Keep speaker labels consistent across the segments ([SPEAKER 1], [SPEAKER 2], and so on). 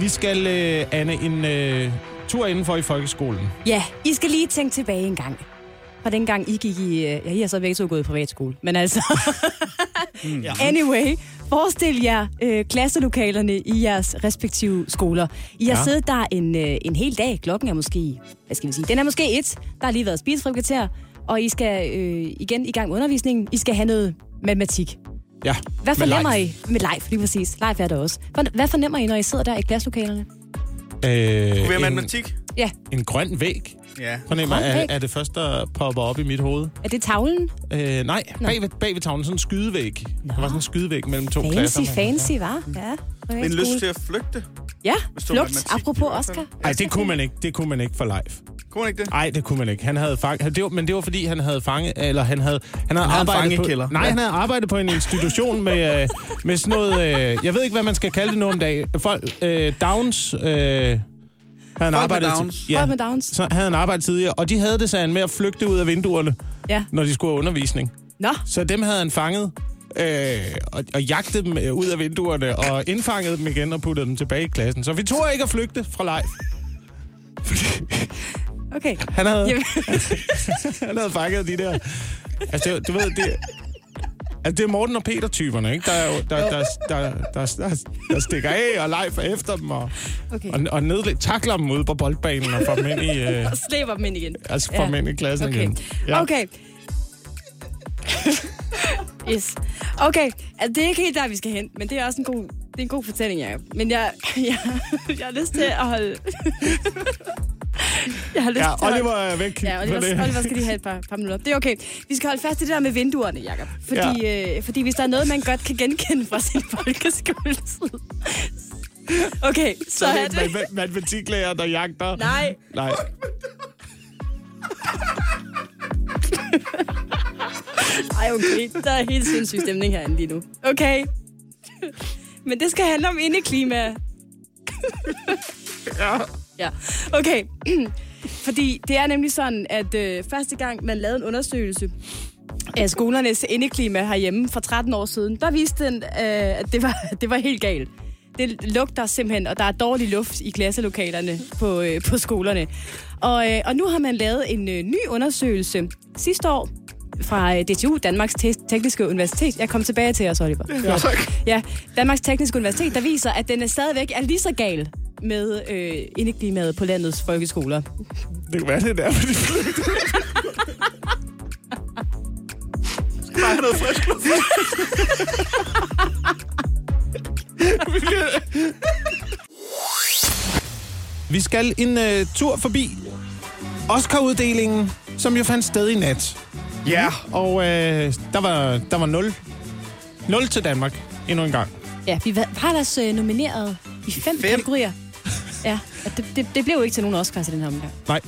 [SPEAKER 1] Vi skal, øh, Anne, en øh, tur indenfor i folkeskolen.
[SPEAKER 2] Ja, I skal lige tænke tilbage en gang. Fra dengang I gik i... øh, Ja, I har så begge to gået i privatskole. Men altså...
[SPEAKER 1] Hmm,
[SPEAKER 2] anyway, forestil jer øh, klasselokalerne i jeres respektive skoler. I har
[SPEAKER 1] Ja.
[SPEAKER 2] ja. siddet der en, øh, en hel dag. Klokken er måske... Hvad skal vi sige? Den er måske et. Der har lige været spisefrikvarter. Og I skal øh, igen i gang med undervisningen. I skal have noget matematik.
[SPEAKER 1] Ja,
[SPEAKER 2] Hvad
[SPEAKER 1] med
[SPEAKER 2] fornemmer
[SPEAKER 1] leg.
[SPEAKER 2] I? Med live, lige præcis. Live er der også. Hvad- Hvad fornemmer I, når I sidder der i klasselokalerne?
[SPEAKER 1] Øh,
[SPEAKER 3] Ved
[SPEAKER 1] en,
[SPEAKER 3] matematik?
[SPEAKER 2] Ja,
[SPEAKER 1] en grøn væg,
[SPEAKER 3] Ja.
[SPEAKER 1] fornemmer
[SPEAKER 2] Grøn
[SPEAKER 1] jeg,
[SPEAKER 2] væg?
[SPEAKER 1] er det første, der popper op i mit hoved.
[SPEAKER 2] er det tavlen?
[SPEAKER 1] Øh, nej, bag ved, bag ved tavlen, sådan en skydevæg. Der var sådan en skydevæg mellem to
[SPEAKER 2] Fancy,
[SPEAKER 1] klasser.
[SPEAKER 2] fancy, var? Ja.
[SPEAKER 3] En
[SPEAKER 2] privatskole.
[SPEAKER 3] lyst til at flygte?
[SPEAKER 2] Ja,
[SPEAKER 3] Hvis det var
[SPEAKER 2] flugt,
[SPEAKER 3] matematik, i
[SPEAKER 2] apropos
[SPEAKER 3] hvert fald.
[SPEAKER 2] Oscar. Altså,
[SPEAKER 1] Nej, det kunne man ikke. Det kunne man ikke for live.
[SPEAKER 3] Kunne man ikke det?
[SPEAKER 1] Nej, det kunne man ikke. Han havde fang... han- det var... Men det var fordi, han havde fanget... Eller han havde, han havde,
[SPEAKER 3] havde en
[SPEAKER 1] arbejdet
[SPEAKER 3] fangekælder.
[SPEAKER 1] på... Nej,
[SPEAKER 3] Ja.
[SPEAKER 1] han havde arbejdet på en institution med, øh, med sådan noget... Øh, jeg ved ikke, hvad man skal kalde det nu om dagen. Folk... Øh, downs... Øh, havde han
[SPEAKER 3] med
[SPEAKER 1] arbejdet
[SPEAKER 3] Downs.
[SPEAKER 2] Folk med Downs.
[SPEAKER 1] Så havde han arbejdet tidligere, og de havde det sådan med at flygte ud af vinduerne,
[SPEAKER 2] Ja.
[SPEAKER 1] når de skulle have undervisning.
[SPEAKER 2] Nå,
[SPEAKER 1] Så dem havde han fanget øh, og, og jagtet dem øh, ud af vinduerne, og indfangede dem igen og puttede dem tilbage i klassen. Så vi tog ikke at flygte fra live.
[SPEAKER 2] okay.
[SPEAKER 1] Han havde,
[SPEAKER 2] Jamen.
[SPEAKER 1] han havde fanget de der... Altså, det, du ved, det... Altså, det er Morten og Peter-typerne, ikke? Der, er jo- der, der, der, der, der, der, der stikker af og leger efter dem og,
[SPEAKER 2] Okay.
[SPEAKER 1] og, og nedlæg, takler dem ude på boldbanen og får dem ind i, øh,
[SPEAKER 2] Og slæber dem ind igen.
[SPEAKER 1] altså, får dem ind i klassen
[SPEAKER 2] Okay.
[SPEAKER 1] igen.
[SPEAKER 2] Okay. Yes. Okay, altså, det er ikke helt der, vi skal hen, men det er også en god, det er en god fortælling, Jacob. Men jeg, jeg, jeg har lyst til at holde... jeg har lyst
[SPEAKER 1] Ja,
[SPEAKER 2] til at
[SPEAKER 1] Oliver er væk.
[SPEAKER 2] Ja,
[SPEAKER 1] for det.
[SPEAKER 2] Oliver, Oliver skal lige have et par, par minutter. Det er okay. Vi skal holde fast i det der med vinduerne, Jacob. Fordi, ja. øh, fordi hvis der er noget, man godt kan genkende fra sin folkeskoletid. Okay, så er
[SPEAKER 1] Mat-
[SPEAKER 2] det...
[SPEAKER 1] mat- Matematiklærer, der jagter.
[SPEAKER 2] Nej.
[SPEAKER 1] Nej.
[SPEAKER 2] Ej, okay. Der er helt sindssyg stemning herinde lige nu. Okay. Men det skal handle om indeklima.
[SPEAKER 1] Ja.
[SPEAKER 2] Ja, okay. Fordi det er nemlig sådan, at øh, første gang man lavede en undersøgelse af skolernes indeklima herhjemme for 13 år siden, der viste den, øh, at det var, det var helt galt. Det lugter simpelthen, og der er dårlig luft i klasselokalerne på, øh, på skolerne. Og, øh, og nu har man lavet en øh, ny undersøgelse sidste år fra øh, DTU, Danmarks Te- Tekniske Universitet. Jeg kom tilbage til os, Oliver.
[SPEAKER 3] Ja, tak.
[SPEAKER 2] Ja, Danmarks Tekniske Universitet, der viser, at den er stadigvæk er lige så gal med øh, indeklimaet på landets folkeskoler.
[SPEAKER 1] Det kan være, det er derfor, de flygter.
[SPEAKER 3] Bare have noget frisk luft.
[SPEAKER 1] Vi skal en øh, tur forbi Oscar-uddelingen, som jo fandt sted i nat.
[SPEAKER 3] Ja.
[SPEAKER 1] Og øh, der, var, der var 0. 0 til Danmark endnu en gang.
[SPEAKER 2] Ja, vi var var ellers øh, nomineret i fem,
[SPEAKER 3] fem?
[SPEAKER 2] kategorier. Ja, og det, det, det blev jo ikke til nogen Oscars i den her omgang.
[SPEAKER 1] Nej,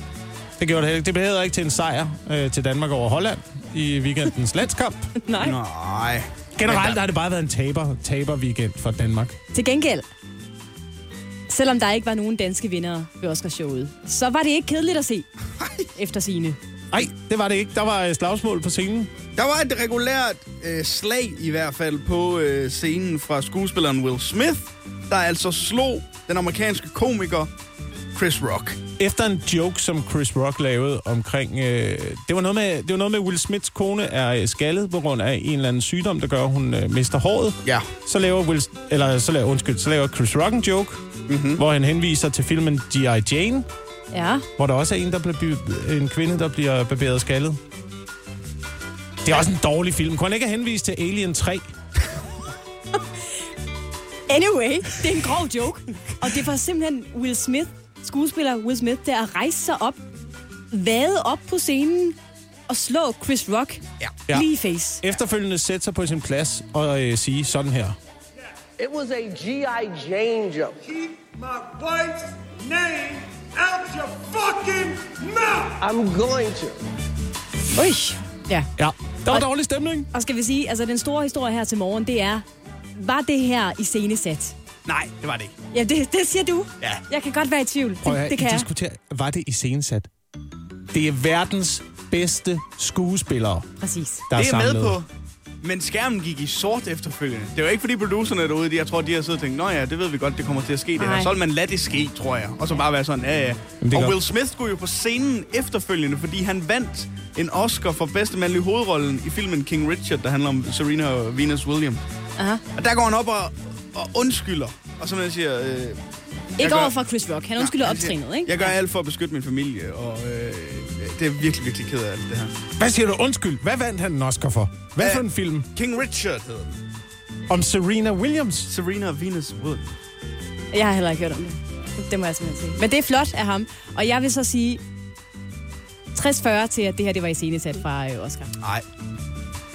[SPEAKER 1] det gjorde det heller ikke. Det blev heller ikke til en sejr øh, til Danmark over Holland i weekendens landskamp.
[SPEAKER 2] Nej. Nå.
[SPEAKER 3] Nej.
[SPEAKER 1] Generelt har det bare været en taber, taber-weekend for Danmark.
[SPEAKER 2] Til gengæld, selvom der ikke var nogen danske vinder ved Oscarshowet, så var det ikke kedeligt at se efter sine.
[SPEAKER 1] Nej, det var det ikke. Der var øh, slagsmål på scenen.
[SPEAKER 3] Der var et regulært øh, slag i hvert fald på øh, scenen fra skuespilleren Will Smith, der altså slog den amerikanske komiker Chris Rock.
[SPEAKER 1] efter en joke, som Chris Rock lavede omkring... Øh, det, var noget med, det var noget med, Will Smiths kone er øh, skaldet på grund af en eller anden sygdom, der gør, at hun øh, mister håret.
[SPEAKER 3] Ja.
[SPEAKER 1] Så laver, Will, eller, så laver, undskyld, så laver Chris Rock en joke, mm-hmm.
[SPEAKER 3] Mhm.
[SPEAKER 1] hvor han henviser til filmen G.I. Jane,
[SPEAKER 2] Ja,
[SPEAKER 1] hvor der også er en, der bliver, bi- en kvinde, der bliver barberet skaldet. Det er også en dårlig film. Kunne han ikke have henvist til Alien 3?
[SPEAKER 2] Anyway, det er en grov joke. Og det var simpelthen Will Smith, skuespiller Will Smith, der at rejse sig op, vade op på scenen og slå Chris Rock
[SPEAKER 3] Ja.
[SPEAKER 1] Ja.
[SPEAKER 2] ja. lige i face.
[SPEAKER 1] Efterfølgende sætter sig på sin plads og øh, sige sådan her.
[SPEAKER 4] It was a G.I. Jane joke.
[SPEAKER 5] Keep my wife's name out your fucking mouth!
[SPEAKER 4] I'm going to.
[SPEAKER 2] Øj. Ja.
[SPEAKER 1] Ja, der var dårlig stemning.
[SPEAKER 2] Og skal vi sige, altså den store historie her til morgen, det er, var det her i scenesat?
[SPEAKER 3] Nej, det var det ikke.
[SPEAKER 2] Ja, det, det siger du.
[SPEAKER 3] Ja.
[SPEAKER 2] Jeg kan godt være i tvivl.
[SPEAKER 1] Prøv at
[SPEAKER 2] det,
[SPEAKER 1] høre,
[SPEAKER 2] det
[SPEAKER 1] I
[SPEAKER 2] kan jeg.
[SPEAKER 1] diskuterer, var det iscenesat? Det er verdens bedste skuespillere,
[SPEAKER 2] Præcis.
[SPEAKER 1] der
[SPEAKER 3] Det er jeg
[SPEAKER 1] samlet.
[SPEAKER 3] med på. Men skærmen gik i sort efterfølgende. Det var ikke fordi producerne derude, de, jeg tror, de har siddet og tænkt, nå ja, det ved vi godt, det kommer til at ske det her.
[SPEAKER 6] Nej.
[SPEAKER 3] Så vil man lade det ske, tror jeg. Og så bare være sådan, ja ja.
[SPEAKER 1] det er
[SPEAKER 3] Og
[SPEAKER 1] godt.
[SPEAKER 3] Will Smith skulle jo på scenen efterfølgende, fordi han vandt en Oscar for bedste mandlige hovedrollen i filmen King Richard, der handler om Serena og Venus Williams.
[SPEAKER 6] Aha.
[SPEAKER 3] Og der går han op og, og undskylder. Og simpelthen siger, øh,
[SPEAKER 6] Ikke
[SPEAKER 3] gør-
[SPEAKER 6] over for Chris Rock. Han undskylder
[SPEAKER 3] Nej, han siger,
[SPEAKER 6] optrinet, ikke?
[SPEAKER 3] Jeg gør alt for at beskytte min familie, og øh, det er virkelig, virkelig ked af alt det her.
[SPEAKER 1] Hvad siger du? Undskyld, hvad vandt han en Oscar for? Hvad for en film?
[SPEAKER 3] King Richard hedder den.
[SPEAKER 1] Om Serena Williams?
[SPEAKER 3] Serena og Venus Williams.
[SPEAKER 6] Jeg har heller ikke hørt om det. Det må jeg simpelthen sige. Men det er flot af ham. Og jeg vil så sige 60-40 til, at det her det var i scenesat fra øh, Oscar.
[SPEAKER 3] Nej,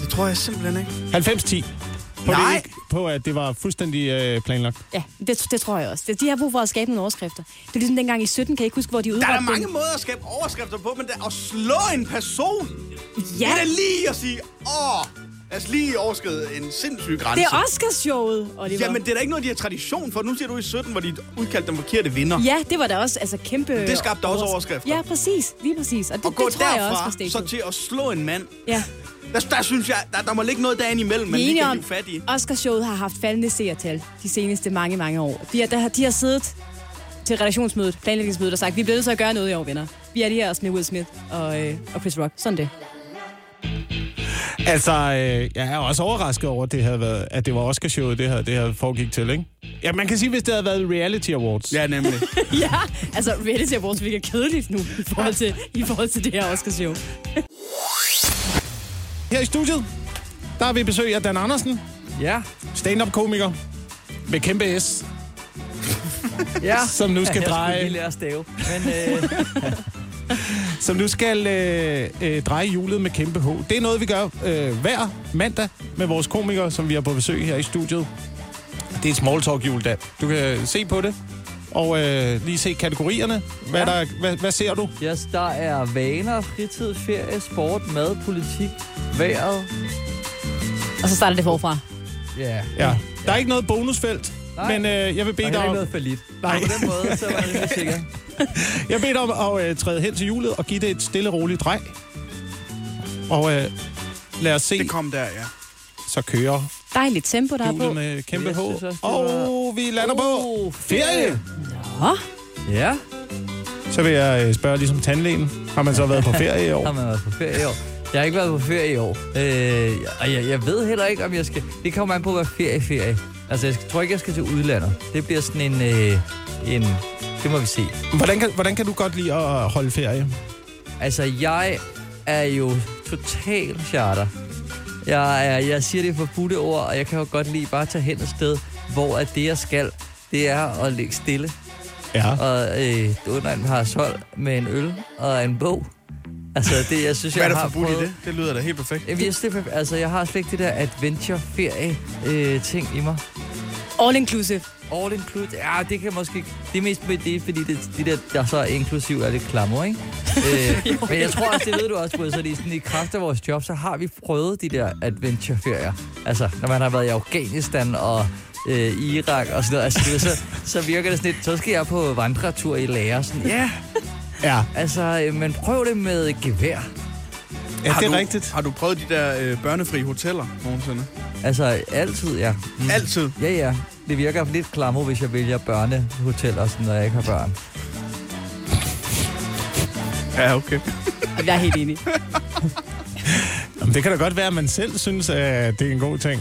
[SPEAKER 3] det tror jeg simpelthen ikke.
[SPEAKER 1] 90-10. På
[SPEAKER 3] Nej.
[SPEAKER 1] Det, ikke- på at det var fuldstændig øh, planlagt.
[SPEAKER 6] Ja, det, det tror jeg også. Det- De har brug for at skabe nogle overskrifter. Det er ligesom dengang i 17, kan jeg ikke huske, hvor de
[SPEAKER 3] Der
[SPEAKER 6] udråbte
[SPEAKER 3] er da mange
[SPEAKER 6] den.
[SPEAKER 3] måder at skabe overskrifter på, men det, at slå en person, det
[SPEAKER 6] Ja,
[SPEAKER 3] er da lige at sige, åh, lad os lige overskride en sindssyg grænse.
[SPEAKER 6] det er Oscarshowet, Oliver.
[SPEAKER 3] Jamen, det er da ikke noget, de har tradition for. Nu siger du i 17, hvor de udkaldte den forkerte vinder.
[SPEAKER 6] Ja, det var da også altså, kæmpe...
[SPEAKER 3] Det skabte også
[SPEAKER 6] oversk-
[SPEAKER 3] overskrifter.
[SPEAKER 6] Ja, præcis. Lige præcis. Og det,
[SPEAKER 3] Og gå
[SPEAKER 6] det tror jeg også
[SPEAKER 3] derfra
[SPEAKER 6] var
[SPEAKER 3] så
[SPEAKER 6] staged.
[SPEAKER 3] til at slå en mand.
[SPEAKER 6] Ja.
[SPEAKER 3] Der, der synes jeg, der, der må ligge noget derinde imellem, man
[SPEAKER 6] Vi er
[SPEAKER 3] lige
[SPEAKER 6] enige
[SPEAKER 3] kan
[SPEAKER 6] om,
[SPEAKER 3] hive fat i.
[SPEAKER 6] Oscarshowet har haft faldende seertal de seneste mange, mange år. De har, der, har- de har siddet til redaktionsmødet, planlægningsmødet og sagt, vi bliver nødt til at gøre noget i år, venner. Vi er de her også med Will Smith og, øh, og Chris Rock. Sådan det.
[SPEAKER 1] Altså, øh, jeg er også overrasket over, at det, havde været, at det var Oscarshowet, det her, det her foregik til, ikke? Ja, man kan sige, hvis det havde været Reality Awards.
[SPEAKER 3] Ja, nemlig.
[SPEAKER 6] ja, altså reality awards virker kedeligt nu i forhold til, i forhold til det her Oscarshow.
[SPEAKER 1] Her i studiet, der har vi besøg af Dan Andersen,
[SPEAKER 7] Ja,
[SPEAKER 1] stand-up-komiker med kæmpe S,
[SPEAKER 7] ja.
[SPEAKER 1] som nu skal
[SPEAKER 7] jeg skulle lige
[SPEAKER 1] dreje,
[SPEAKER 7] lære at stave. Men øh,
[SPEAKER 1] som nu skal øh, øh, dreje hjulet med kæmpe H. Det er noget, vi gør øh, hver mandag med vores komikere, som vi har på besøg her i studiet. Det er small talk juledag. Du kan se på det, og øh, lige se kategorierne. Hvad, ja.
[SPEAKER 7] Ja.
[SPEAKER 1] der, hvad, hvad ser du?
[SPEAKER 7] yes, der er vaner, fritid, ferie, sport, mad, politik, vejret.
[SPEAKER 6] Og så starter det forfra.
[SPEAKER 7] Ja.
[SPEAKER 1] Ja. Der er ikke noget bonusfelt,
[SPEAKER 7] Nej.
[SPEAKER 1] men øh, jeg vil
[SPEAKER 7] Der
[SPEAKER 1] bede
[SPEAKER 7] er
[SPEAKER 1] dig
[SPEAKER 7] heller ikke
[SPEAKER 1] om...
[SPEAKER 7] noget for lidt.
[SPEAKER 1] Nej.
[SPEAKER 7] Nej. På den måde, så var jeg rimelig sikker.
[SPEAKER 1] Jeg beder dig om at øh, træde hen til hjulet og give det et stille og roligt drej. Og øh, lad os se,
[SPEAKER 3] Det kom der, ja.
[SPEAKER 1] så kører
[SPEAKER 6] Dejligt tempo, der er på.
[SPEAKER 1] hjulet med kæmpe
[SPEAKER 7] Jeg
[SPEAKER 1] H.
[SPEAKER 7] synes også, det var-
[SPEAKER 1] Og vi lander på
[SPEAKER 7] Oh,
[SPEAKER 1] ferie.
[SPEAKER 6] Åh,
[SPEAKER 7] Ja,
[SPEAKER 1] Så vil jeg øh, spørge ligesom tandlægen. Har man så været på ferie i år?
[SPEAKER 7] har man været på ferie i år. Jeg har ikke været på ferie i år. Øh, og jeg, jeg ved heller ikke, om jeg skal... Det kommer an på, hvad ferie ferie. Altså, jeg skal, tror ikke, jeg skal til udlandet. Det bliver sådan en... Øh, en det må vi se.
[SPEAKER 1] Hvordan kan, hvordan kan du godt lide at øh, holde ferie?
[SPEAKER 7] Altså, jeg er jo total charter. Jeg, er, jeg siger det forbudte ord, og jeg kan jo godt lide bare at tage hen et sted, hvor at det, jeg skal, det er at ligge stille
[SPEAKER 1] Ja.
[SPEAKER 7] og øh, under en parasol med en øl og en bog. Altså, det, jeg synes,
[SPEAKER 3] Hvad er
[SPEAKER 7] jeg
[SPEAKER 3] der
[SPEAKER 7] har
[SPEAKER 3] forbudt
[SPEAKER 7] prøvet...
[SPEAKER 3] i det? Det lyder da helt perfekt.
[SPEAKER 7] Jamen, jeg, slipper, altså, jeg har slet ikke det der adventure-ferie-ting i mig.
[SPEAKER 6] all inclusive.
[SPEAKER 7] All inclusive, ja, det kan måske... Det er mest med det, fordi det, det der, der så er inklusiv, er lidt klammer, ikke? øh, men jeg tror også, det ved du også, Britt, så det er sådan, i kraft af vores job, så har vi prøvet de der adventure-ferier. Altså, når man har været i Afghanistan og øh, Irak og sådan noget, altså, du ved, så, så virker det sådan lidt, så skal jeg på vandretur i lærer, sådan, ja,
[SPEAKER 1] Ja,
[SPEAKER 7] altså, øh, men prøv det med et gevær.
[SPEAKER 1] ja det
[SPEAKER 3] du,
[SPEAKER 1] er rigtigt.
[SPEAKER 3] Har du prøvet de der øh, børnefri hoteller nogensinde?
[SPEAKER 7] Altså, altid, ja. Mm.
[SPEAKER 3] Altid.
[SPEAKER 7] Ja, ja. Det virker lidt klammer, hvis jeg vælger børnehotel og sådan, når jeg ikke har børn.
[SPEAKER 3] Ja, okay.
[SPEAKER 6] Jeg er helt enig.
[SPEAKER 1] Jamen, det kan da godt være, at man selv synes, at det er en god ting.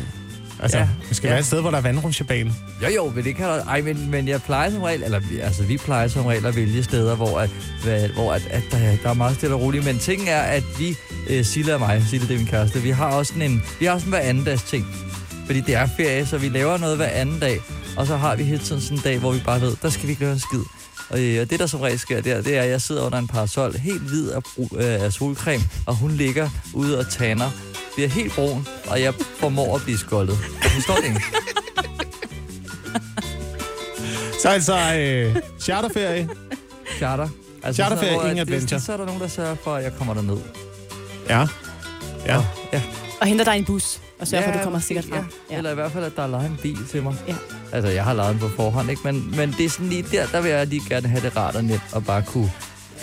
[SPEAKER 1] Altså, ja.
[SPEAKER 7] Ja.
[SPEAKER 1] vi skal
[SPEAKER 7] Ja.
[SPEAKER 1] være et sted, hvor der er vandrumsjabane.
[SPEAKER 7] Jo, jo, men det kan der... Ej, men, men jeg plejer som regel... Eller, vi- altså, vi plejer som regel at vælge steder, hvor, at, hvad- hvor at, at der, der er meget stille og roligt. Men tingen er, at vi... Øh, Silla og mig, Silla, det er min kæreste, vi har også sådan en... Vi har sådan en hver anden dags ting. Fordi det er ferie, så vi laver noget hver anden dag. Og så har vi hele tiden sådan en dag, hvor vi bare ved, der skal vi ikke lave en skid. Og, øh, og det, der som regel sker der, det er, at jeg sidder under en parasol, helt hvid af, bru- øh, af solcreme, og hun ligger ude og tanner, bliver helt brun, og jeg formår at blive skoldet. Hun står det ikke.
[SPEAKER 1] Så altså, øh, charterferie.
[SPEAKER 7] Charter. Altså
[SPEAKER 1] Charterferie,
[SPEAKER 7] sådan noget, hvor
[SPEAKER 1] ingen
[SPEAKER 7] at det er
[SPEAKER 1] adventure.
[SPEAKER 7] Sådan, så er der nogen, der sørger for, at jeg kommer derned.
[SPEAKER 1] Ja. Ja.
[SPEAKER 7] Ja.
[SPEAKER 6] Og henter dig en bus, og sørger for, at du kommer sikkert frem.
[SPEAKER 7] Ja. Eller i hvert fald, at der er lejet en bil til mig.
[SPEAKER 6] Ja.
[SPEAKER 7] Altså, jeg har lejet den på forhånd, ikke? Men, men det er sådan lige der, der vil jeg lige gerne have det rart og nemt, og bare kunne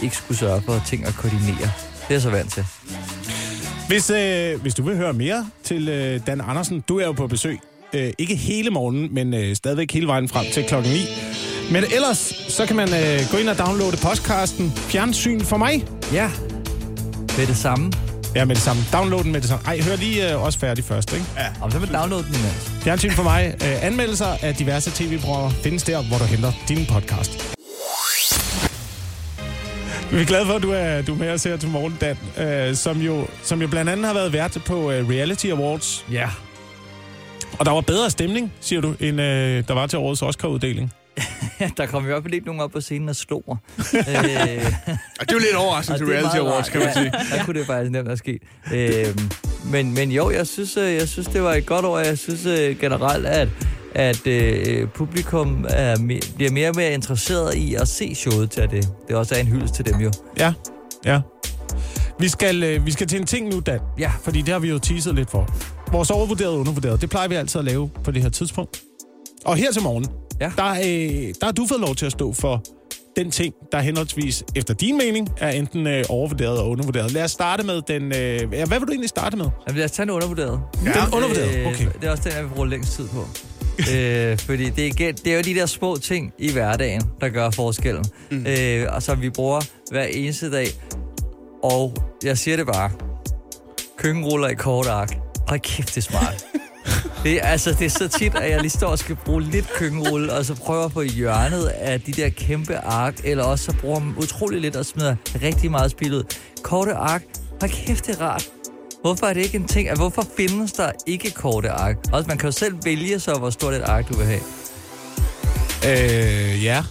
[SPEAKER 7] ikke skulle sørge for ting at koordinere. Det er jeg så vant til.
[SPEAKER 1] Hvis, øh, hvis du vil høre mere til øh, Dan Andersen, du er jo på besøg. Øh, ikke hele morgenen, men øh, stadigvæk hele vejen frem til klokken 9. Men ellers, så kan man øh, gå ind og downloade podcasten Fjernsyn for mig.
[SPEAKER 7] Ja, det er det samme.
[SPEAKER 1] Ja, med det samme. Download den med det samme. Ej, hør lige øh, også færdig først, ikke? Ja.
[SPEAKER 7] Om så man downloade den imens.
[SPEAKER 1] Fjernsyn for mig. Øh, anmeldelser af diverse tv-programmer findes der, hvor du henter din podcast. Vi er glade for, at du er, du er med os her til morgen, Dan, øh, som, jo, som jo blandt andet har været vært på øh, Reality Awards
[SPEAKER 7] Ja.
[SPEAKER 1] Og der var bedre stemning, siger du, end øh, der var til årets Oscar-uddeling.
[SPEAKER 7] Der kom i hvert fald ikke nogen op på scenen og slog mig. øh,
[SPEAKER 3] Og det er jo lidt overraskende til Reality Awards, kan man sige.
[SPEAKER 7] Ja, der kunne det faktisk nemt have sket. Øhm, men, men jo, jeg synes, øh, jeg synes, det var et godt år. og Jeg synes øh, generelt, at, at øh, publikum er me- bliver mere og mere interesseret i at se showet til at det. Det også er en hyldest til dem jo.
[SPEAKER 1] Ja, ja. Vi skal, øh, vi skal til en ting nu, Dan.
[SPEAKER 7] Ja.
[SPEAKER 1] Fordi det har vi jo teaset lidt for. Vores overvurderet og undervurderet, det plejer vi altid at lave på det her tidspunkt. Og her til morgen,
[SPEAKER 7] Ja.
[SPEAKER 1] der, øh, der har du fået lov til at stå for den ting, der henholdsvis, efter din mening, er enten øh, overvurderet og undervurderet. Lad os starte med den... Øh, ja, hvad vil du egentlig starte med?
[SPEAKER 7] Jamen, lad os tage den undervurderet.
[SPEAKER 1] Ja. Den undervurderet,
[SPEAKER 7] Øh,
[SPEAKER 1] okay.
[SPEAKER 7] Det er også den, jeg vil bruge længst tid på. øh, fordi det er, igen, det er jo de der små ting i hverdagen, der gør forskellen. Mm. Øh, og som vi bruger hver eneste dag. Og jeg siger det bare. Køkkenruller i kort ark. Hold kæft, det er smart. Det, er- altså, det er så tit, at jeg lige står og skal bruge lidt køkkenrulle, og så prøver på hjørnet af de der kæmpe ark, eller også så bruger man utrolig lidt og smider rigtig meget spild ud. Korte ark, hold kæft, det er rart. Hvorfor er det ikke en ting? Altså, hvorfor findes der ikke korte ark? Også man kan jo selv vælge så, hvor stort et ark du vil have.
[SPEAKER 1] Øh, ja.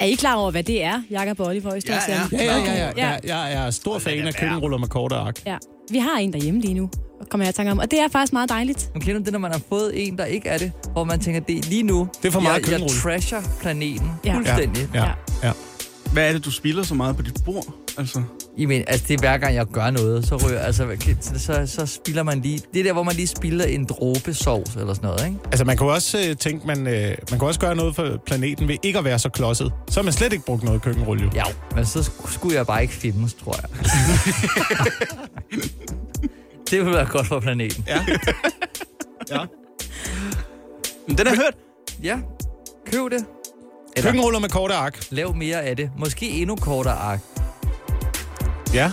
[SPEAKER 6] Er I klar over, hvad det er, Jakob og Oliver Øjstad?
[SPEAKER 3] Ja,
[SPEAKER 1] Ja,
[SPEAKER 3] ja.
[SPEAKER 1] ja, ja. ja.
[SPEAKER 6] Ja.
[SPEAKER 1] Jeg, jeg er stor fan af køkkenruller med korte ark.
[SPEAKER 6] ja. Vi har en derhjemme lige nu, kommer jeg i tanke om. Og det er faktisk meget dejligt.
[SPEAKER 7] Men kender du det, når man har fået en, der ikke er det? Hvor man tænker, det er lige nu,
[SPEAKER 1] Det er for meget
[SPEAKER 7] jeg, jeg
[SPEAKER 1] køkkenrulle.
[SPEAKER 7] trasher planeten
[SPEAKER 6] Ja.
[SPEAKER 7] ja. fuldstændig. Ja.
[SPEAKER 1] Ja,
[SPEAKER 6] Ja.
[SPEAKER 1] ja.
[SPEAKER 3] Hvad er det, du spilder så meget på dit bord? Altså,
[SPEAKER 7] I men, altså, det er hver gang, jeg gør noget, så ryger altså, så, så spilder man lige... Det er der, hvor man lige spilder en dråbe sovs eller sådan noget, ikke?
[SPEAKER 1] Altså, man kan jo også øh, tænke, man, øh, man kan også gøre noget for planeten ved ikke at være så klodset. Så har man slet ikke brugt noget køkkenrulle. jo.
[SPEAKER 7] Ja, men så sk- skulle jeg bare ikke filmes, tror jeg. det ville være godt for planeten. Ja.
[SPEAKER 3] men den er hørt.
[SPEAKER 7] ja. Køb det.
[SPEAKER 1] Køkkenruller med korte ark.
[SPEAKER 7] Lav mere af det. Måske endnu kortere ark.
[SPEAKER 1] Ja.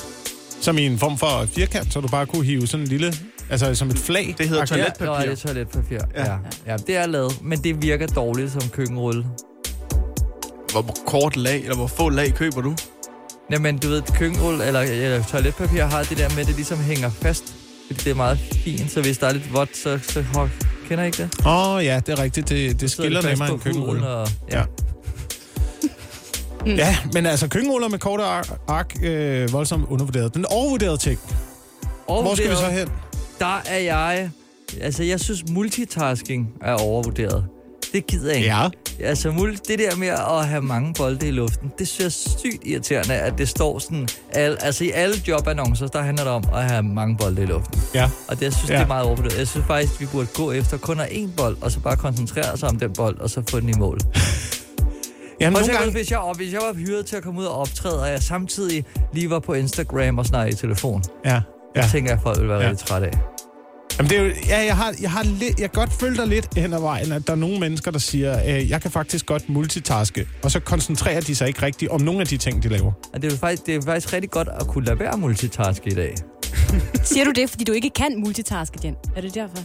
[SPEAKER 1] Som i en form for firkant, så du bare kunne hive sådan en lille... Altså, som et flag.
[SPEAKER 3] Det hedder toilet. Toiletpapir.
[SPEAKER 7] Ja, nå, det er toiletpapir. Ja. Ja. ja, det er lavet, men det virker dårligt som køkkenrulle.
[SPEAKER 3] Hvor kort lag, eller hvor få lag køber du?
[SPEAKER 7] Jamen, du ved, køkkenrulle eller, eller toiletpapir har det der med, at det ligesom hænger fast. Fordi det er meget fint, så hvis der er lidt vådt, så, så hov, kender I ikke det? Så
[SPEAKER 1] Åh, oh, ja, det er rigtigt. Det, det
[SPEAKER 7] sidder
[SPEAKER 1] skiller
[SPEAKER 7] fast
[SPEAKER 1] nemmere
[SPEAKER 7] på
[SPEAKER 1] en køkkenrulle.
[SPEAKER 7] huden, Mm. Og, ja.
[SPEAKER 1] Ja.
[SPEAKER 7] ja.
[SPEAKER 1] Ja, men altså, køkkenruller med korte ark, ark øh, voldsomt undervurderet. Den overvurderede ting.
[SPEAKER 7] Og
[SPEAKER 1] Hvor skal vi
[SPEAKER 7] det er-
[SPEAKER 1] så hen?
[SPEAKER 7] Der er jeg... Altså, jeg synes, multitasking er overvurderet. Det gider jeg ikke.
[SPEAKER 1] Ja.
[SPEAKER 7] Altså, mul- det der med at have mange bolde i luften, det synes jeg er sygt irriterende, at det står sådan... Al- altså, i alle jobannoncer, der handler det om at have mange bolde i luften.
[SPEAKER 1] Ja.
[SPEAKER 7] Og det, jeg synes,
[SPEAKER 1] Ja.
[SPEAKER 7] ja. det er meget overvurderet. Jeg synes faktisk, vi burde gå efter kun at én bold, og så bare koncentrere sig om den bold, og så få den i mål.
[SPEAKER 1] Jamen,
[SPEAKER 7] Prøv at
[SPEAKER 1] nogle
[SPEAKER 7] tænke, gange...
[SPEAKER 1] gange...
[SPEAKER 7] hvis, jeg, og hvis jeg var hyret til at komme ud og optræde, og jeg samtidig lige var på Instagram og snakkede i telefon,
[SPEAKER 1] Ja. Ja.
[SPEAKER 7] ja. tænker jeg, at folk ville være
[SPEAKER 1] Ja.
[SPEAKER 7] ja. rigtig trætte af.
[SPEAKER 1] Jamen, det er jo, ja, jeg har, jeg har lidt, jeg kan godt følt dig lidt hen ad vejen, at der er nogle mennesker, der siger, øh, jeg kan faktisk godt multitaske, og så koncentrerer de sig ikke rigtigt om nogle af de ting, de laver.
[SPEAKER 7] Og det er, faktisk, det er faktisk rigtig godt at kunne lade være multitaske i dag.
[SPEAKER 6] Siger du det, fordi du ikke kan multitaske, Jen? Er det derfor?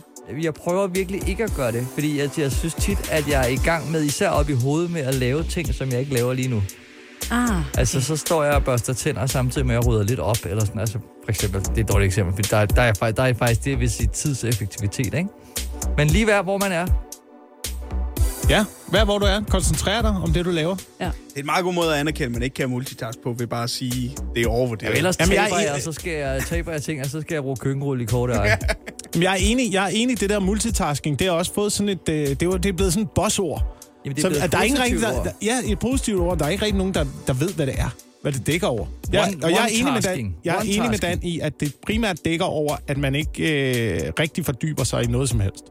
[SPEAKER 7] Jeg prøver virkelig ikke at gøre det, fordi jeg, jeg synes tit, at jeg er i gang med, især op i hovedet, med at lave ting, som jeg ikke laver lige nu.
[SPEAKER 6] Ah,
[SPEAKER 7] Altså, så står jeg og børster tænder samtidig med, at jeg rydder lidt op, eller sådan. Altså, for eksempel, det er et dårligt eksempel, fordi der, er- der, er, fak- der er faktisk det, vil sige, tidseffektivitet, ikke? Men lige hver, hvor man er.
[SPEAKER 1] Ja, hver hvor du er, koncentrer dig om det, du laver.
[SPEAKER 3] Det er en meget god måde at anerkende, at man ikke kan multitask på, ved bare at sige, det er overvurderet.
[SPEAKER 7] Ellers
[SPEAKER 1] Jamen, jeg
[SPEAKER 7] Jamen,
[SPEAKER 1] er
[SPEAKER 7] taber jeg,
[SPEAKER 1] i-
[SPEAKER 7] og så skal jeg, taber jeg ting, og så skal jeg bruge køkkenrulle i korte ark.
[SPEAKER 1] Jamen, jeg er enig, jeg er enig i det der multitasking. Det er også fået sådan et, øh, det, er, jo- det er blevet sådan et bossord.
[SPEAKER 7] Jamen,
[SPEAKER 1] Så
[SPEAKER 7] blevet
[SPEAKER 1] at der er ingen rigtig,
[SPEAKER 7] positivt
[SPEAKER 1] der,
[SPEAKER 7] ord.
[SPEAKER 1] der, ja, et positivt ord. Der er ikke rigtig nogen, der, der ved, hvad det er. Hvad det dækker over. Jeg, og jeg er, enig med Dan,
[SPEAKER 7] one-tasking.
[SPEAKER 1] jeg er enig med Dan
[SPEAKER 7] One-tasking.
[SPEAKER 1] i, at det primært dækker over, at man ikke øh, rigtig fordyber sig i noget som helst.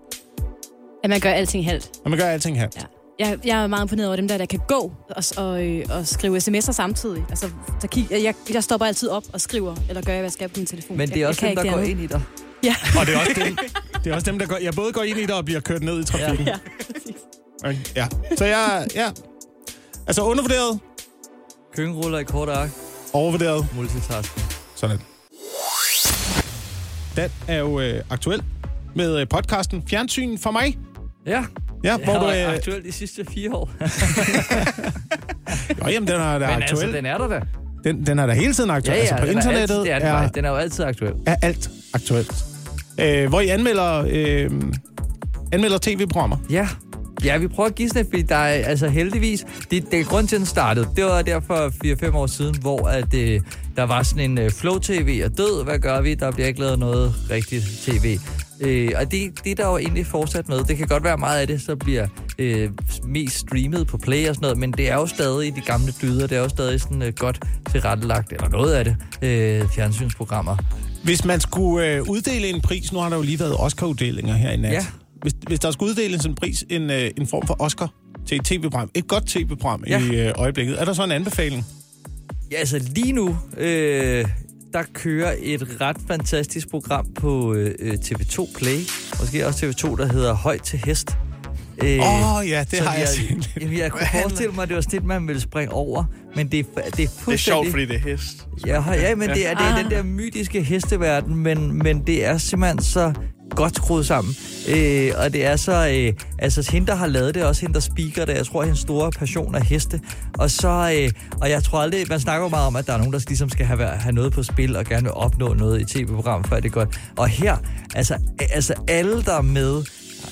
[SPEAKER 6] at man gør alting halvt.
[SPEAKER 1] Og man gør alting halvt.
[SPEAKER 6] Ja. Jeg, jeg er meget imponeret over dem der, der kan gå og, s- og, øh, og skrive sms'er samtidig. Altså, så kig, jeg, jeg stopper altid op og skriver, eller gør, hvad jeg skal på min telefon.
[SPEAKER 7] Men det er
[SPEAKER 6] jeg,
[SPEAKER 7] også
[SPEAKER 6] jeg
[SPEAKER 7] dem,
[SPEAKER 6] kan ikke
[SPEAKER 7] der går
[SPEAKER 6] det
[SPEAKER 7] ind i dig.
[SPEAKER 6] andet. Ja.
[SPEAKER 1] Og det er også dem, det er også dem der går, jeg både går ind i dig og bliver kørt ned i trafikken.
[SPEAKER 6] Ja.
[SPEAKER 1] Ja. ja. Så jeg, ja. Altså undervurderet,
[SPEAKER 7] Køkkenruller i kort ark.
[SPEAKER 1] overvurderet.
[SPEAKER 7] Multitasking.
[SPEAKER 1] Sådan. Den er jo øh, aktuel med øh, podcasten Fjernsyn for mig.
[SPEAKER 7] Ja,
[SPEAKER 1] Ja,
[SPEAKER 7] det
[SPEAKER 1] hvor du...
[SPEAKER 7] er
[SPEAKER 1] Øh,
[SPEAKER 7] aktuelt de sidste fire år.
[SPEAKER 1] jo, jamen, den er da
[SPEAKER 7] Men altså,
[SPEAKER 1] aktuel.
[SPEAKER 7] den er der da.
[SPEAKER 1] Den, den er da hele tiden aktuel. altså, på
[SPEAKER 7] den er
[SPEAKER 1] internettet
[SPEAKER 7] altid, det er, den,
[SPEAKER 1] er,
[SPEAKER 7] faktisk. den er jo altid aktuel.
[SPEAKER 1] er alt aktuelt. Øh, hvor I anmelder, øh, anmelder tv-programmer.
[SPEAKER 7] Ja. Ja, vi prøver at gisne, fordi der er altså heldigvis... Det, det er grund til, at den startede. Det var derfor 4-5 år siden, hvor at, øh, der var sådan en øh, flow-tv og død. Hvad gør vi? Der bliver ikke lavet noget rigtigt tv. Øh, og det, det er der jo egentlig fortsat med. Det kan godt være meget af det, så bliver øh, mest streamet på Play og sådan noget, men det er jo stadig de gamle dyder. Det er jo stadig sådan øh, godt tilrettelagt, eller noget af det, øh, fjernsynsprogrammer.
[SPEAKER 1] Hvis man skulle øh, uddele en pris, nu har der jo lige været Oscar-uddelinger her i nat.
[SPEAKER 7] Ja.
[SPEAKER 1] Hvis, hvis der skulle uddeles en pris, en, øh, en form for Oscar til et tv-program, et godt tv-program
[SPEAKER 7] Ja.
[SPEAKER 1] ja. i øh, øjeblikket, er der så en anbefaling?
[SPEAKER 7] Ja, altså lige nu, øh, der kører et ret fantastisk program på øh, øh, TV2 Play. Måske også TV2, der hedder Højt til Hest. Åh, øh,
[SPEAKER 1] Åh oh, ja, det
[SPEAKER 7] så
[SPEAKER 1] har jeg
[SPEAKER 7] jeg,
[SPEAKER 1] set.
[SPEAKER 7] jamen, jeg kunne forestille mig, at det var sådan et, man ville springe over. Men det er, fu- det er fuldstændig...
[SPEAKER 3] Det er sjovt, fordi det er hest.
[SPEAKER 7] Ja, høj- ja men det er, det er den der mytiske hesteverden, men, men det er simpelthen så godt skruet sammen. Øh, og det er så... Øh, altså, hende, der har lavet det, og også hende, der speaker det. Jeg tror, hendes store passion er heste. Og så... Øh, og jeg tror aldrig... Man snakker jo meget om, at der er nogen, der ligesom skal have, have noget på spil og gerne vil opnå noget i tv-program, før det er godt. Og her, altså, altså alle, der er med,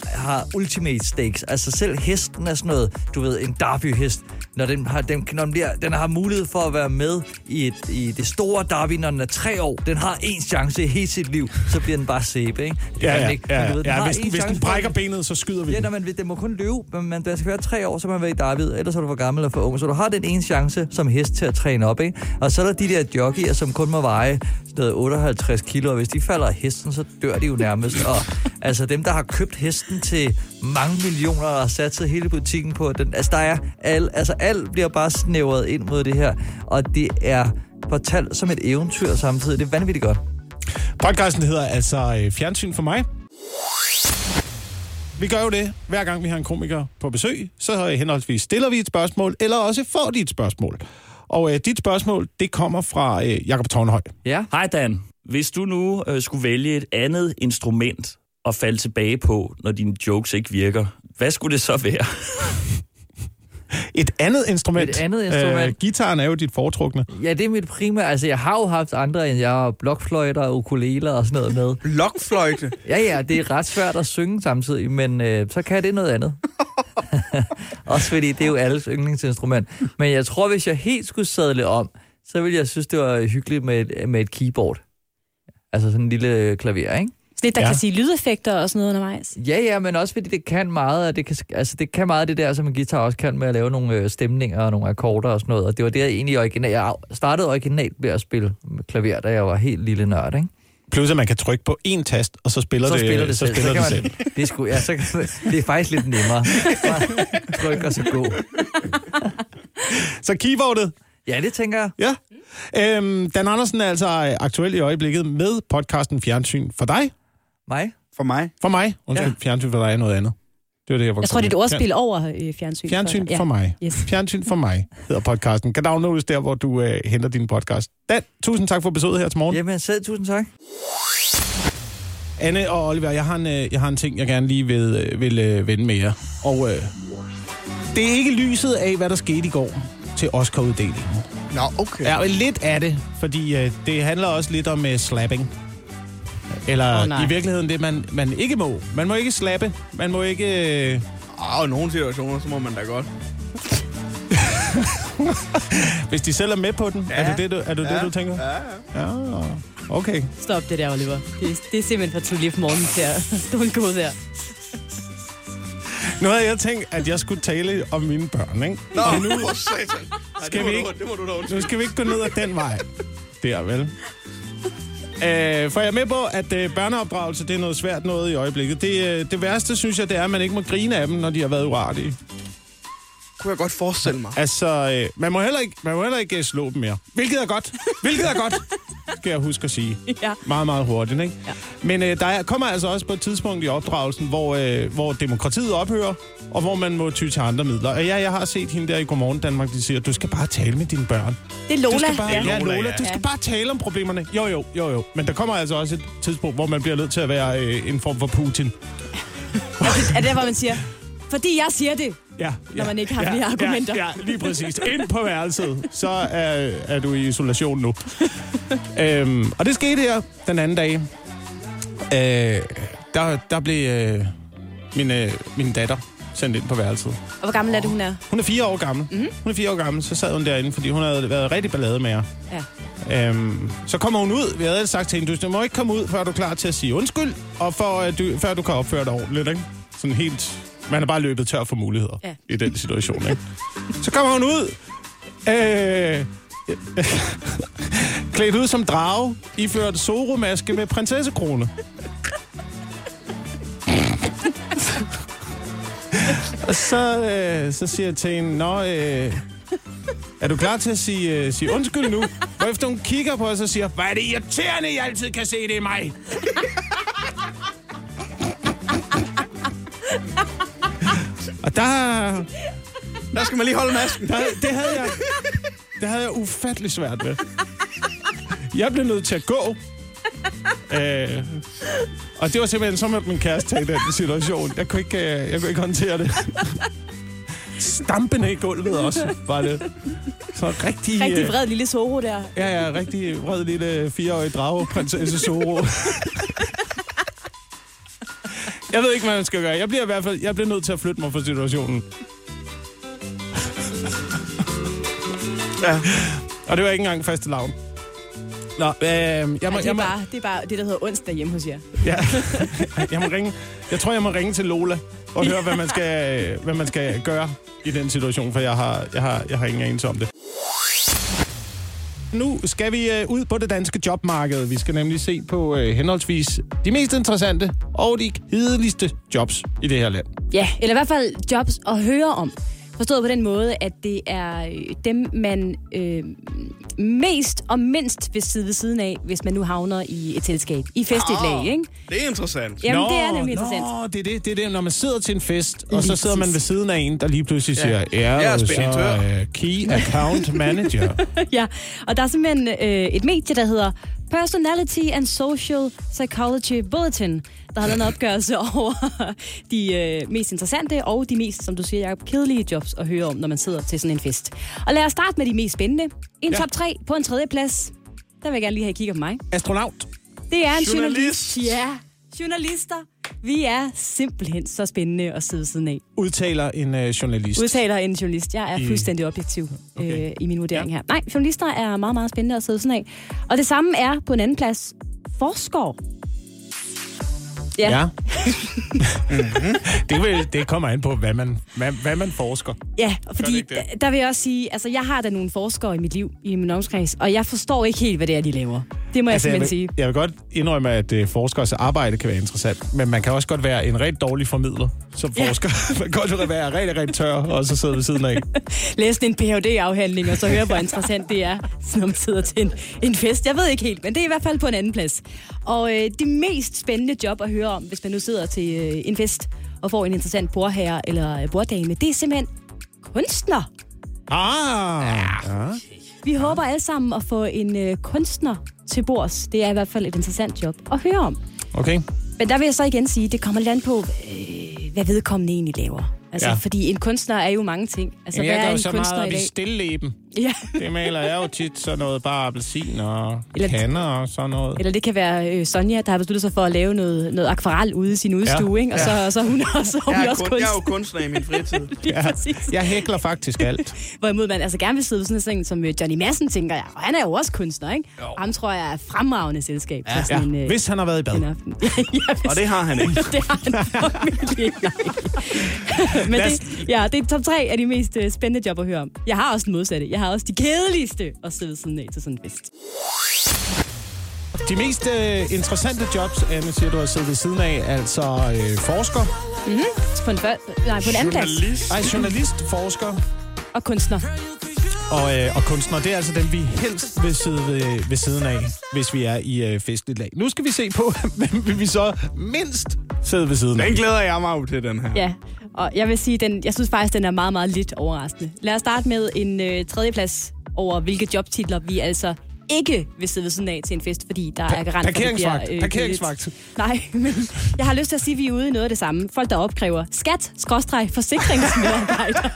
[SPEAKER 7] har ultimate stakes. Altså selv hesten er sådan noget, du ved, en derbyhest. Når den har, den, når den, bliver, den har mulighed for at være med i, et, i det store derby, når den er tre år. Den har én chance i hele sit liv, så bliver den bare sæbe, ikke? Det gør
[SPEAKER 1] Ja,
[SPEAKER 7] den
[SPEAKER 1] ja,
[SPEAKER 7] ikke. Men
[SPEAKER 1] ja,
[SPEAKER 7] du ved, den
[SPEAKER 1] ja.
[SPEAKER 7] har
[SPEAKER 1] Hvis,
[SPEAKER 7] én
[SPEAKER 1] den, hvis
[SPEAKER 7] chance
[SPEAKER 1] den
[SPEAKER 7] for-
[SPEAKER 1] brækker benet, så skyder vi
[SPEAKER 7] Ja,
[SPEAKER 1] den.
[SPEAKER 7] når man, det må kun løbe, men man, der skal være tre år, så man være i David, ellers er du for gammel og for ung. Så du har den ene chance som hest til at træne op, ikke? Og så er der de der jockeyer, som kun må veje sådan noget 58 kilo, og hvis de falder af hesten, så dør de jo nærmest. Og altså dem, der har købt hesten til mange millioner og har satset hele butikken på, den, altså der er al, altså alt bliver bare snævret ind mod det her, og det er fortalt som et eventyr samtidig. Det er vanvittigt godt.
[SPEAKER 1] Podcasten hedder altså øh, Fjernsyn for mig. Vi gør jo det, hver gang vi har en komiker på besøg, så øh, henholdsvis stiller vi et spørgsmål, eller også får de et spørgsmål. Og øh, dit spørgsmål, det kommer fra øh, Jakob Tornhøj.
[SPEAKER 7] Ja.
[SPEAKER 8] Hej Dan, hvis du nu øh, skulle vælge et andet instrument at falde tilbage på, når dine jokes ikke virker, hvad skulle det så være?
[SPEAKER 1] Et andet instrument.
[SPEAKER 7] Et andet instrument.
[SPEAKER 1] Øh, gitaren er jo dit foretrukne.
[SPEAKER 7] Ja, det er mit primære. Altså, jeg har jo haft andre end jeg har blokfløjter og ukuleler og sådan noget med.
[SPEAKER 3] Lokfløjte.
[SPEAKER 7] Ja, ja, det er ret svært at synge samtidig, men øh, så kan det noget andet. Også fordi det er jo alles yndlingsinstrument. Men jeg tror, hvis jeg helt skulle sadle om, så ville jeg synes, det var hyggeligt med et, med et keyboard. Altså sådan en lille øh, klaver, ikke?
[SPEAKER 6] Sådan lidt, der
[SPEAKER 1] Ja.
[SPEAKER 6] ja. kan sige lydeffekter og sådan noget undervejs.
[SPEAKER 7] Ja, ja, men også fordi det kan meget, og det kan, altså det kan meget af det der, som en guitar også kan med at lave nogle øh, stemninger og nogle akkorder og sådan noget. Og det var det, jeg egentlig original, jeg startede originalt med at spille med klaver, da jeg var helt lille nørd, ikke?
[SPEAKER 1] Plus at man kan trykke på en tast, og så spiller
[SPEAKER 7] Så
[SPEAKER 1] det,
[SPEAKER 7] spiller det
[SPEAKER 1] så
[SPEAKER 7] selv.
[SPEAKER 1] spiller det
[SPEAKER 7] kan
[SPEAKER 1] selv.
[SPEAKER 7] man, det, skulle, ja, så kan man, det er faktisk lidt nemmere. Bare Tryk og så gå.
[SPEAKER 1] Så keyboardet,
[SPEAKER 7] Ja, det tænker jeg.
[SPEAKER 1] ja. Øhm, Dan Andersen er altså øh, aktuel i øjeblikket med podcasten Fjernsyn for dig.
[SPEAKER 7] Mig?
[SPEAKER 3] For mig.
[SPEAKER 1] For mig. Undskyld,
[SPEAKER 7] Ja.
[SPEAKER 1] ja. fjernsyn for dig er noget andet. Det var det, jeg var
[SPEAKER 6] Jeg tror, det er et
[SPEAKER 1] kommet med.
[SPEAKER 6] ordspil over øh, fjernsyn.
[SPEAKER 1] Fjernsyn
[SPEAKER 6] ja.
[SPEAKER 1] for mig.
[SPEAKER 6] Yes.
[SPEAKER 1] Fjernsyn for mig hedder podcasten. Kan downloades der, hvor du øh, henter din podcast. Dan, tusind tak for besøget her til morgen.
[SPEAKER 7] Jamen selv, tusind tak.
[SPEAKER 1] Anne og Oliver, jeg har en, øh, jeg har en ting, jeg gerne lige vil, øh, vil øh, vende med jer. Og øh, det er ikke lyset af, hvad der skete i går til Oscar-uddelingen.
[SPEAKER 3] Nå, okay.
[SPEAKER 1] Ja, og lidt af det, fordi øh, det handler også lidt om øh, slapping. Eller
[SPEAKER 6] Åh,
[SPEAKER 1] oh,
[SPEAKER 6] nej.
[SPEAKER 1] i virkeligheden det, man, man ikke må. Man må ikke slappe. Man må ikke... Øh,
[SPEAKER 3] Ah, Og i nogle situationer, så må man da godt.
[SPEAKER 1] hvis de selv er med på den, ja. er det det, du, er det, ja. det, du tænker?
[SPEAKER 3] Ja, ja.
[SPEAKER 1] Ja, okay.
[SPEAKER 6] Stop det der, Oliver. Det, det er simpelthen for tidligt på morgenen til at stå en god der.
[SPEAKER 1] Nu havde jeg tænkt, at jeg skulle tale om mine børn, ikke?
[SPEAKER 3] Nå, nu for satan. Ej,
[SPEAKER 1] Skal vi
[SPEAKER 3] det, må du,
[SPEAKER 1] ikke-
[SPEAKER 3] det må du da undskylde.
[SPEAKER 1] Nu skal vi ikke gå ned ad den vej. Der, vel? Øh, for jeg er med på, at øh, børneopdragelse, det er noget svært noget i øjeblikket. Det, øh, det værste, synes jeg, det er, at man ikke må grine af dem, når de har været uartige.
[SPEAKER 3] kunne jeg godt forestille mig.
[SPEAKER 1] Altså, øh, man må heller ikke, man må heller ikke øh, slå dem mere. Hvilket er godt. Hvilket er godt, skal jeg huske at sige.
[SPEAKER 2] Ja.
[SPEAKER 1] Meget, meget hurtigt, ikke? Ja. Men øh, der er- kommer altså også på et tidspunkt i opdragelsen, hvor, øh, hvor demokratiet ophører, og hvor man må ty til andre midler. Og ja, jeg har set hende der i Godmorgen Danmark, de siger, du skal bare tale med dine børn.
[SPEAKER 2] Det er Lola.
[SPEAKER 1] Du skal bare,
[SPEAKER 2] ja.
[SPEAKER 1] ja, Lola,
[SPEAKER 9] Lola, ja.
[SPEAKER 1] du skal bare tale om problemerne. Jo, jo, jo, jo. Men der kommer altså også et tidspunkt, hvor man bliver nødt til at være øh, en form for Putin.
[SPEAKER 2] Er det der, hvor man siger, fordi jeg siger det.
[SPEAKER 1] Ja,
[SPEAKER 2] Når
[SPEAKER 1] ja,
[SPEAKER 2] man ikke har flere argumenter.
[SPEAKER 1] Ja, ja, lige præcis. Ind på værelset, så er, er du i isolation nu. øhm, og det skete her den anden dag. Øh, der, der blev øh, min, øh, min datter sendt ind på værelset.
[SPEAKER 2] Og hvor gammel er det, hun er?
[SPEAKER 1] Hun er fire år gammel.
[SPEAKER 2] Mhm.
[SPEAKER 1] Mm-hmm. Hun er fire år gammel, så sad hun derinde, fordi hun havde været rigtig ballade med jer.
[SPEAKER 2] Ja.
[SPEAKER 1] Øhm, så kommer hun ud. Vi havde ellers sagt til hende, du må ikke komme ud, før du er klar til at sige undskyld, og for, at du, før du kan opføre dig ordentligt. Ikke? Sådan helt... Man er bare løbet tør for muligheder ja.
[SPEAKER 2] Ja.
[SPEAKER 1] i den situation. Ikke? så kommer hun ud. Øh, klædt ud som drage, iført soromaske med prinsessekrone. og så, øh, så siger jeg til hende, Nå, øh, er du klar til at sige, øh, sige undskyld nu? Hvorefter hun kigger på os og siger, hvor er det irriterende, I altid kan se det i mig. og der,
[SPEAKER 3] Der skal man lige holde masken.
[SPEAKER 1] der, det havde jeg... Det havde jeg ufattelig svært ved. Jeg blev nødt til at gå. Øh, og det var simpelthen som at min kæreste i den situation. Jeg kunne ikke, øh, jeg kunne ikke håndtere det. Stampende i gulvet også, var det. Så rigtig...
[SPEAKER 2] Rigtig
[SPEAKER 1] øh,
[SPEAKER 2] vred lille Soro der.
[SPEAKER 1] Ja, ja, rigtig vred lille fireårig drage, prinsesse Soro. jeg ved ikke, hvad man skal gøre. Jeg bliver i hvert fald jeg bliver nødt til at flytte mig fra situationen.
[SPEAKER 3] Ja.
[SPEAKER 1] Og det var ikke engang faste lavn. Nå, øh, jeg må,
[SPEAKER 2] Ej, det, er
[SPEAKER 1] jeg, må,
[SPEAKER 2] bare, det er bare det, der hedder onsdag hjemme hos jer.
[SPEAKER 1] ja, jeg må ringe. Jeg tror, jeg må ringe til Lola og høre, hvad man skal, hvad man skal gøre i den situation, for jeg har, jeg har, jeg har ingen anelse om det. Nu skal vi øh, ud på det danske jobmarked. Vi skal nemlig se på øh, henholdsvis de mest interessante og de kedeligste jobs i det her land.
[SPEAKER 2] Ja, eller i hvert fald jobs at høre om. Forstået på den måde, at det er øh, dem, man øh, mest og mindst vil sidde ved siden af, hvis man nu havner i et selskab. I festindlæg,
[SPEAKER 3] Ah.
[SPEAKER 2] ikke?
[SPEAKER 3] Det er interessant.
[SPEAKER 2] Jamen, det er nemlig interessant.
[SPEAKER 1] Nå, det er det, det er det, når man sidder til en fest, og så
[SPEAKER 2] Lige
[SPEAKER 1] sidder man ved
[SPEAKER 2] præcis.
[SPEAKER 1] siden af en, der lige pludselig siger, ja,
[SPEAKER 3] Jeg er
[SPEAKER 1] og så
[SPEAKER 3] speditør."
[SPEAKER 1] øh, key account manager.
[SPEAKER 2] ja, og der er simpelthen øh, et medie, der hedder Personality and Social Psychology Bulletin, der har lavet en opgørelse over de øh, mest interessante og de mest, som du siger, Jacob, kedelige jobs at høre om, når man sidder til sådan en fest. Og lad os starte med de mest spændende. En
[SPEAKER 1] Ja.
[SPEAKER 2] ja. top 3 på en tredje plads. Der vil jeg gerne lige have at kigge på mig.
[SPEAKER 1] Astronaut.
[SPEAKER 2] Det er en
[SPEAKER 3] Journalist.
[SPEAKER 2] journalist. Ja, journalister. Vi er simpelthen så spændende at sidde ved siden af
[SPEAKER 1] udtaler en øh, journalist.
[SPEAKER 2] udtaler en journalist. Jeg
[SPEAKER 1] I-
[SPEAKER 2] er fuldstændig objektiv
[SPEAKER 1] Okay.
[SPEAKER 2] okay. øh, i min vurdering ja. her. Nej, journalister er meget, meget spændende at sidde sådan af. Og det samme er på en anden plads forskere. Ja.
[SPEAKER 1] Ja.
[SPEAKER 2] ja.
[SPEAKER 1] Mhm. det, vil, det kommer an på, hvad man, hvad, hvad man forsker.
[SPEAKER 2] Ja,
[SPEAKER 1] det
[SPEAKER 2] fordi
[SPEAKER 1] ikke det?
[SPEAKER 2] der, der vil jeg også sige, altså jeg har da nogle forskere i mit liv, i min omkreds, og jeg forstår ikke helt, hvad det er, de laver. Det må altså,
[SPEAKER 1] jeg,
[SPEAKER 2] jeg simpelthen
[SPEAKER 1] vil,
[SPEAKER 2] sige.
[SPEAKER 1] jeg vil godt indrømme, at øh, forskeres arbejde kan være interessant, men man kan også godt være en rigtig dårlig formidler som
[SPEAKER 2] Ja.
[SPEAKER 1] forsker. man kan godt være rigtig, rigtig tør, og så sidde ved siden af.
[SPEAKER 2] Læse en Ph.D.-afhandling, og så høre, hvor interessant det er, når man sidder til en, en fest. Jeg ved ikke helt, men det er i hvert fald på en anden plads. Og øh, det mest spændende job at høre om, hvis man nu sidder til øh, en fest og får en interessant bordherre eller øh, borddame, det er simpelthen kunstner.
[SPEAKER 1] Ah! Ja.
[SPEAKER 2] Vi håber alle sammen at få en øh, kunstner til bords. Det er i hvert fald et interessant job at høre om.
[SPEAKER 1] Okay.
[SPEAKER 2] Men der vil jeg så igen sige, det kommer lidt an på, øh, hvad vedkommende egentlig laver. Altså,
[SPEAKER 1] Ja.
[SPEAKER 2] ja. fordi en kunstner er jo mange ting. Altså,
[SPEAKER 1] Så
[SPEAKER 2] hvad
[SPEAKER 1] jeg
[SPEAKER 2] er
[SPEAKER 1] går
[SPEAKER 2] en
[SPEAKER 1] så
[SPEAKER 2] kunstner
[SPEAKER 1] meget
[SPEAKER 2] i
[SPEAKER 1] op
[SPEAKER 2] dag?
[SPEAKER 1] i stilleben.
[SPEAKER 2] Ja.
[SPEAKER 1] Det maler jeg jo tit sådan noget, bare appelsin og
[SPEAKER 2] Eller-
[SPEAKER 1] kander og sådan noget.
[SPEAKER 2] Eller det kan være øh, Sonja, der har besluttet sig for at lave noget, noget akvarel ude i sin udstue,
[SPEAKER 1] Ja.
[SPEAKER 2] ja. ikke? Og, så, og så er hun også, og
[SPEAKER 3] Jeg
[SPEAKER 2] hun
[SPEAKER 3] er,
[SPEAKER 2] også
[SPEAKER 3] kun,
[SPEAKER 2] kunst.
[SPEAKER 3] jeg er jo kunstner i min fritid.
[SPEAKER 2] Lige præcis.
[SPEAKER 1] Jeg hækler faktisk alt.
[SPEAKER 2] Hvorimod man altså gerne vil sidde ved sådan en seng som øh, Johnny Madsen, tænker jeg. Og han er jo også kunstner, ikke?
[SPEAKER 3] Jo.
[SPEAKER 2] Og Ham tror jeg er et fremragende selskab ja. til
[SPEAKER 1] Ja.
[SPEAKER 2] sådan en, øh,
[SPEAKER 1] Hvis han har været i bad.
[SPEAKER 2] en aften. ja, ja, hvis-
[SPEAKER 3] Og det har han ikke.
[SPEAKER 2] det har han formentlig ikke. Men
[SPEAKER 1] Lad
[SPEAKER 2] det, ja, det er top tre af de mest øh, spændende job at høre om. Jeg har også den modsatte. Jeg har også de kedeligste at sidde ved siden af til sådan en fest.
[SPEAKER 1] De mest øh, interessante jobs, Anne, siger du har siddet ved siden af, altså øh, forsker,
[SPEAKER 2] På en, fø- nej, på en anden plads.
[SPEAKER 10] Journalist.
[SPEAKER 1] Ej, journalist, forsker
[SPEAKER 2] Og kunstner.
[SPEAKER 1] og, øh, og kunstner. Det er altså dem, vi helst vil sidde ved, ved siden af, hvis vi er i øh, festligt lag. Nu skal vi se på, hvem vil vi så mindst sidde ved siden af.
[SPEAKER 3] Den glæder jeg mig jo til, den her.
[SPEAKER 2] Ja, og jeg vil sige, den, jeg synes faktisk, den er meget, meget lidt overraskende. Lad os starte med en øh, tredjeplads over, hvilke jobtitler vi altså ikke vil sidde ved siden af til en fest, fordi der er garant for, at det bliver,
[SPEAKER 1] parkeringsvagt.
[SPEAKER 2] kedeligt.
[SPEAKER 1] Parkeringsvagt.
[SPEAKER 2] Nej, men jeg har lyst til at sige, at vi er ude i noget af det samme. Folk, der opkræver skat, skråstreg, forsikringsmedarbejder.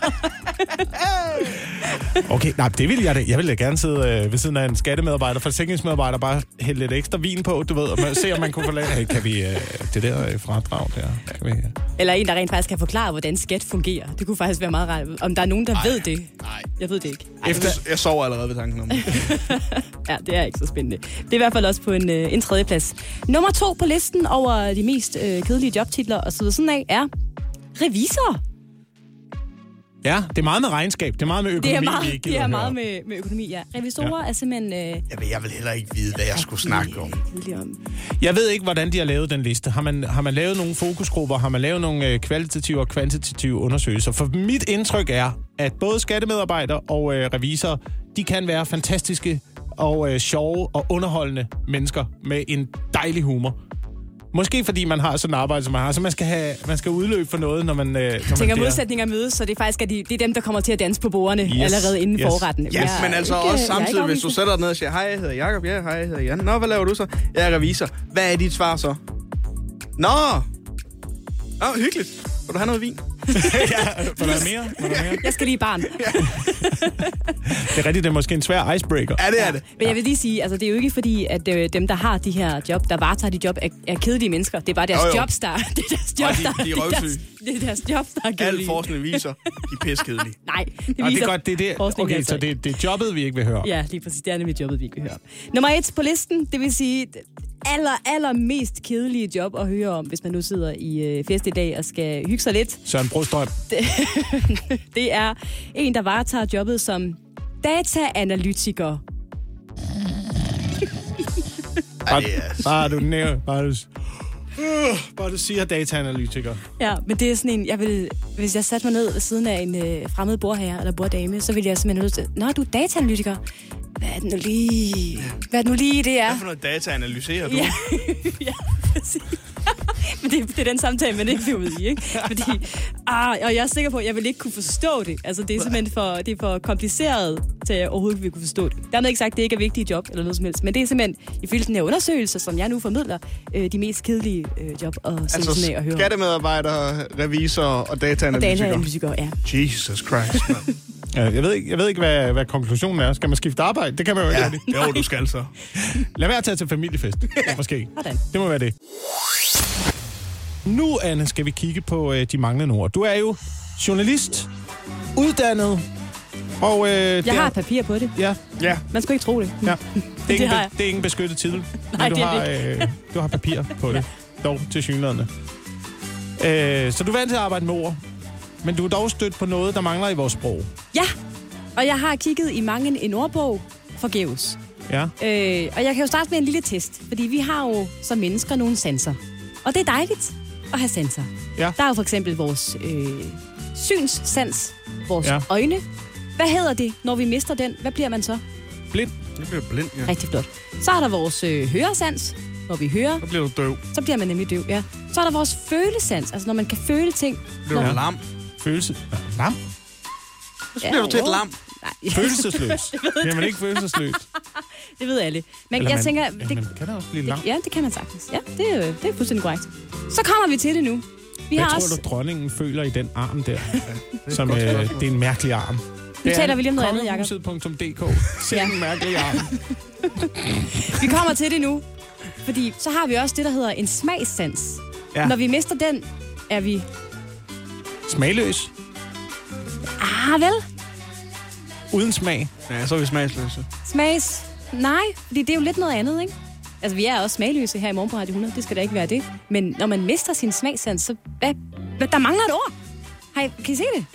[SPEAKER 1] Okay, nej, det vil jeg da. Jeg vil da gerne sidde øh, ved siden af en skattemedarbejder, forsikringsmedarbejder, bare hælde lidt ekstra vin på, du ved, og man- se, om man kunne forlade. Hey, kan vi øh, det der øh, fradrag der? Kan vi, øh.
[SPEAKER 2] Eller en, der rent faktisk kan forklare, hvordan skat fungerer. Det kunne faktisk være meget rart. Om der er nogen, der Ej. ved det.
[SPEAKER 3] nej.
[SPEAKER 2] Jeg ved det ikke.
[SPEAKER 3] Efter... Jeg sover allerede ved tanken om det.
[SPEAKER 2] Ja, det er ikke så spændende. Det er i hvert fald også på en, øh, en tredjeplads. Nummer to på listen over de mest øh, kedelige jobtitler og så videre sådan af er revisor.
[SPEAKER 1] Ja, det er meget med regnskab. Det er meget med økonomi,
[SPEAKER 2] Det er
[SPEAKER 1] vi
[SPEAKER 2] meget,
[SPEAKER 1] ikke
[SPEAKER 2] det
[SPEAKER 1] gider
[SPEAKER 2] er
[SPEAKER 1] at
[SPEAKER 2] meget
[SPEAKER 1] høre.
[SPEAKER 2] med, med økonomi, ja. Revisorer ja. er simpelthen... Øh,
[SPEAKER 3] Jamen, jeg vil heller ikke vide, hvad jeg skulle snakke om.
[SPEAKER 2] kedelige om.
[SPEAKER 1] Jeg ved ikke, hvordan de har lavet den liste. Har man, har man lavet nogle fokusgrupper? Har man lavet nogle øh, kvalitative og kvantitative undersøgelser? For mit indtryk er, at både skattemedarbejder og øh, revisorer, de kan være fantastiske og øh, sjove og underholdende mennesker med en dejlig humor. Måske fordi man har sådan et arbejde, som man har, så man skal, have, man skal udløbe for noget, når man... Øh, når man
[SPEAKER 2] Jeg tænker
[SPEAKER 1] bliver-
[SPEAKER 2] modsætninger mødes, så det er faktisk at de, det er dem, der kommer til at danse på bordene yes. allerede inden
[SPEAKER 1] yes.
[SPEAKER 2] yes. forretten.
[SPEAKER 1] Yes,
[SPEAKER 2] Jeg
[SPEAKER 3] Ja,
[SPEAKER 2] er
[SPEAKER 3] men altså
[SPEAKER 2] ikke-
[SPEAKER 3] også
[SPEAKER 2] jeg er ikke
[SPEAKER 3] samtidig, hvis du
[SPEAKER 2] afvisende.
[SPEAKER 3] sætter dig ned og siger, hej, jeg hedder Jacob, ja, hej, jeg hedder Jan. Nå, hvad laver du så? Jeg er revisor. Hvad er dit svar så? Nå! Nå, hyggeligt. Vil du have noget vin?
[SPEAKER 1] Var Øh, der mere? Var der mere?
[SPEAKER 2] Jeg skal lige i barn.
[SPEAKER 1] Det er rigtigt, det er måske en svær icebreaker.
[SPEAKER 3] Ja, det er det.
[SPEAKER 2] Men jeg vil lige sige, altså det er jo ikke fordi, at øh, dem, der har de her job, der varetager de job, er, er kedelige mennesker. Det er bare deres
[SPEAKER 3] Jo,
[SPEAKER 2] jo,
[SPEAKER 3] jo.
[SPEAKER 2] jo. jobs, der det er deres jobs,
[SPEAKER 3] de-
[SPEAKER 2] der,
[SPEAKER 3] de er
[SPEAKER 2] det er deres,
[SPEAKER 3] røvsyge.
[SPEAKER 2] det er deres jobs, der er
[SPEAKER 3] Al
[SPEAKER 2] kedelige.
[SPEAKER 3] forskning viser, de er piskedelige.
[SPEAKER 2] Nej, det viser
[SPEAKER 1] Nå, det er godt, det er det.
[SPEAKER 2] forskning
[SPEAKER 1] Okay,
[SPEAKER 2] altså
[SPEAKER 1] så det, det er jobbet, vi ikke vil høre.
[SPEAKER 2] Ja, lige præcis. Det er nemlig jobbet, vi ikke vil høre om. Nummer et på listen, det vil sige det aller, aller mest kedelige job at høre om, hvis man nu sidder i øh, fest i dag og skal hygge sig lidt.
[SPEAKER 1] Søren Brostrøm.
[SPEAKER 2] Det er en, der varetager jobbet som dataanalytiker.
[SPEAKER 1] Bare,
[SPEAKER 3] yes.
[SPEAKER 1] bare du nævner, bare du, uh, bare du siger dataanalytiker.
[SPEAKER 2] Ja, men det er sådan en, jeg vil, hvis jeg satte mig ned ved siden af en øh, fremmed bordherre eller borddame, så ville jeg simpelthen have lyst til, Nå, du er dataanalytiker. Hvad er det nu lige? Hvad er det nu lige, det er?
[SPEAKER 3] Hvad for noget data analyserer du?
[SPEAKER 2] Ja, ja præcis. Men det, det er den samtale, man ikke vil ud i, ikke? Fordi, ah, og jeg er sikker på, at jeg vil ikke kunne forstå det. Altså, det er simpelthen for, det er for kompliceret, til at jeg overhovedet vil kunne forstå det. Dermed ikke sagt, at det ikke er vigtige job eller noget som helst. Men det er simpelthen, ifølge den her undersøgelse, som jeg nu formidler, øh, de mest kedelige øh, job at sidde
[SPEAKER 3] Altså,
[SPEAKER 2] altså, sådan af og høre. om.
[SPEAKER 3] skattemedarbejdere, revisorer og dataanalytikere.
[SPEAKER 2] Dataanalytikere, ja.
[SPEAKER 3] Jesus Christ, mand.
[SPEAKER 1] Ja, Jeg ved ikke, jeg ved ikke hvad, hvad konklusionen er. Skal man skifte arbejde? Det kan man jo ikke.
[SPEAKER 3] Ja,
[SPEAKER 1] rigtig.
[SPEAKER 3] jo, du skal så.
[SPEAKER 1] Lad være at tage til familiefest, måske.
[SPEAKER 2] Sådan.
[SPEAKER 1] Det må være det. Nu, Anne, skal vi kigge på øh, de manglende ord. Du er jo journalist, uddannet, og... Øh,
[SPEAKER 2] Jeg har et papir på det.
[SPEAKER 1] Ja,
[SPEAKER 3] Ja,
[SPEAKER 2] Man skulle ikke tro det.
[SPEAKER 1] ja. Det er, ingen,
[SPEAKER 2] har
[SPEAKER 1] det,
[SPEAKER 2] jeg.
[SPEAKER 1] det er ingen beskyttet titel. men
[SPEAKER 2] Nej,
[SPEAKER 1] du
[SPEAKER 2] det er
[SPEAKER 1] har,
[SPEAKER 2] det
[SPEAKER 1] øh, du har papir på det. Dog, til synlædende. Øh, så du er vant til at arbejde med ord. Men du er dog stødt på noget, der mangler i vores sprog.
[SPEAKER 2] Ja, og jeg har kigget i mange en ordbog forgæves.
[SPEAKER 1] Ja.
[SPEAKER 2] Øh, og jeg kan jo starte med en lille test, fordi vi har jo som mennesker nogle sanser. Og det er dejligt at have sanser.
[SPEAKER 1] Ja.
[SPEAKER 2] Der er jo for eksempel vores øh, synssans, vores
[SPEAKER 1] Ja.
[SPEAKER 2] ja. øjne. Hvad hedder det, når vi mister den? Hvad bliver man så?
[SPEAKER 1] Blind.
[SPEAKER 3] nu bliver jeg blind, ja.
[SPEAKER 2] Rigtig flot. Så er der vores øh, høresans, når vi hører,
[SPEAKER 3] Nu bliver du døv.
[SPEAKER 2] så bliver man nemlig døv. Ja. Så er der vores følesans, altså når man kan føle ting.
[SPEAKER 3] Nu bliver du lam.
[SPEAKER 1] Følelse. Lam.
[SPEAKER 3] Så bliver du til et lam.
[SPEAKER 2] Nej,
[SPEAKER 1] Følelsesløs. Jamen ikke følelsesløs.
[SPEAKER 2] det ved alle. Men
[SPEAKER 1] Eller
[SPEAKER 2] jeg
[SPEAKER 1] man-
[SPEAKER 2] tænker,
[SPEAKER 1] ja,
[SPEAKER 2] det,
[SPEAKER 1] man kan da også blive lam.
[SPEAKER 2] ja, det kan man sagtens. Ja, det, er jo- det er fuldstændig korrekt. Så kommer vi til det nu. Vi
[SPEAKER 1] Hvad
[SPEAKER 2] har
[SPEAKER 1] tror
[SPEAKER 2] også...
[SPEAKER 1] du, dronningen føler i den arm der? Som, øh, det er en mærkelig arm. Nu
[SPEAKER 2] taler vi lige om noget andet, Jacob.
[SPEAKER 1] Kongehuset.dk. Se ja.
[SPEAKER 2] Ja.
[SPEAKER 1] en mærkelig arm.
[SPEAKER 2] Vi kommer til det nu, fordi så har vi også det, der hedder en smagssans.
[SPEAKER 1] Ja.
[SPEAKER 2] Ja. Når vi mister den, er vi...
[SPEAKER 1] Smagløs.
[SPEAKER 2] Ah, vel?
[SPEAKER 1] Uden smag.
[SPEAKER 3] Ja, så er vi smagsløse.
[SPEAKER 2] Smags... Nej, fordi det er jo lidt noget andet, ikke? Altså, vi er også smagløse her i morgen på Radio 100. Det skal da ikke være det. Men når man mister sin smagssans, så... Hvad? hvad? Der mangler et ord. Hej, kan I se det?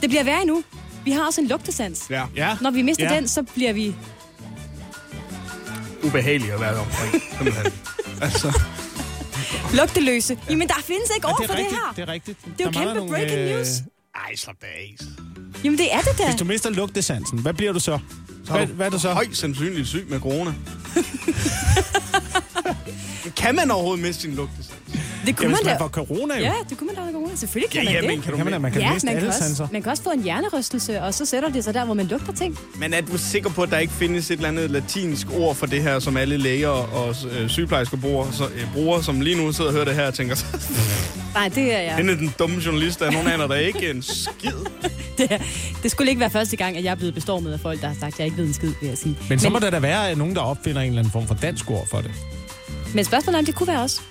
[SPEAKER 2] Det bliver værre endnu. Vi har også en lugtesans.
[SPEAKER 3] Ja.
[SPEAKER 1] Ja.
[SPEAKER 2] Når vi mister
[SPEAKER 1] ja.
[SPEAKER 2] ja. den, så bliver vi...
[SPEAKER 3] Ubehageligt at være omkring. simpelthen. altså,
[SPEAKER 6] Lugteløse. Jamen, der findes ikke ord
[SPEAKER 1] det
[SPEAKER 6] for
[SPEAKER 1] er
[SPEAKER 6] det
[SPEAKER 1] rigtigt,
[SPEAKER 6] her.
[SPEAKER 1] det er rigtigt.
[SPEAKER 6] Det er jo
[SPEAKER 1] Der mangler
[SPEAKER 6] kæmpe breaking
[SPEAKER 1] øh,
[SPEAKER 6] news.
[SPEAKER 3] Ej, slap da af.
[SPEAKER 6] Jamen, det er det da.
[SPEAKER 1] Hvis du mister lugtesansen, hvad bliver du så?
[SPEAKER 3] har
[SPEAKER 1] Hvad,
[SPEAKER 3] du-
[SPEAKER 1] hvad er du så?
[SPEAKER 3] Højt sandsynligt syg med corona. kan man overhovedet miste sin lugtesans?
[SPEAKER 6] Det
[SPEAKER 1] Ja,
[SPEAKER 6] kunne
[SPEAKER 1] hvis
[SPEAKER 6] man da.
[SPEAKER 1] man får corona jo.
[SPEAKER 6] Ja, det kunne man da corona. Selvfølgelig kan
[SPEAKER 3] Ja,
[SPEAKER 6] man
[SPEAKER 3] ja,
[SPEAKER 6] det.
[SPEAKER 3] men kan du
[SPEAKER 1] Kan man, man kan
[SPEAKER 2] Ja,
[SPEAKER 1] miste
[SPEAKER 2] man kan,
[SPEAKER 1] alle
[SPEAKER 2] også,
[SPEAKER 1] sanser.
[SPEAKER 2] man kan også få en hjernerystelse, og så sætter det sig der, hvor man lugter ting.
[SPEAKER 3] Men er du sikker på, at der ikke findes et eller andet latinsk ord for det her, som alle læger og øh, sygeplejersker bruger, så, øh, bruger, som lige nu sidder og hører det her og tænker,
[SPEAKER 2] Nej, det er jeg.
[SPEAKER 3] hende den dumme journalist, der er nogen aner, der ikke en skid.
[SPEAKER 2] Det, er, det skulle ikke være første gang, at jeg er blevet bestormet af folk, der har sagt, at jeg ikke ved en skid, vil jeg sige.
[SPEAKER 1] Men så må der da være øh, nogen, der opfinder en eller anden form for dansk ord for det.
[SPEAKER 2] men spørgsmålet er, om det kunne være os.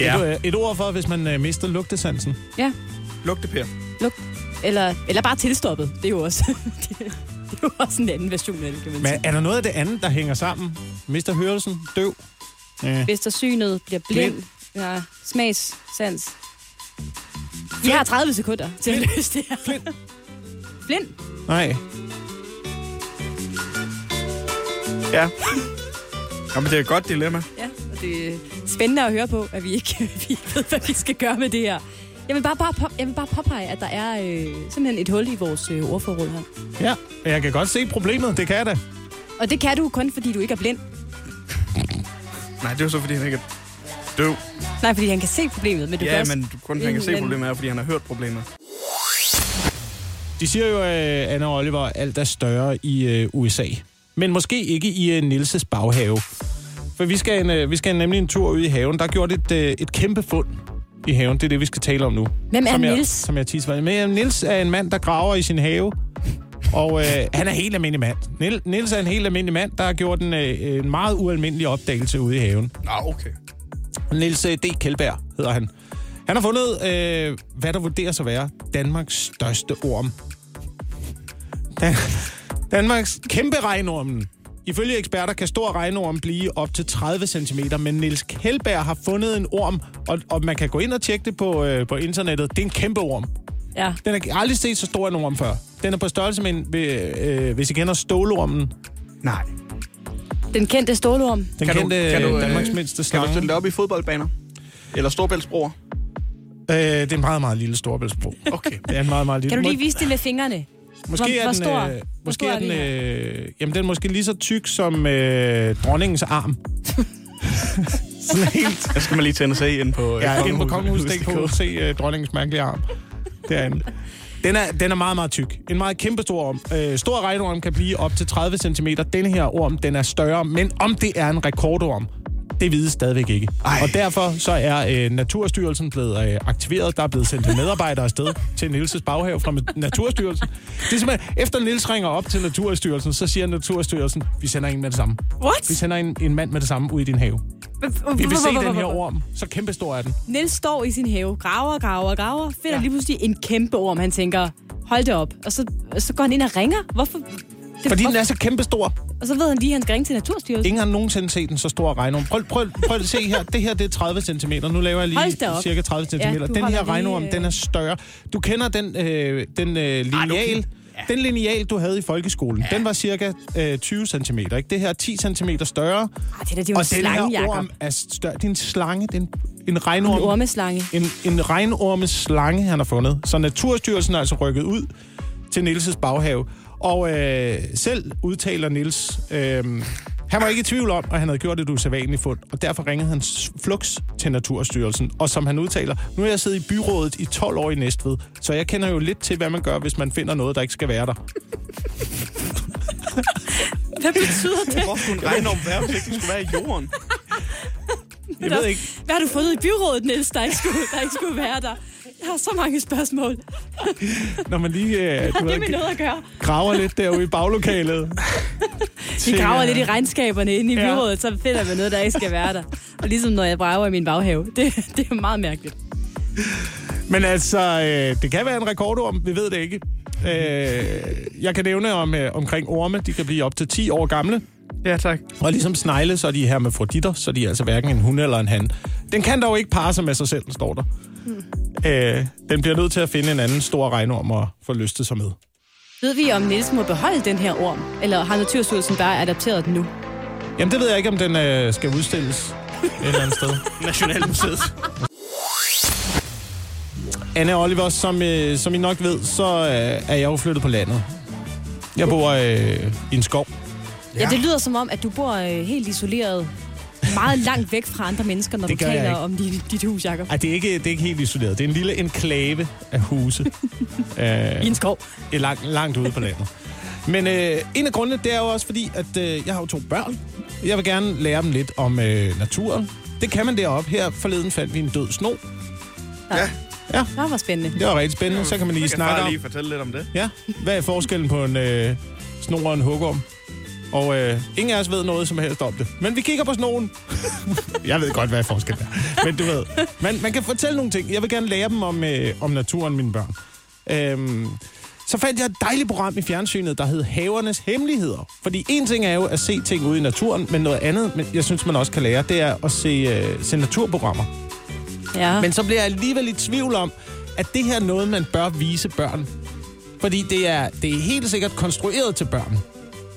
[SPEAKER 1] Ja. Et, øh, et ord for, hvis man øh, mister lugtesansen.
[SPEAKER 2] Ja,
[SPEAKER 3] Lugtepær.
[SPEAKER 2] luk. Eller, eller bare tilstoppet. Det er jo også, det, det er jo også en anden version af det, kan man sige.
[SPEAKER 1] Men er der noget af det andet, der hænger sammen? Mister hørelsen, døv. Øh.
[SPEAKER 2] Hvis der synet bliver blind.
[SPEAKER 1] Blind.
[SPEAKER 2] Ja, smagssans. Vi har 30 sekunder til at løse det her.
[SPEAKER 1] Blind.
[SPEAKER 2] Blind.
[SPEAKER 1] Nej.
[SPEAKER 3] Ja. Jamen, det er et godt dilemma.
[SPEAKER 2] Ja, og det er spændende at høre på, at vi ikke, vi ikke ved, hvad vi skal gøre med det her. Jeg vil bare, bare, pop, jeg vil bare påpege, at der er øh, simpelthen et hul i vores øh, ordforråd her.
[SPEAKER 1] Ja, jeg kan godt se problemet, det kan jeg da.
[SPEAKER 2] Og det kan du kun, fordi du ikke er blind.
[SPEAKER 3] Nej, det er jo så, fordi han ikke er døv.
[SPEAKER 2] Nej, fordi han kan se problemet, men du kan
[SPEAKER 3] Ja,
[SPEAKER 2] også...
[SPEAKER 3] men du- kun han kan se
[SPEAKER 2] Men-
[SPEAKER 3] problemet er, fordi han har hørt problemet.
[SPEAKER 1] De siger jo, at Anna og Oliver alt er større i øh, USA. Men måske ikke i øh, Nilses baghave. For vi skal, en, øh, vi skal nemlig en tur ud i haven. Der er gjort et, øh, et kæmpe fund i haven. Det er det, vi skal tale om nu.
[SPEAKER 2] Hvem er
[SPEAKER 1] som jeg,
[SPEAKER 2] Niels?
[SPEAKER 1] Som jeg tisser. Men øh, Nils er en mand, der graver i sin have. Og øh, han er helt almindelig mand. Nil- Nils er en helt almindelig mand, der har gjort en, øh, en meget ualmindelig opdagelse ude i haven.
[SPEAKER 3] Nå, Ah, okay.
[SPEAKER 1] Nils øh, D. Kjeldberg hedder han. Han har fundet, øh, hvad der vurderes at være Danmarks største orm. Dan- Danmarks kæmpe regnormen. Ifølge eksperter kan stor regnorm blive op til 30 cm, men Nils Kjeldberg har fundet en orm, og, og man kan gå ind og tjekke det på, øh, på internettet. Det er en kæmpe orm.
[SPEAKER 2] Ja.
[SPEAKER 1] Den har aldrig set så stor en orm før. Den er på størrelse med, en, øh, hvis I kender stålormen.
[SPEAKER 3] Nej.
[SPEAKER 2] Den kendte stålorm.
[SPEAKER 1] Den kan kendte du, øh, kan du, Danmarks mindste
[SPEAKER 3] Kan
[SPEAKER 1] slange.
[SPEAKER 3] du stille det op i fodboldbaner? Eller storbæltsbroer?
[SPEAKER 1] øh, det er en meget, meget lille storbæltsbro.
[SPEAKER 3] Okay.
[SPEAKER 1] Det er en meget, meget lille.
[SPEAKER 2] Kan du
[SPEAKER 1] Må-
[SPEAKER 2] lige vise det med fingrene?
[SPEAKER 1] Måske
[SPEAKER 2] Hvor-
[SPEAKER 1] er
[SPEAKER 2] hvor
[SPEAKER 1] den,
[SPEAKER 2] stor-
[SPEAKER 1] Øh,
[SPEAKER 2] hvor
[SPEAKER 1] måske
[SPEAKER 2] stor
[SPEAKER 1] er
[SPEAKER 2] er
[SPEAKER 1] den,
[SPEAKER 2] den
[SPEAKER 1] øh, jamen, den er måske lige så tyk som øh, dronningens arm. Sådan helt.
[SPEAKER 3] Jeg skal man lige tænde sig ind på... øh,
[SPEAKER 1] Ja, inde på
[SPEAKER 3] kongehuset.dk.
[SPEAKER 1] kongehuset.dk se øh, dronningens mærkelige arm. Derinde. Den er, den er meget, meget tyk. En meget kæmpe stor orm. Øh, stor regnorm kan blive op til 30 cm. Denne her orm, den er større. Men om det er en rekordorm, det vides stadigvæk ikke. Ej. Og derfor så er øh, Naturstyrelsen blevet øh, aktiveret. Der er blevet sendt en medarbejder afsted til Nilses baghave fra Naturstyrelsen. Det er simpelthen, efter Nils ringer op til Naturstyrelsen, så siger Naturstyrelsen, vi sender en med det samme.
[SPEAKER 2] What?
[SPEAKER 1] Vi sender en, en mand med det samme ud i din have. Vi vil se den her orm. Så kæmpestor er den.
[SPEAKER 2] Niels står i sin have, graver, graver, graver, finder ja. lige pludselig en kæmpe orm. Han tænker, hold det op. Og så, så går han ind og ringer. Hvorfor? Det,
[SPEAKER 1] Fordi den
[SPEAKER 2] hvorfor?
[SPEAKER 1] er så kæmpestor.
[SPEAKER 2] Og så ved han lige, at han skal ringe til Naturstyrelsen.
[SPEAKER 1] Ingen har nogensinde set en så stor regnorm. Prøv, prøv, prøv at se her. Det her, det er 30 cm. Nu laver jeg
[SPEAKER 2] Hold da
[SPEAKER 1] lige
[SPEAKER 2] op.
[SPEAKER 1] cirka 30 cm.
[SPEAKER 2] Ja,
[SPEAKER 1] Ja,
[SPEAKER 2] du
[SPEAKER 1] den
[SPEAKER 2] holder
[SPEAKER 1] her
[SPEAKER 2] lige,
[SPEAKER 1] regnorm,
[SPEAKER 2] øh,
[SPEAKER 1] den er større. Du kender den, øh, den øh, lineal. Den lineal, du havde i folkeskolen, ja. den var cirka øh, 20 cm. Ikke? Det her er 10 cm større.
[SPEAKER 2] Ej, Ah, det der, det er jo
[SPEAKER 1] og
[SPEAKER 2] en slange,
[SPEAKER 1] den her
[SPEAKER 2] Jacob.
[SPEAKER 1] orm er større. Det er en slange. Det er en, en regnorm.
[SPEAKER 2] En ormeslange.
[SPEAKER 1] En, en regnormes slange, han har fundet. Så Naturstyrelsen er altså rykket ud til Nilses baghave. Og øh, selv udtaler Nils, øh, han var ikke i tvivl om, at han havde gjort et usædvanligt fund, og derfor ringede han s- flux til Naturstyrelsen. Og som han udtaler, nu har jeg siddet i byrådet i 12 år i Næstved, så jeg kender jo lidt til, hvad man gør, hvis man finder noget, der ikke skal være der.
[SPEAKER 2] Hvad betyder det?
[SPEAKER 3] Hvorfor skulle en regnorm være, hvis ikke den skulle være i jorden?
[SPEAKER 1] Jeg ved ikke,
[SPEAKER 2] Hvad har du fundet i byrådet, Niels, der ikke skulle, der ikke skulle være der? Jeg har så mange spørgsmål.
[SPEAKER 1] når man lige øh, du
[SPEAKER 2] Det er med
[SPEAKER 1] ved,
[SPEAKER 2] noget at gøre.
[SPEAKER 1] graver lidt derude i baglokalet.
[SPEAKER 2] De
[SPEAKER 1] Tænker
[SPEAKER 2] graver
[SPEAKER 1] jeg.
[SPEAKER 2] lidt i regnskaberne inde i
[SPEAKER 1] Ja.
[SPEAKER 2] byrådet, så finder man noget, der ikke skal være der. Og ligesom når jeg brager i min baghave. Det, det er meget mærkeligt.
[SPEAKER 1] Men altså, øh, det kan være en rekordorm, vi ved det ikke. Øh, jeg kan nævne om, øh, omkring orme, de kan blive op til 10 år gamle.
[SPEAKER 3] Ja, tak.
[SPEAKER 1] Og ligesom snegle, så er de her med froditter, så er de altså hverken en hund eller en han. Den kan dog ikke parre sig med sig selv, står der.
[SPEAKER 3] Hmm.
[SPEAKER 1] Øh, den bliver nødt til at finde en anden stor regnorm og få lystet sig med.
[SPEAKER 2] Ved vi, om Niels må beholde den her orm? Eller har Naturstyrelsen bare adapteret den nu?
[SPEAKER 1] Jamen, det ved jeg ikke, om den øh, skal udstilles. Et eller andet sted.
[SPEAKER 3] Nationalmuseet.
[SPEAKER 1] Anna Oliver, som, øh, som I nok ved, så øh, er jeg jo flyttet på landet. Jeg bor øh, i en skov.
[SPEAKER 2] Ja, det lyder som om, at du bor øh, helt isoleret, meget langt væk fra andre mennesker, når
[SPEAKER 1] Det
[SPEAKER 2] du
[SPEAKER 1] gør jeg
[SPEAKER 2] taler
[SPEAKER 1] ikke.
[SPEAKER 2] om dit, dit hus, Jacob.
[SPEAKER 1] Ej, det er, ikke, det er ikke helt isoleret. Det er en lille enklave af huse. Æh,
[SPEAKER 2] I en skov.
[SPEAKER 1] øh, langt, langt ude på landet. Men øh, en af grundene, det er jo også fordi, at øh, jeg har jo to børn. Jeg vil gerne lære dem lidt om øh, naturen. Det kan man deroppe. Her forleden fandt vi en død sno.
[SPEAKER 3] ja,
[SPEAKER 2] Nå, hvor spændende.
[SPEAKER 1] Det var rigtig spændende. Så kan man lige
[SPEAKER 3] jeg kan
[SPEAKER 1] snakke
[SPEAKER 3] bare
[SPEAKER 1] om,
[SPEAKER 3] lige fortælle lidt om det.
[SPEAKER 1] ja, hvad er forskellen på en øh, snor og en hugorm? Og øh, ingen af os ved noget som helst om det. Men vi kigger på snoen. jeg ved godt, hvad forskellen er. Men du ved, man, man kan fortælle nogle ting. Jeg vil gerne lære dem om, øh, om naturen, mine børn. Øhm, så fandt jeg et dejligt program i fjernsynet, der hed Havernes Hemmeligheder. Fordi en ting er jo at se ting ude i naturen, men noget andet, men jeg synes, man også kan lære, det er at se, øh, se naturprogrammer.
[SPEAKER 2] Ja. Men,
[SPEAKER 1] Men så bliver jeg alligevel i tvivl om, at det her er noget, man bør vise børn. Fordi det er, det er helt sikkert konstrueret til børn.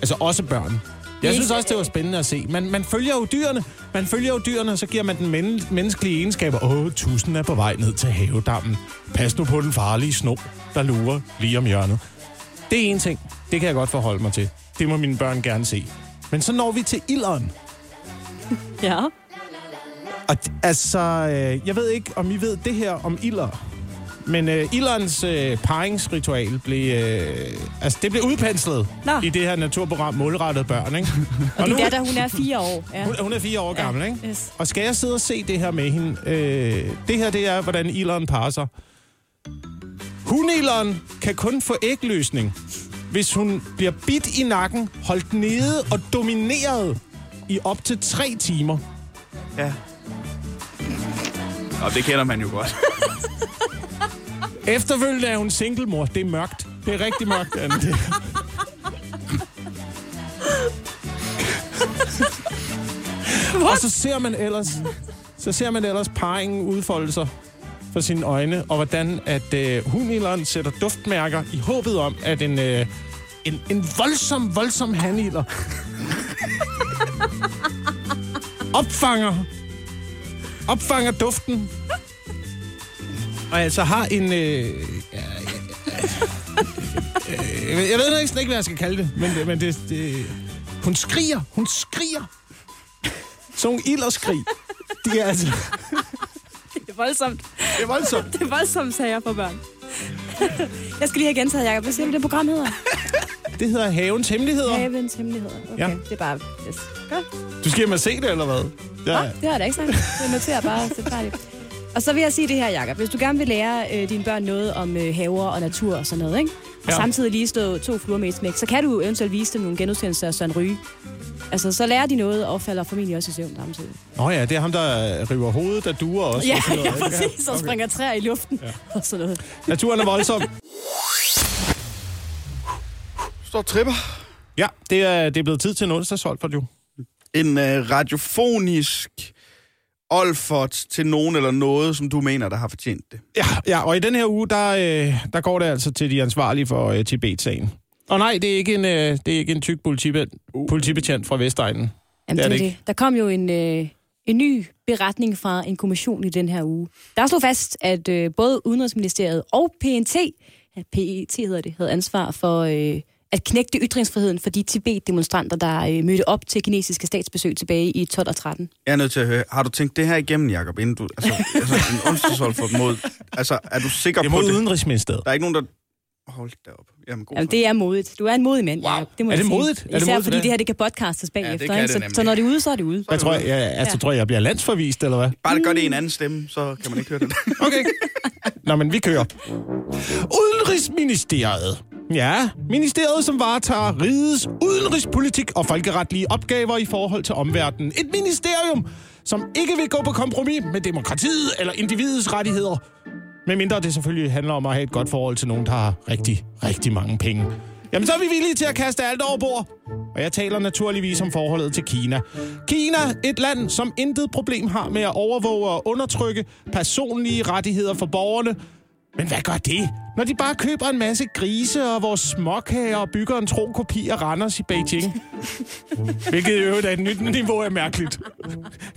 [SPEAKER 1] Altså også børn. Jeg synes også, det var spændende at se. Man, man følger jo dyrene, man følger jo dyrene, og så giver man den men, menneskelige egenskaber. Åh, tusind er på vej ned til havedammen. Pas nu på den farlige sno, der lurer lige om hjørnet. Det er en ting. Det kan jeg godt forholde mig til. Det må mine børn gerne se. Men så når vi til ilderen.
[SPEAKER 2] ja.
[SPEAKER 1] Og d- altså, øh, jeg ved ikke, om I ved det her om ilder. Men øh, ilderens øh, paringsritual blev, øh, altså, det blev udpenslet
[SPEAKER 2] Nå.
[SPEAKER 1] i det her naturprogram målrettet børn, ikke? Og,
[SPEAKER 2] Det er der, hun er fire år. Ja.
[SPEAKER 1] hun, hun er fire år gammel, ikke?
[SPEAKER 2] Yes.
[SPEAKER 1] Og skal jeg sidde og se det her med hende? Øh, det her, det er, hvordan ileren parer sig. Hundeleren kan kun få ægløsning, hvis hun bliver bidt i nakken, holdt nede og domineret i op til tre timer.
[SPEAKER 3] Ja. Og det kender man jo godt.
[SPEAKER 1] Efterfølgende er hun singlemor. Det er mørkt. Det er rigtig mørkt, Anne. Det. og så ser man ellers, så ser man ellers parringen udfolde sig for sine øjne, og hvordan at øh, hunileren sætter duftmærker i håbet om, at en, øh, en, en voldsom, voldsom haniler opfanger, opfanger duften og altså har en... Øh, ja, ja, øh, jeg ved- jeg ved næsten ikke, hvad jeg skal kalde det, men, men det, det... Hun skriger, hun skriger. Sådan nogle ilderskrig. De er altså...
[SPEAKER 2] Det er voldsomt.
[SPEAKER 1] Det er voldsomt.
[SPEAKER 2] Det er voldsomt, sagde jeg for børn. jeg skal lige have gentaget, Jacob. Hvad siger du, det program hedder?
[SPEAKER 1] Det hedder Havens Hemmeligheder.
[SPEAKER 2] Havens Hemmeligheder. Okay,
[SPEAKER 1] Ja.
[SPEAKER 2] ja. det er bare... Yes. Godt.
[SPEAKER 1] Du skal hjem og se det, eller hvad?
[SPEAKER 2] Ja.
[SPEAKER 1] Ja.
[SPEAKER 2] det har jeg da ikke sagt. Det noterer jeg bare selvfølgelig. Og så vil jeg sige det her, Jakob. Hvis du gerne vil lære øh, dine børn noget om øh, haver og natur og sådan noget, ikke? og
[SPEAKER 1] Ja.
[SPEAKER 2] ja. samtidig lige slå to fluer med et smæk, så kan du eventuelt vise dem nogle genudsendelser af Søren Ryge. Altså, så lærer de noget og falder formentlig også i søvn samtidig.
[SPEAKER 1] Nå ja, det er ham, der river hovedet, der duer også.
[SPEAKER 2] Ja,
[SPEAKER 1] og sådan
[SPEAKER 2] ja,
[SPEAKER 1] noget, ikke?
[SPEAKER 2] præcis. Og springer træer i luften ja. og sådan noget.
[SPEAKER 1] Naturen er voldsom.
[SPEAKER 3] Står tripper.
[SPEAKER 1] Ja, det er, det er blevet tid til en onsdagshold for du.
[SPEAKER 3] En øh, radiofonisk olfot til nogen eller noget, som du mener, der har fortjent det.
[SPEAKER 1] Ja, ja, og i den her uge, der, øh, der går det altså til de ansvarlige for øh, Tibet-sagen. Og nej, det er ikke en, øh, det er ikke en tyk politibetjent, politibetjent fra Vestegnen.
[SPEAKER 2] Jamen,
[SPEAKER 1] Det er
[SPEAKER 2] det er
[SPEAKER 1] det
[SPEAKER 2] det
[SPEAKER 1] ikke.
[SPEAKER 2] Der kom jo en, øh, en ny beretning fra en kommission i den her uge. Der slog fast, at øh, både Udenrigsministeriet og PNT, ja, PET hedder det, havde ansvar for øh, at knægte ytringsfriheden for de Tibet-demonstranter, der øh, mødte op til kinesiske statsbesøg tilbage i 12 og 13.
[SPEAKER 3] Jeg er nødt til at høre, har du tænkt det her igennem, Jacob, inden du... Altså, altså en onsdagsolfot mod... Altså, er du sikker
[SPEAKER 1] Det er
[SPEAKER 3] på
[SPEAKER 1] mod
[SPEAKER 3] det?
[SPEAKER 1] Udenrigsministeriet.
[SPEAKER 3] Der er ikke nogen, der... Hold da op. Jamen, god
[SPEAKER 2] Jamen,
[SPEAKER 3] det...
[SPEAKER 2] det er modigt. Du er en modig mand,
[SPEAKER 3] Wow.
[SPEAKER 2] Jacob. må
[SPEAKER 1] Er
[SPEAKER 2] jeg
[SPEAKER 1] det
[SPEAKER 2] sige.
[SPEAKER 1] modigt? Er det
[SPEAKER 2] Især
[SPEAKER 1] modigt for
[SPEAKER 2] fordi
[SPEAKER 1] det?
[SPEAKER 2] det her, det kan podcastes bagefter.
[SPEAKER 3] kan
[SPEAKER 2] ikke?
[SPEAKER 3] det
[SPEAKER 2] så,
[SPEAKER 3] nemlig.
[SPEAKER 2] så når det er ude, så er det ude.
[SPEAKER 1] Jeg tror, jeg, altså, tror jeg, jeg bliver landsforvist, eller hvad?
[SPEAKER 3] Bare det gør det i en anden stemme, så kan man ikke høre det.
[SPEAKER 1] Okay. Nå, men vi kører. Udenrigsministeriet. Ja, ministeriet, som varetager rigets udenrigspolitik og folkeretlige opgaver i forhold til omverdenen. Et ministerium, som ikke vil gå på kompromis med demokratiet eller individets rettigheder. Medmindre det selvfølgelig handler om at have et godt forhold til nogen, der har rigtig, rigtig mange penge. Jamen, så er vi villige til at kaste alt over bord. Og jeg taler naturligvis om forholdet til Kina. Kina, et land, som intet problem har med at overvåge og undertrykke personlige rettigheder for borgerne, Men hvad gør det, når de bare køber en masse grise og vores småkager og bygger en tro kopi af Randers i Beijing? Hvilket i øvrigt er et nyt niveau af mærkeligt.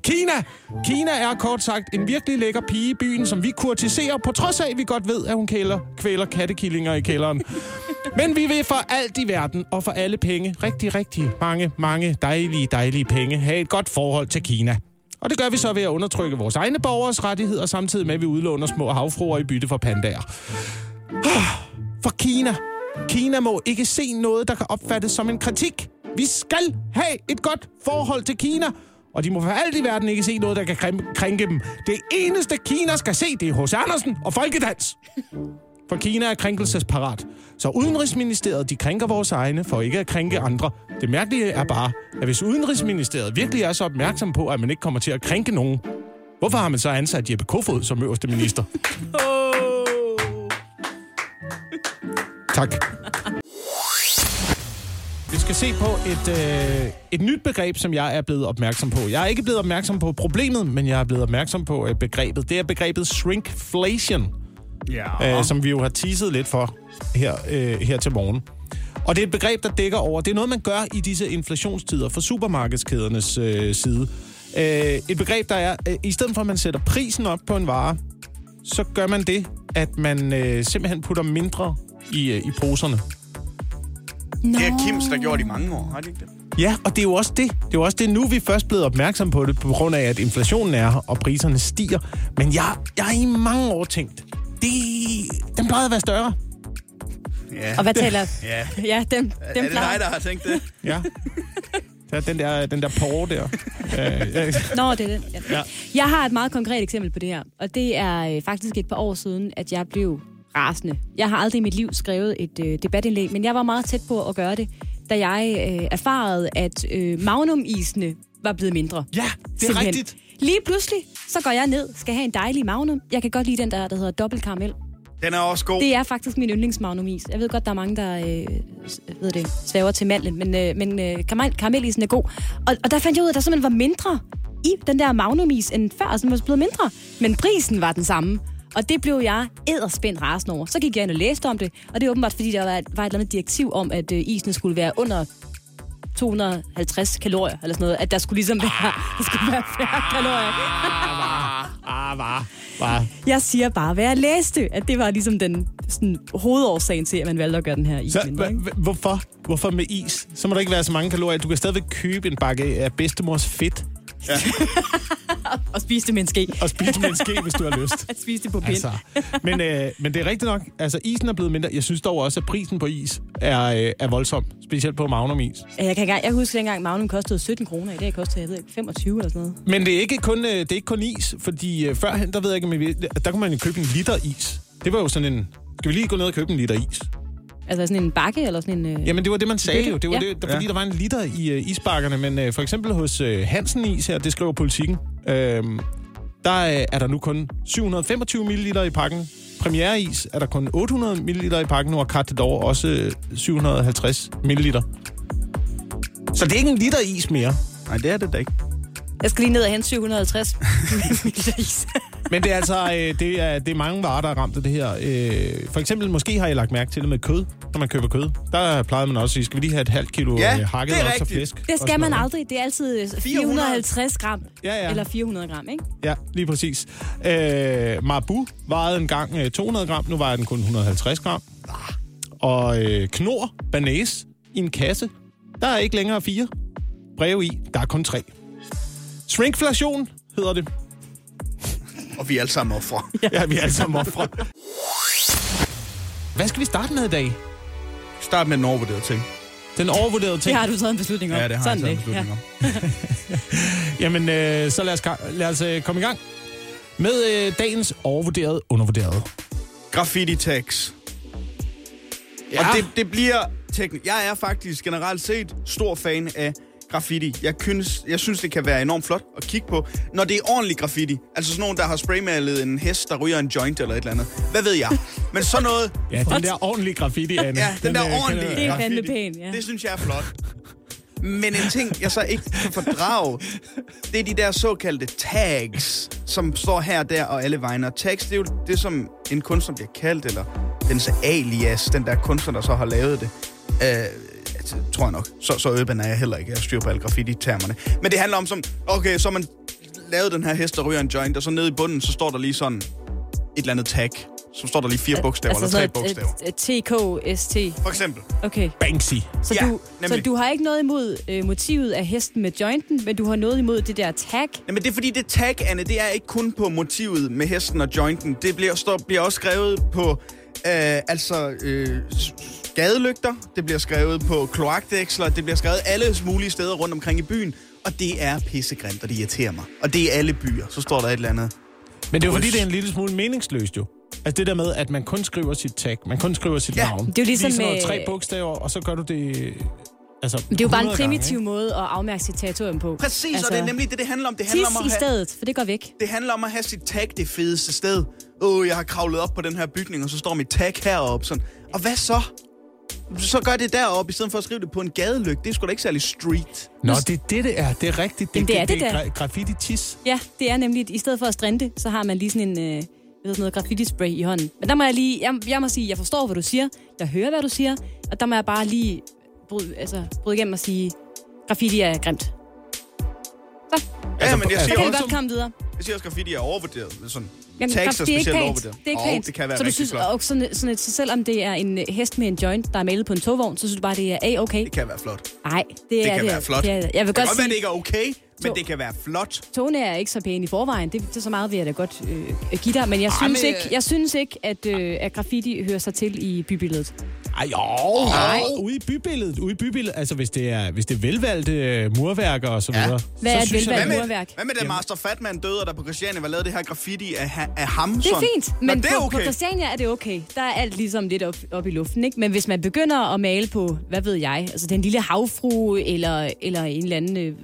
[SPEAKER 1] Kina! Kina er kort sagt en virkelig lækker pige i byen, som vi kurtiserer, på trods af, at vi godt ved, at hun kæler, kvæler kattekillinger i kælderen. Men vi vil for alt i verden og for alle penge, rigtig, rigtig mange, mange dejlige, dejlige penge, have et godt forhold til Kina. Og det gør vi så ved at undertrykke vores egne borgers rettigheder, samtidig med, at vi udlåner små havfruer i bytte for pandaer. For Kina. Kina må ikke se noget, der kan opfattes som en kritik. Vi skal have et godt forhold til Kina, og de må for alt i verden ikke se noget, der kan kræm- krænke dem. Det eneste Kina skal se, det er hos Andersen og folkedans. For Kina er krænkelsesparat. Så Udenrigsministeriet, de krænker vores egne for ikke at krænke andre. Det mærkelige er bare, at hvis Udenrigsministeriet virkelig er så opmærksom på, at man ikke kommer til at krænke nogen, hvorfor har man så ansat Jeppe Kofod som øverste minister? Tak. Vi skal se på et, øh, et nyt begreb, som jeg er blevet opmærksom på. Jeg er ikke blevet opmærksom på problemet, men jeg er blevet opmærksom på øh, begrebet. Det er begrebet shrinkflation,
[SPEAKER 3] Ja.
[SPEAKER 1] øh, som vi jo har teaset lidt for her, øh, her til morgen. Og det er et begreb, der dækker over. Det er noget, man gør i disse inflationstider fra supermarkedskædernes øh, side. Øh, et begreb, der er, øh, i stedet for at man sætter prisen op på en vare, så gør man det, at man øh, simpelthen putter mindre i, øh, i poserne.
[SPEAKER 3] Det er Kims, der gjort i mange år, har de ikke det?
[SPEAKER 1] Ja, og det er jo også det. Det er jo også det, nu er vi først blevet opmærksom på det, på grund af, at inflationen er her, og priserne stiger. Men jeg, jeg har i mange år tænkt, det, den plejede at være større.
[SPEAKER 3] Ja.
[SPEAKER 2] Og hvad taler...
[SPEAKER 3] ja.
[SPEAKER 2] Ja, dem,
[SPEAKER 3] Er
[SPEAKER 2] dem
[SPEAKER 3] det dig,
[SPEAKER 2] plejer.
[SPEAKER 3] der har tænkt det?
[SPEAKER 1] Ja. Der er den der, den der porre der. Øh, øh,
[SPEAKER 2] Nå, det er den. Ja. Jeg har et meget konkret eksempel på det her, og det er øh, faktisk et par år siden, at jeg blev rasende. Jeg har aldrig i mit liv skrevet et øh, debatindlæg, men jeg var meget tæt på at gøre det, da jeg øh, erfarede, at øh, magnumisene var blevet mindre.
[SPEAKER 1] ja, det er
[SPEAKER 2] Simpelthen.
[SPEAKER 1] rigtigt.
[SPEAKER 2] Lige pludselig, så går jeg ned, skal have en dejlig magnum. Jeg kan godt lide den der, der hedder dobbelt karamel.
[SPEAKER 3] Den er også god.
[SPEAKER 2] Det er faktisk min yndlingsmagnumis. Jeg ved godt, der er mange, der øh, s- ved det, svæver til mandlen, men, øh, men øh, karamel, karamellisen er god. Og, og der fandt jeg ud af, at der simpelthen var mindre i den der magnumis end før, og den var blevet mindre. Men prisen var den samme. Og det blev jeg æderspændt rasende over. Så gik jeg ind og læste om det, og det er åbenbart, fordi der var, var et eller andet direktiv om, at øh, isen skulle være under 250 kalorier, eller sådan noget. At der skulle ligesom være, der skulle være færre kalorier.
[SPEAKER 1] Ah, var, var.
[SPEAKER 2] Jeg siger bare, hvad jeg læste, at det var ligesom den sådan, hovedårsagen til, at man valgte at gøre den her is.
[SPEAKER 1] Så,
[SPEAKER 2] mindre, ikke?
[SPEAKER 1] hva- hva- hvorfor? Hvorfor med is? Så må der ikke være så mange kalorier. Du kan stadigvæk købe en bakke af bedstemors fedt
[SPEAKER 2] og spise det med en ske.
[SPEAKER 1] og spise med en ske, hvis du har lyst.
[SPEAKER 2] At spise det på pind.
[SPEAKER 1] Altså,
[SPEAKER 2] Altså.
[SPEAKER 1] men, øh, men det er rigtigt nok. Altså, isen er blevet mindre. Jeg synes dog også, at prisen på is er, øh, er voldsom. Specielt på magnumis.
[SPEAKER 2] Jeg kan, ikke- jeg kan huske, dengang Magnum kostede 17 kroner. I dag koster jeg ved ikke, 25 eller sådan noget.
[SPEAKER 1] Men det er ikke kun, øh, det er ikke kun is, fordi øh, førhen, der ved jeg ikke, om I ved, der kunne man jo købe en liter is. Det var jo sådan en... Skal vi lige gå ned og købe en liter is?
[SPEAKER 2] Altså sådan en bakke eller sådan en... Øh...
[SPEAKER 1] Jamen, det var det, man sagde
[SPEAKER 2] Det er det.
[SPEAKER 1] jo. Det var
[SPEAKER 2] Ja.
[SPEAKER 1] det, der, fordi der var en liter i øh, isbakkerne. Men øh, for eksempel hos øh, Hansen Is her, det skriver politikken, øh, der øh, er der nu kun 725 ml i pakken. Premiere is er der kun 800 ml i pakken nu, og Carte d'Or også øh, 750 ml. Så det er ikke en liter is mere.
[SPEAKER 3] Nej, det er det da ikke.
[SPEAKER 2] Jeg skal lige ned og hente 750 liter is.
[SPEAKER 1] Men det er altså øh, det er, det er mange varer, der er ramt af det her. Øh, for eksempel, måske har I lagt mærke til det med kød, når man køber kød. Der plejede man også at sige, skal vi lige have et halvt kilo
[SPEAKER 3] Ja,
[SPEAKER 1] ja, øh, hakket
[SPEAKER 3] det er
[SPEAKER 1] oks og
[SPEAKER 3] rigtigt.
[SPEAKER 1] flæsk? og
[SPEAKER 2] Det
[SPEAKER 1] sådan
[SPEAKER 2] skal man
[SPEAKER 1] noget.
[SPEAKER 2] aldrig. Det er altid øh, 450 gram.
[SPEAKER 1] Ja, ja.
[SPEAKER 2] Eller 400 gram, ikke?
[SPEAKER 1] Ja, lige præcis. Øh, Marbu vejede engang øh, 200 gram, nu vejer den kun 150 gram. Og øh, knor, banæs i en kasse, der er ikke længere fire breve i, der er kun tre. Shrinkflation hedder det.
[SPEAKER 3] Og vi er alle sammen ofre.
[SPEAKER 1] Ja, vi er alle sammen ofre. Hvad skal vi starte med i dag?
[SPEAKER 3] Start med den overvurderede ting.
[SPEAKER 1] Den overvurderede
[SPEAKER 2] Det
[SPEAKER 1] ting.
[SPEAKER 2] har du taget en beslutning om.
[SPEAKER 3] Ja, det har
[SPEAKER 2] sådan
[SPEAKER 3] jeg taget en
[SPEAKER 2] det.
[SPEAKER 3] beslutning
[SPEAKER 1] Jamen,
[SPEAKER 3] om.
[SPEAKER 1] øh, så lad os, ka- lad os øh, komme i gang med øh, dagens overvurderede undervurderede.
[SPEAKER 3] Graffiti tags. Ja. Og det, det bliver teknisk. Jeg er faktisk generelt set stor fan af graffiti. Jeg, synes, jeg synes, det kan være enormt flot at kigge på, når det er ordentlig graffiti. Altså sådan nogen, der har spraymalet en hest, der ryger en joint eller et eller andet. Hvad ved jeg? Men sådan noget...
[SPEAKER 1] Ja, den der ordentlige graffiti, Anne.
[SPEAKER 3] Ja, den der
[SPEAKER 1] øh, kender
[SPEAKER 3] ordentlige
[SPEAKER 1] jeg.
[SPEAKER 2] Det er
[SPEAKER 3] graffiti,
[SPEAKER 2] fandme pæn, ja.
[SPEAKER 3] Det synes jeg er flot. Men en ting, jeg så ikke kan fordrage, det er de der såkaldte tags, som står her og der og alle vegne. Og tags, det er jo det, som en kunstner bliver kaldt, eller dens alias, den der kunstner, der så har lavet det. Øh, altså, tror jeg nok. Så, så urban er jeg heller ikke. Jeg har styr på alle graffiti-termerne. Men det handler om som, okay, så har man lavet den her hest, der ryger en joint, og så nede i bunden, så står der lige sådan et eller andet tag. Så står der lige fire bogstaver, altså, eller tre
[SPEAKER 2] et,
[SPEAKER 3] bogstaver.
[SPEAKER 2] et, et TKST.
[SPEAKER 3] For eksempel.
[SPEAKER 2] Okay.
[SPEAKER 1] Banksy.
[SPEAKER 2] Så,
[SPEAKER 3] Ja,
[SPEAKER 2] du, så
[SPEAKER 3] nemlig.
[SPEAKER 2] du har ikke noget imod øh, motivet af hesten med jointen, men du har noget imod det der tag.
[SPEAKER 3] Jamen, det er fordi, det tag, Anne, det er ikke kun på motivet med hesten og jointen. Det bliver, står, bliver også skrevet på øh, altså, øh, s- gadelygter, det bliver skrevet på kloakdæksler, det bliver skrevet alle mulige steder rundt omkring i byen. Og det er pissegrimt, og det irriterer mig. Og det er alle byer. Så står der et eller andet.
[SPEAKER 1] Men det er jo fordi, det er en lille smule meningsløst jo. Altså det der med, at man kun skriver sit tag, man kun skriver sit
[SPEAKER 3] Ja,
[SPEAKER 1] navn.
[SPEAKER 2] det er jo ligesom
[SPEAKER 1] Lige sådan noget,
[SPEAKER 2] med-
[SPEAKER 1] tre bogstaver, og så gør du det... Altså,
[SPEAKER 2] Det er jo bare
[SPEAKER 1] 100
[SPEAKER 2] en
[SPEAKER 1] gange,
[SPEAKER 2] primitiv måde at afmærke sit territorium på.
[SPEAKER 3] Præcis, altså, og det er nemlig det, det handler om. Det handler om
[SPEAKER 2] Tis i
[SPEAKER 3] at have,
[SPEAKER 2] stedet, for det går væk.
[SPEAKER 3] det handler om at have sit tag det fedeste sted. Åh, oh, jeg har kravlet op på den her bygning, og så står mit tag heroppe. Sådan. Og hvad så? Så gør det deroppe, i stedet for at skrive det på en gadelygte. Det er sgu da ikke særlig
[SPEAKER 2] Altså,
[SPEAKER 3] street.
[SPEAKER 1] Nå, det er det, det er. Det er rigtigt.
[SPEAKER 2] Jamen, det er det
[SPEAKER 1] det
[SPEAKER 2] da.
[SPEAKER 1] gra- graffiti-tis.
[SPEAKER 2] Ja, det er nemlig, at i stedet for at strinde, så har man lige sådan en... Øh, jeg ved sådan noget graffiti-spray i hånden. Men der må jeg lige... Jeg, jeg må sige, jeg forstår, hvad du siger. Jeg hører, hvad du siger. Og der må jeg bare lige bryde, altså, bryde igennem og sige, graffiti er grimt. Så
[SPEAKER 3] Ja, men jeg
[SPEAKER 1] altså,
[SPEAKER 3] siger,
[SPEAKER 2] kan vi
[SPEAKER 3] også,
[SPEAKER 2] godt komme videre.
[SPEAKER 3] jeg siger også, at graffiti er overvurderet. men Sådan.
[SPEAKER 2] Jamen,
[SPEAKER 3] Tags er
[SPEAKER 2] graf- det er
[SPEAKER 3] specielt
[SPEAKER 2] ikke pænt.
[SPEAKER 3] overvurderet.
[SPEAKER 2] Det er ikke
[SPEAKER 3] Åh,
[SPEAKER 2] pænt.
[SPEAKER 3] det kan være
[SPEAKER 2] så du
[SPEAKER 3] rigtig
[SPEAKER 2] synes,
[SPEAKER 3] flot.
[SPEAKER 2] Og sådan, sådan, et, så selvom det er en øh, hest med en joint, der er malet på en togvogn, så synes du bare, det er A-okay?
[SPEAKER 3] Det kan være flot. Det
[SPEAKER 2] Nej, det, det er
[SPEAKER 3] kan
[SPEAKER 2] det,
[SPEAKER 3] være flot.
[SPEAKER 2] Det er, jeg vil
[SPEAKER 3] det kan
[SPEAKER 2] godt
[SPEAKER 3] godt være,
[SPEAKER 2] sige,
[SPEAKER 3] det ikke er okay, men
[SPEAKER 2] Jo.
[SPEAKER 3] det kan være flot.
[SPEAKER 2] togene er ikke så pæne i forvejen. Det, det er så meget, vil jeg da godt øh, give dig. Men jeg synes,
[SPEAKER 1] men,
[SPEAKER 3] øh,
[SPEAKER 2] ikke, jeg synes ikke, at, øh, at graffiti hører sig til i bybilledet.
[SPEAKER 1] Ej, jo. Nej. Ude i bybilledet. Ude i bybilledet. Altså, hvis det er, hvis det er velvalgte øh, murværker og så
[SPEAKER 3] Ja.
[SPEAKER 1] videre. Ja.
[SPEAKER 2] Hvad er et velvalgt
[SPEAKER 3] Hvad med,
[SPEAKER 2] murværk?
[SPEAKER 3] hvad med det Master Fatman døde, og der på Christiania var lavet det her graffiti af, ha- af ham?
[SPEAKER 2] Det er
[SPEAKER 3] sådan?
[SPEAKER 2] fint,
[SPEAKER 3] Nå,
[SPEAKER 2] men
[SPEAKER 3] det er
[SPEAKER 2] på, på
[SPEAKER 3] okay.
[SPEAKER 2] Christiania er det okay. Der er alt ligesom lidt op, op i luften, ikke? Men hvis man begynder at male på, hvad ved jeg, altså den lille havfru, eller, eller en eller anden øh,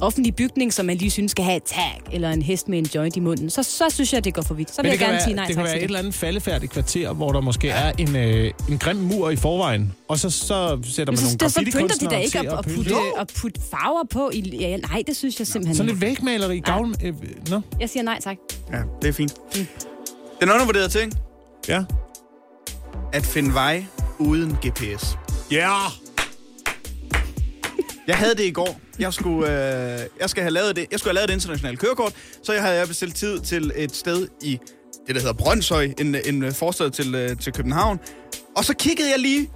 [SPEAKER 2] offentlig bygning, som man lige synes skal have et tag, eller en hest med en joint i munden, så, så synes jeg, det går for vidt. Så vil
[SPEAKER 1] Men det
[SPEAKER 2] jeg
[SPEAKER 1] kan,
[SPEAKER 2] gerne
[SPEAKER 1] være,
[SPEAKER 2] sige nej
[SPEAKER 1] det
[SPEAKER 2] tak
[SPEAKER 1] kan være et
[SPEAKER 2] til
[SPEAKER 1] eller andet faldefærdigt kvarter, hvor der måske er en, øh, en grim mur i forvejen. Og så, så sætter man
[SPEAKER 2] Men
[SPEAKER 1] nogle
[SPEAKER 2] så, så pynter de da
[SPEAKER 1] graffiti-kunstnere
[SPEAKER 2] ikke
[SPEAKER 1] til
[SPEAKER 2] at, at,
[SPEAKER 1] pynte.
[SPEAKER 2] putte, øh,
[SPEAKER 1] Jo.
[SPEAKER 2] at putte farver på. I, ja, nej, det synes jeg simpelthen
[SPEAKER 1] Sådan
[SPEAKER 2] ikke.
[SPEAKER 1] lidt vægmaleri. Gavn, øh, nå.
[SPEAKER 2] Jeg siger nej tak.
[SPEAKER 3] Ja, det er fint. Den undervurderede ting,
[SPEAKER 1] Ja.
[SPEAKER 3] at finde vej uden GPS.
[SPEAKER 1] Ja.
[SPEAKER 3] Jeg havde det i går. Jeg skulle, øh, jeg skal have lavet det. Jeg skulle have lavet et internationalt kørekort, så jeg havde jeg bestilt tid til et sted i det, der hedder Brøndshøj, en, en øh, forstad til, øh, til København. Og så kiggede jeg lige,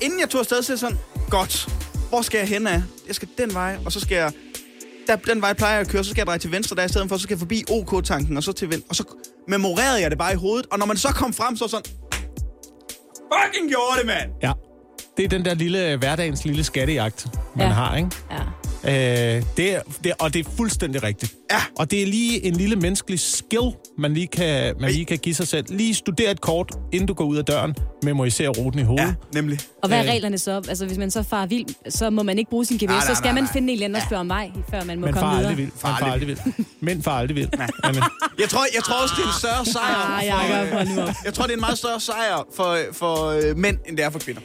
[SPEAKER 3] inden jeg tog afsted, så jeg sådan, godt, hvor skal jeg hen af? Jeg skal den vej, og så skal jeg, der, den vej plejer jeg at køre, så skal jeg dreje til venstre der i stedet for, så skal jeg forbi OK-tanken, og så til venstre. Og så memorerede jeg det bare i hovedet, og når man så kom frem, så var jeg sådan, fucking gjorde det, mand!
[SPEAKER 1] Ja. Det er den der lille øh, hverdagens lille skattejagt, man
[SPEAKER 2] Ja.
[SPEAKER 1] har, ikke?
[SPEAKER 2] Ja.
[SPEAKER 1] Øh, det er, det er, og det er fuldstændig rigtigt.
[SPEAKER 3] Ja.
[SPEAKER 1] Og det er lige en lille menneskelig skill, man lige kan, man lige kan give sig selv. Lige studere et kort, inden du går ud af døren. Memorisere ruten i hovedet.
[SPEAKER 3] Ja, nemlig.
[SPEAKER 2] Og hvad
[SPEAKER 1] Øh.
[SPEAKER 2] er reglerne så? Altså, hvis man så farer vild, så må man ikke bruge sin GPS.
[SPEAKER 3] Nej, nej,
[SPEAKER 2] så skal
[SPEAKER 3] nej,
[SPEAKER 2] man
[SPEAKER 3] nej.
[SPEAKER 2] finde en eller anden og spørge om vej, før man må
[SPEAKER 1] Men
[SPEAKER 2] komme
[SPEAKER 1] far
[SPEAKER 2] videre.
[SPEAKER 1] aldrig vil. Man far aldrig vil. Mænd far aldrig vil. Jamen,
[SPEAKER 3] Jeg tror, jeg tror også, det er en større sejr.
[SPEAKER 2] Ah,
[SPEAKER 3] for,
[SPEAKER 2] Jacob,
[SPEAKER 3] øh,
[SPEAKER 2] hold nu op.
[SPEAKER 3] Jeg tror, det er en meget større sejr for, for øh, mænd, end det er for kvinder.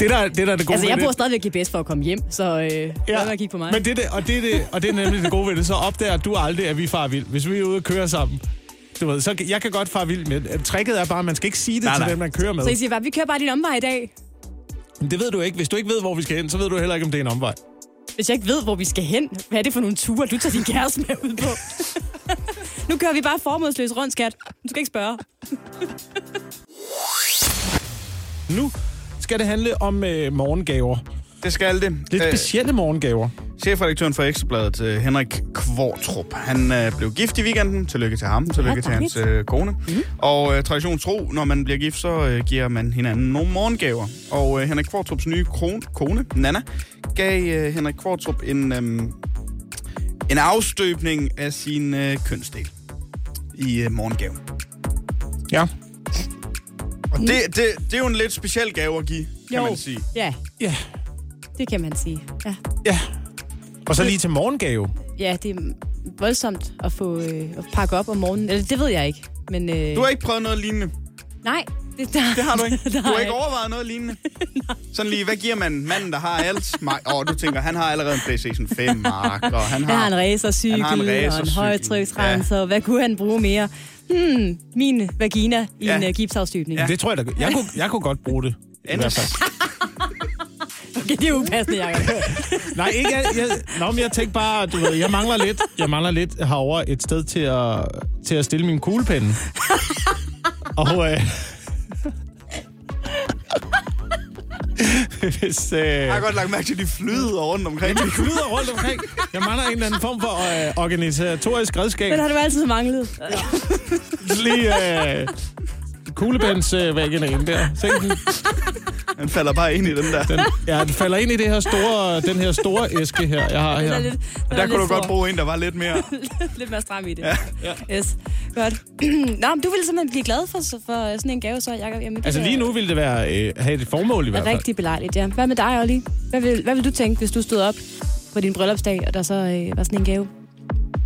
[SPEAKER 1] det, der, det der er det gode
[SPEAKER 2] Altså, jeg
[SPEAKER 1] ved det.
[SPEAKER 2] bruger stadigvæk GPS for at komme hjem, så øh, ja. at kigge på mig.
[SPEAKER 1] Men det, er det, og, det er det, og det er nemlig det gode ved det. Så opdager du aldrig, at vi far vild. Hvis vi er ude og køre sammen, du ved, så kan- jeg kan godt far vild med. det. Tricket er bare, at man skal ikke sige det nej,
[SPEAKER 3] Nej,
[SPEAKER 1] til
[SPEAKER 3] nej.
[SPEAKER 1] dem, man kører med.
[SPEAKER 2] Så I siger bare, vi kører bare din omvej i dag.
[SPEAKER 1] Men det ved du ikke. Hvis du ikke ved, hvor vi skal hen, så ved du heller ikke, om det er en omvej.
[SPEAKER 2] Hvis jeg ikke ved, hvor vi skal hen, hvad er det for nogle ture, du tager din kæreste med ud på? nu kører vi bare formodsløs rundt, skat. Du skal ikke spørge.
[SPEAKER 1] Nu skal det handle om øh, morgengaver.
[SPEAKER 3] Det skal det. Øh,
[SPEAKER 1] Lidt specielle morgengaver.
[SPEAKER 3] chefredaktøren for Ekstrabladet, øh, Henrik Kvartrup, han øh, blev gift i weekenden. Tillykke til ham, tillykke til hans øh, kone.
[SPEAKER 2] Mhm.
[SPEAKER 3] Mm-hmm. Og øh, tradition tro, når man bliver gift, så øh, giver man hinanden nogle morgengaver. Og øh, Henrik Kvartrups nye kron, kone, Nana, gav øh, Henrik Kvartrup en, øh, en afstøbning af sin øh, kønsdel i øh, morgengaven.
[SPEAKER 1] Ja.
[SPEAKER 3] Og det, det, det er jo en lidt speciel gave at give, kan
[SPEAKER 2] Jo.
[SPEAKER 3] man sige.
[SPEAKER 2] Ja,
[SPEAKER 1] Ja.
[SPEAKER 2] det kan man sige. Ja,
[SPEAKER 1] Ja. Og så lige til morgengave.
[SPEAKER 2] ja det er voldsomt at få øh, at pakke op om morgenen. Eller det ved jeg ikke. Men, øh,
[SPEAKER 3] Du har ikke prøvet noget lignende.
[SPEAKER 2] Nej, Det, der,
[SPEAKER 3] Det har du ikke.
[SPEAKER 2] der
[SPEAKER 3] Du har
[SPEAKER 2] jeg
[SPEAKER 3] ikke overvejet noget lignende? Sådan lige, hvad giver man manden, der har alt? Åh, oh, du tænker, han har allerede en Playstation 5, Mark, og han
[SPEAKER 2] Han har
[SPEAKER 3] har...
[SPEAKER 2] en racercykel
[SPEAKER 3] Han har en
[SPEAKER 2] og en
[SPEAKER 3] racercykel.
[SPEAKER 2] højtryksrenser. Ja. Hvad kunne han bruge mere? Hmm, min vagina i
[SPEAKER 3] Ja.
[SPEAKER 2] ja. en uh, gipsafstøbning.
[SPEAKER 1] Ja. Det tror jeg, der, jeg, kunne, jeg kunne godt bruge det. I hvert fald.
[SPEAKER 2] Okay, det er upassende, Jacob.
[SPEAKER 1] Nej, ikke jeg, jeg, nå, men jeg tænkte bare, du ved, jeg mangler lidt, jeg mangler lidt herovre et sted til at, til at stille min kuglepinde. Og øh, hvis, øh,
[SPEAKER 3] Jeg har
[SPEAKER 1] jeg
[SPEAKER 3] godt lagt mærke til, at de flyder rundt omkring.
[SPEAKER 1] flyder rundt omkring, jeg mangler en eller anden form for øh, organisatorisk redskab.
[SPEAKER 2] Den har du altid manglet.
[SPEAKER 1] Lige øh, kuglepinds øh, vaginaen der. Tænk, den,
[SPEAKER 3] Han falder bare ind i den der.
[SPEAKER 1] den, ja, den falder ind i det her store, den her store æske her, jeg har
[SPEAKER 2] Den er
[SPEAKER 1] her.
[SPEAKER 2] lidt, den er
[SPEAKER 3] Der kunne du
[SPEAKER 2] lidt
[SPEAKER 3] godt
[SPEAKER 2] stor.
[SPEAKER 3] bruge en, der var lidt mere...
[SPEAKER 2] lidt mere stram i det. Ja, ja. Yes. Godt. Nå, men du ville simpelthen blive glad for, for sådan en gave, så Jacob. Jamen, det
[SPEAKER 1] Altså
[SPEAKER 2] er
[SPEAKER 1] lige nu ville det være, øh, have et formål i hvert fald.
[SPEAKER 2] Rigtig belejligt, ja. Hvad med dig, Olli? Hvad vil, hvad vil du tænke, hvis du stod op på din bryllupsdag, og der så øh, var sådan en gave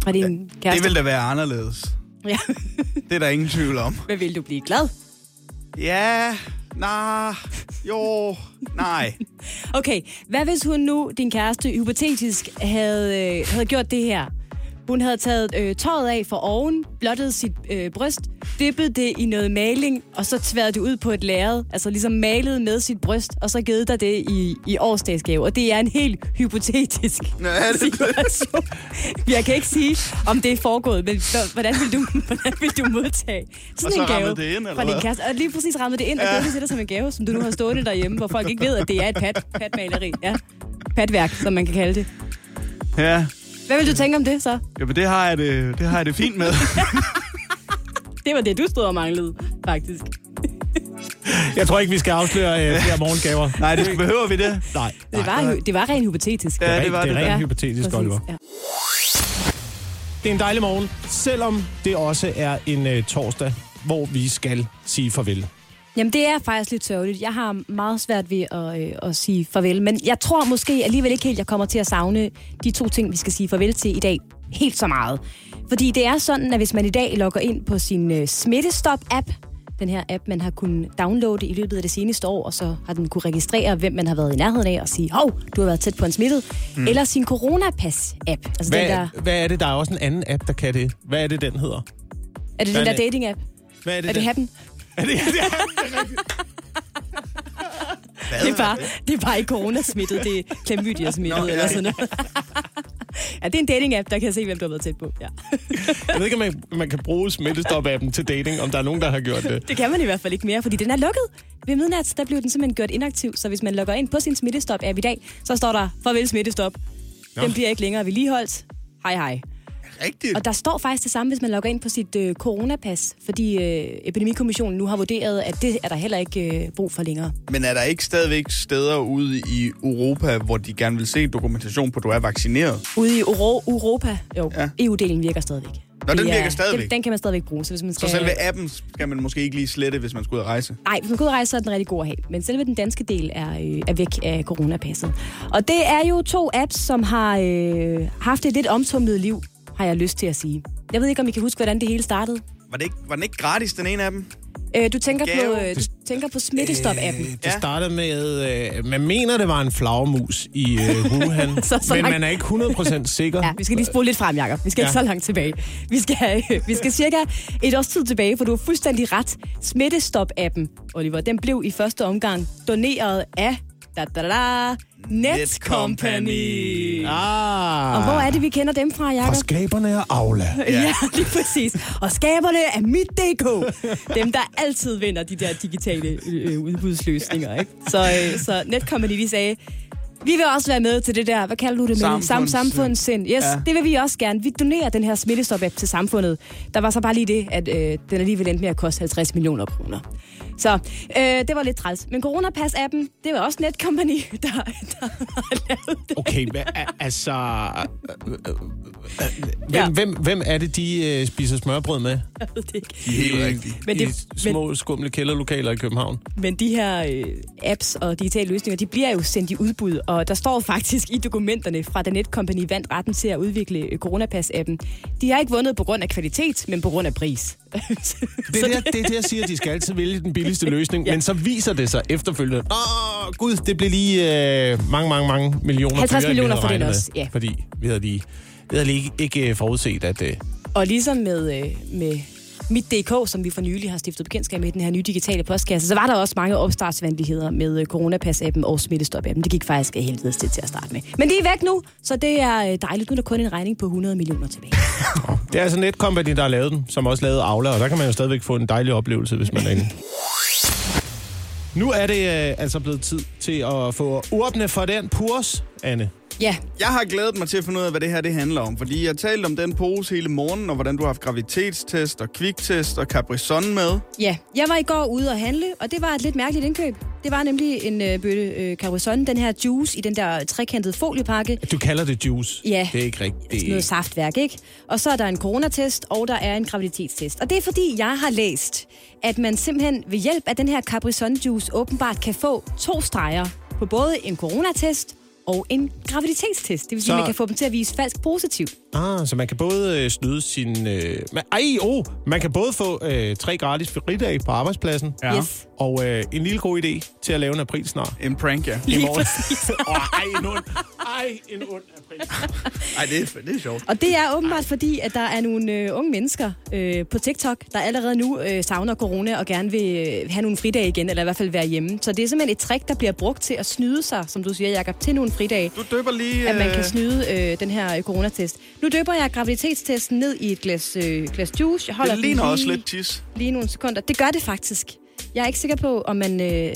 [SPEAKER 2] fra din ja,
[SPEAKER 3] Det
[SPEAKER 2] kæreste?
[SPEAKER 3] ville da være anderledes.
[SPEAKER 2] Ja.
[SPEAKER 3] Det er der ingen tvivl om.
[SPEAKER 2] hvad vil du blive glad?
[SPEAKER 3] Ja, nej, jo, nej.
[SPEAKER 2] Okay, hvad hvis hun nu, din kæreste, hypotetisk havde, øh, havde gjort det her? Hun havde taget øh, tøjet af for oven, blottet sit øh, bryst, dippet det i noget maling, og så tværet det ud på et lærred, altså ligesom malet med sit bryst, og så givet dig det i, i årsdagsgave. Og det er en helt hypotetisk
[SPEAKER 3] Nå, er det det?
[SPEAKER 2] situation. Jeg kan ikke sige, om det er foregået, men h- hvordan vil du, hvordan vil du modtage
[SPEAKER 3] Og
[SPEAKER 2] sådan
[SPEAKER 3] så
[SPEAKER 2] en gave
[SPEAKER 3] rammede det ind, eller
[SPEAKER 2] fra din
[SPEAKER 3] hvad?
[SPEAKER 2] kæreste? Og lige præcis ramme det ind, og ja. det sætter som en gave, som du nu har stående derhjemme, hvor folk ikke ved, at det er et pat, patmaleri. Ja. Patværk, som man kan kalde det.
[SPEAKER 3] Ja,
[SPEAKER 2] Hvad vil du tænke om det så?
[SPEAKER 3] jamen det har jeg det, det, har jeg det fint med.
[SPEAKER 2] Det var det, du stod og manglede, faktisk.
[SPEAKER 1] Jeg tror ikke, vi skal afsløre øh, flere morgengaver.
[SPEAKER 3] Nej, det behøver vi det.
[SPEAKER 1] Nej,
[SPEAKER 2] Det var, hy- det var rent hypotetisk.
[SPEAKER 3] Ja,
[SPEAKER 1] Ja,
[SPEAKER 3] det var
[SPEAKER 1] det
[SPEAKER 3] det.
[SPEAKER 1] er rent
[SPEAKER 2] Ja,
[SPEAKER 1] hypotetisk,
[SPEAKER 2] præcis,
[SPEAKER 1] Oliver.
[SPEAKER 2] Ja.
[SPEAKER 1] Det er en dejlig morgen, selvom det også er en øh, torsdag, hvor vi skal sige farvel.
[SPEAKER 2] Jamen, det er faktisk lidt sørgeligt. Jeg har meget svært ved at, øh, at sige farvel, men jeg tror måske alligevel ikke helt, jeg kommer til at savne de to ting, vi skal sige farvel til i dag helt så meget. Fordi det er sådan, at hvis man i dag logger ind på sin øh, smittestop-app, den her app, man har kunnet downloade i løbet af det seneste år, og så har den kunne registrere, hvem man har været i nærheden af, og sige, hov, du har været tæt på en smittet, mm. eller sin coronapas-app. Altså den der,
[SPEAKER 1] Hvad, hvad er det? Der er også en anden app, der kan det. Hvad er det, den hedder?
[SPEAKER 2] er det
[SPEAKER 1] hvad
[SPEAKER 2] den
[SPEAKER 1] er
[SPEAKER 2] der
[SPEAKER 1] det?
[SPEAKER 2] dating-app?
[SPEAKER 1] Hvad
[SPEAKER 2] Er det
[SPEAKER 1] den?
[SPEAKER 2] happen?
[SPEAKER 1] Er det, er det
[SPEAKER 2] Det er bare, det er bare ikke coronasmittet, det er klamydia smittet
[SPEAKER 3] Nå,
[SPEAKER 2] eller sådan noget. ja, det er en dating-app, der kan se, hvem du har været tæt på. Ja.
[SPEAKER 1] Jeg ved ikke, om man, man kan bruge smittestop-appen til dating, om der er nogen, der har gjort det.
[SPEAKER 2] Det kan man i hvert fald ikke mere, fordi den er lukket. Ved midnat, der blev den simpelthen gjort inaktiv, så hvis man logger ind på sin smittestop-app i dag, så står der, farvel smittestop. Den bliver ikke længere vedligeholdt. Hej hej.
[SPEAKER 3] Rigtigt.
[SPEAKER 2] Og der står faktisk det samme, hvis man logger ind på sit øh, coronapas, fordi øh, Epidemikommissionen nu har vurderet, at det er der heller ikke øh, brug for længere.
[SPEAKER 3] Men er der ikke stadigvæk steder ude i Europa, hvor de gerne vil se dokumentation på, at du er vaccineret?
[SPEAKER 2] Ude i Euro- Europa, jo,
[SPEAKER 3] Ja.
[SPEAKER 2] ja. EU-delen virker stadigvæk.
[SPEAKER 3] Nå, den
[SPEAKER 2] Det er-
[SPEAKER 3] virker stadigvæk.
[SPEAKER 2] Den, den kan man stadigvæk bruge, så hvis man
[SPEAKER 3] Så
[SPEAKER 2] skal...
[SPEAKER 3] selve appen skal man måske ikke lige slette, hvis man skulle ud at rejse.
[SPEAKER 2] Nej, hvis man går ud og rejse, så er den rigtig god at have. Men selve den danske del er, øh, er væk af coronapasset. Og det er jo to apps, som har øh, haft et lidt omtumlet liv, har jeg lyst til at sige. Jeg ved ikke, om I kan huske, hvordan det hele startede.
[SPEAKER 3] Var, det ikke, var den ikke gratis, den ene af dem?
[SPEAKER 2] Øh, du, tænker
[SPEAKER 3] Gave.
[SPEAKER 2] på, øh, du tænker på Smittestop-appen.
[SPEAKER 1] Øh, Det
[SPEAKER 3] Ja.
[SPEAKER 1] startede med, øh, man mener, det var en flagermus i øh, Wuhan,
[SPEAKER 2] Så- så
[SPEAKER 1] men
[SPEAKER 2] langt-
[SPEAKER 1] man er ikke 100% sikker.
[SPEAKER 2] Ja, vi skal lige spole lidt frem, Jacob. Vi skal ja. ikke
[SPEAKER 1] Ja.
[SPEAKER 2] så langt tilbage. Vi skal, vi skal cirka et års tid tilbage, for du har fuldstændig ret. Smittestop-appen, Oliver, den blev i første omgang doneret af da, da, da, da, Netcompany.
[SPEAKER 1] Ah,
[SPEAKER 2] Og hvor er det, vi kender dem fra,
[SPEAKER 1] Og
[SPEAKER 2] Jacob?
[SPEAKER 1] skaberne er Aula.
[SPEAKER 2] Ja. ja, lige præcis. Og skaberne af mit.dk. Dem, der altid vinder de der digitale øh, udbudsløsninger. Ikke? Så, øh, så Netcompany, de sagde, vi vil også være med til det der, hvad kalder du det? Mille? Sam,
[SPEAKER 3] Samfundssind.
[SPEAKER 2] samfundssind. Yes, ja. det vil vi også gerne. Vi donerer den her smittestop-app til samfundet. Der var så bare lige det, at øh, den alligevel endte med at koste 50 millioner kroner. Så øh, det var lidt træls. Men Coronapass-appen, det var også Netcompany, der, der har lavet det.
[SPEAKER 1] Okay, hvad, er- altså... øh, øh, øh, Hvem,
[SPEAKER 2] Ja.
[SPEAKER 1] ja. hvem, hvem er det, de øh, spiser smørbrød med?
[SPEAKER 2] Jeg ved det ikke.
[SPEAKER 3] Helt rigtigt.
[SPEAKER 1] Men
[SPEAKER 2] Men
[SPEAKER 1] det,
[SPEAKER 2] det-
[SPEAKER 1] I små, skumle kælderlokaler i København.
[SPEAKER 2] Men de her øh, apps og digitale løsninger, de bliver jo sendt i udbud, og der står faktisk i dokumenterne fra da Netcompany vandt retten til at udvikle øh, Coronapass-appen. De har ikke vundet på grund af kvalitet, men på grund af pris.
[SPEAKER 1] Det er det, jeg- det, er det, jeg siger, de skal altid vælge den billigste løsning, ja. men så viser det sig efterfølgende, åh gud, det blev lige øh, mange, mange, mange millioner
[SPEAKER 2] 50
[SPEAKER 1] dyrere, end vi
[SPEAKER 2] millioner
[SPEAKER 1] havde
[SPEAKER 2] for den
[SPEAKER 1] regnet
[SPEAKER 2] også,
[SPEAKER 1] med,
[SPEAKER 2] ja.
[SPEAKER 1] Fordi vi havde lige, vi havde lige ikke, ikke øh, forudset, at øh,
[SPEAKER 2] Og ligesom med, øh, med mit DK, som vi for nylig har stiftet bekendtskab med, den her nye digitale postkasse, så var der også mange opstartsvandligheder med øh, coronapas-appen og smittestop-appen. Det gik faktisk af helvedes til til at starte med. Men det er væk nu, så det er øh, dejligt. Nu er der kun en regning på 100 millioner tilbage.
[SPEAKER 1] det er altså Netcompany, der har lavet den, som også lavede Aula, og der kan man jo stadigvæk få en dejlig oplevelse, hvis man er inde. Nu er det øh, altså blevet tid til at få åbne for den purs, Anne.
[SPEAKER 2] Ja,
[SPEAKER 3] Jeg har glædet mig til at finde ud af, hvad det her det handler om, fordi jeg talte om den pose hele morgen, og hvordan du har haft gravitetstest og kviktest og Capri-Sun med.
[SPEAKER 2] ja. Jeg var i går ude og handle, og det var et lidt mærkeligt indkøb. Det var nemlig en øh, bøtte øh, Carusson, den her juice i den der trekantede foliepakke.
[SPEAKER 1] Du kalder det juice.
[SPEAKER 2] Ja.
[SPEAKER 1] Det er ikke rigtigt.
[SPEAKER 2] sådan noget saftværk, ikke? Og så er der en coronatest, og der er en graviditetstest. Og det er fordi, jeg har læst, at man simpelthen ved hjælp af den her Capri Sun Juice åbenbart kan få to streger på både en coronatest og en graviditetstest. Det vil sige,
[SPEAKER 1] Så-
[SPEAKER 2] at man kan få dem til at vise falsk positiv.
[SPEAKER 1] Ah, så man kan både øh, snyde sin... Øh, man, ej, oh, man kan både få øh, tre gratis fridage på arbejdspladsen,
[SPEAKER 2] Ja. Yes.
[SPEAKER 1] og øh, en lille god idé til at lave en april snart.
[SPEAKER 3] En prank, ja.
[SPEAKER 1] I morgen. Åh, ej, en ond. Ej, en ond april.
[SPEAKER 3] Ej, det er, det er sjovt.
[SPEAKER 2] Og det er åbenbart fordi, at der er nogle øh, unge mennesker øh, på TikTok, der allerede nu øh, savner corona og gerne vil øh, have nogle fridage igen, eller i hvert fald være hjemme. Så det er simpelthen et trick, der bliver brugt til at snyde sig, som du siger, Jacob, til nogle fridage.
[SPEAKER 3] Du døber lige...
[SPEAKER 2] at man kan
[SPEAKER 3] øh,
[SPEAKER 2] snyde øh, den her øh, coronatest. Nu døber jeg graviditetstesten ned i et glas, øh, glas juice. Jeg holder
[SPEAKER 3] Det
[SPEAKER 2] den
[SPEAKER 3] ligner
[SPEAKER 2] lige,
[SPEAKER 3] også lidt tis.
[SPEAKER 2] lige nogle sekunder. Det gør det faktisk. Jeg er ikke sikker på, om man øh,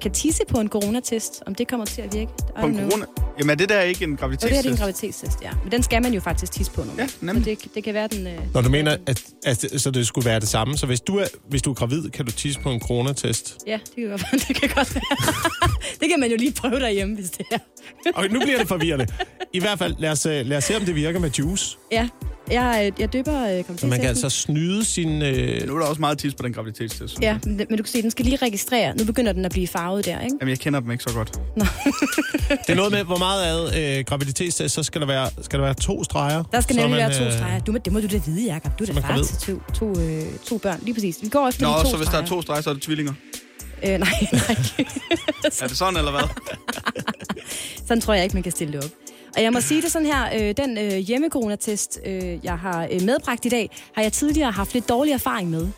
[SPEAKER 2] kan tisse på en coronatest, om det kommer til at virke.
[SPEAKER 3] På en corona. Jamen er det der ikke en
[SPEAKER 2] Jo, det her det er en
[SPEAKER 3] gravitetstest?
[SPEAKER 2] graviditetstest, ja. Men den skal man jo faktisk tisse på nu.
[SPEAKER 3] Ja,
[SPEAKER 2] Så
[SPEAKER 3] nemlig.
[SPEAKER 2] det, det kan være den... Øh,
[SPEAKER 1] Når du mener, at, at det- så det skulle være det samme, så hvis du er, hvis du er gravid, kan du tisse på en coronatest.
[SPEAKER 2] Ja, det kan, godt, være. det kan godt være. det kan man jo lige prøve derhjemme, hvis det er.
[SPEAKER 1] Og nu bliver det forvirrende. I hvert fald, lad os, øh, lad os se, om det virker med juice.
[SPEAKER 2] Ja, jeg, øh, jeg døber øh,
[SPEAKER 1] Så man kan
[SPEAKER 2] graviditetstesten.
[SPEAKER 1] altså snyde sin... Øh,
[SPEAKER 3] Nu er der også meget tis på den graviditetstest. synes
[SPEAKER 2] Ja,
[SPEAKER 3] jeg.
[SPEAKER 2] men, men du kan se, den skal lige registrere. Nu begynder den at blive farvet der, ikke?
[SPEAKER 3] Jamen, jeg kender dem ikke så godt.
[SPEAKER 1] det er noget med, hvor meget af øh, graviditetstest, så skal der, være, skal der være to streger.
[SPEAKER 2] Der skal
[SPEAKER 1] så
[SPEAKER 2] nemlig
[SPEAKER 1] man,
[SPEAKER 2] være to
[SPEAKER 1] øh,
[SPEAKER 2] streger. Du, må- det må du da vide, Jacob. Du er
[SPEAKER 1] så
[SPEAKER 2] da
[SPEAKER 1] man går
[SPEAKER 2] far
[SPEAKER 1] ved.
[SPEAKER 2] til to, to, øh, to børn. Lige præcis. Vi går efter
[SPEAKER 3] Nå,
[SPEAKER 2] de to
[SPEAKER 3] så hvis der
[SPEAKER 2] streger.
[SPEAKER 3] er to streger, så er det tvillinger.
[SPEAKER 2] Øh, nej, nej. Altså.
[SPEAKER 3] Er det sådan, eller hvad?
[SPEAKER 2] Sådan tror jeg ikke, man kan stille det op. Og jeg må sige det sådan her, øh, den øh, hjemmekoronatest, øh, jeg har øh, medbragt i dag, har jeg tidligere haft lidt dårlig erfaring med. Øh,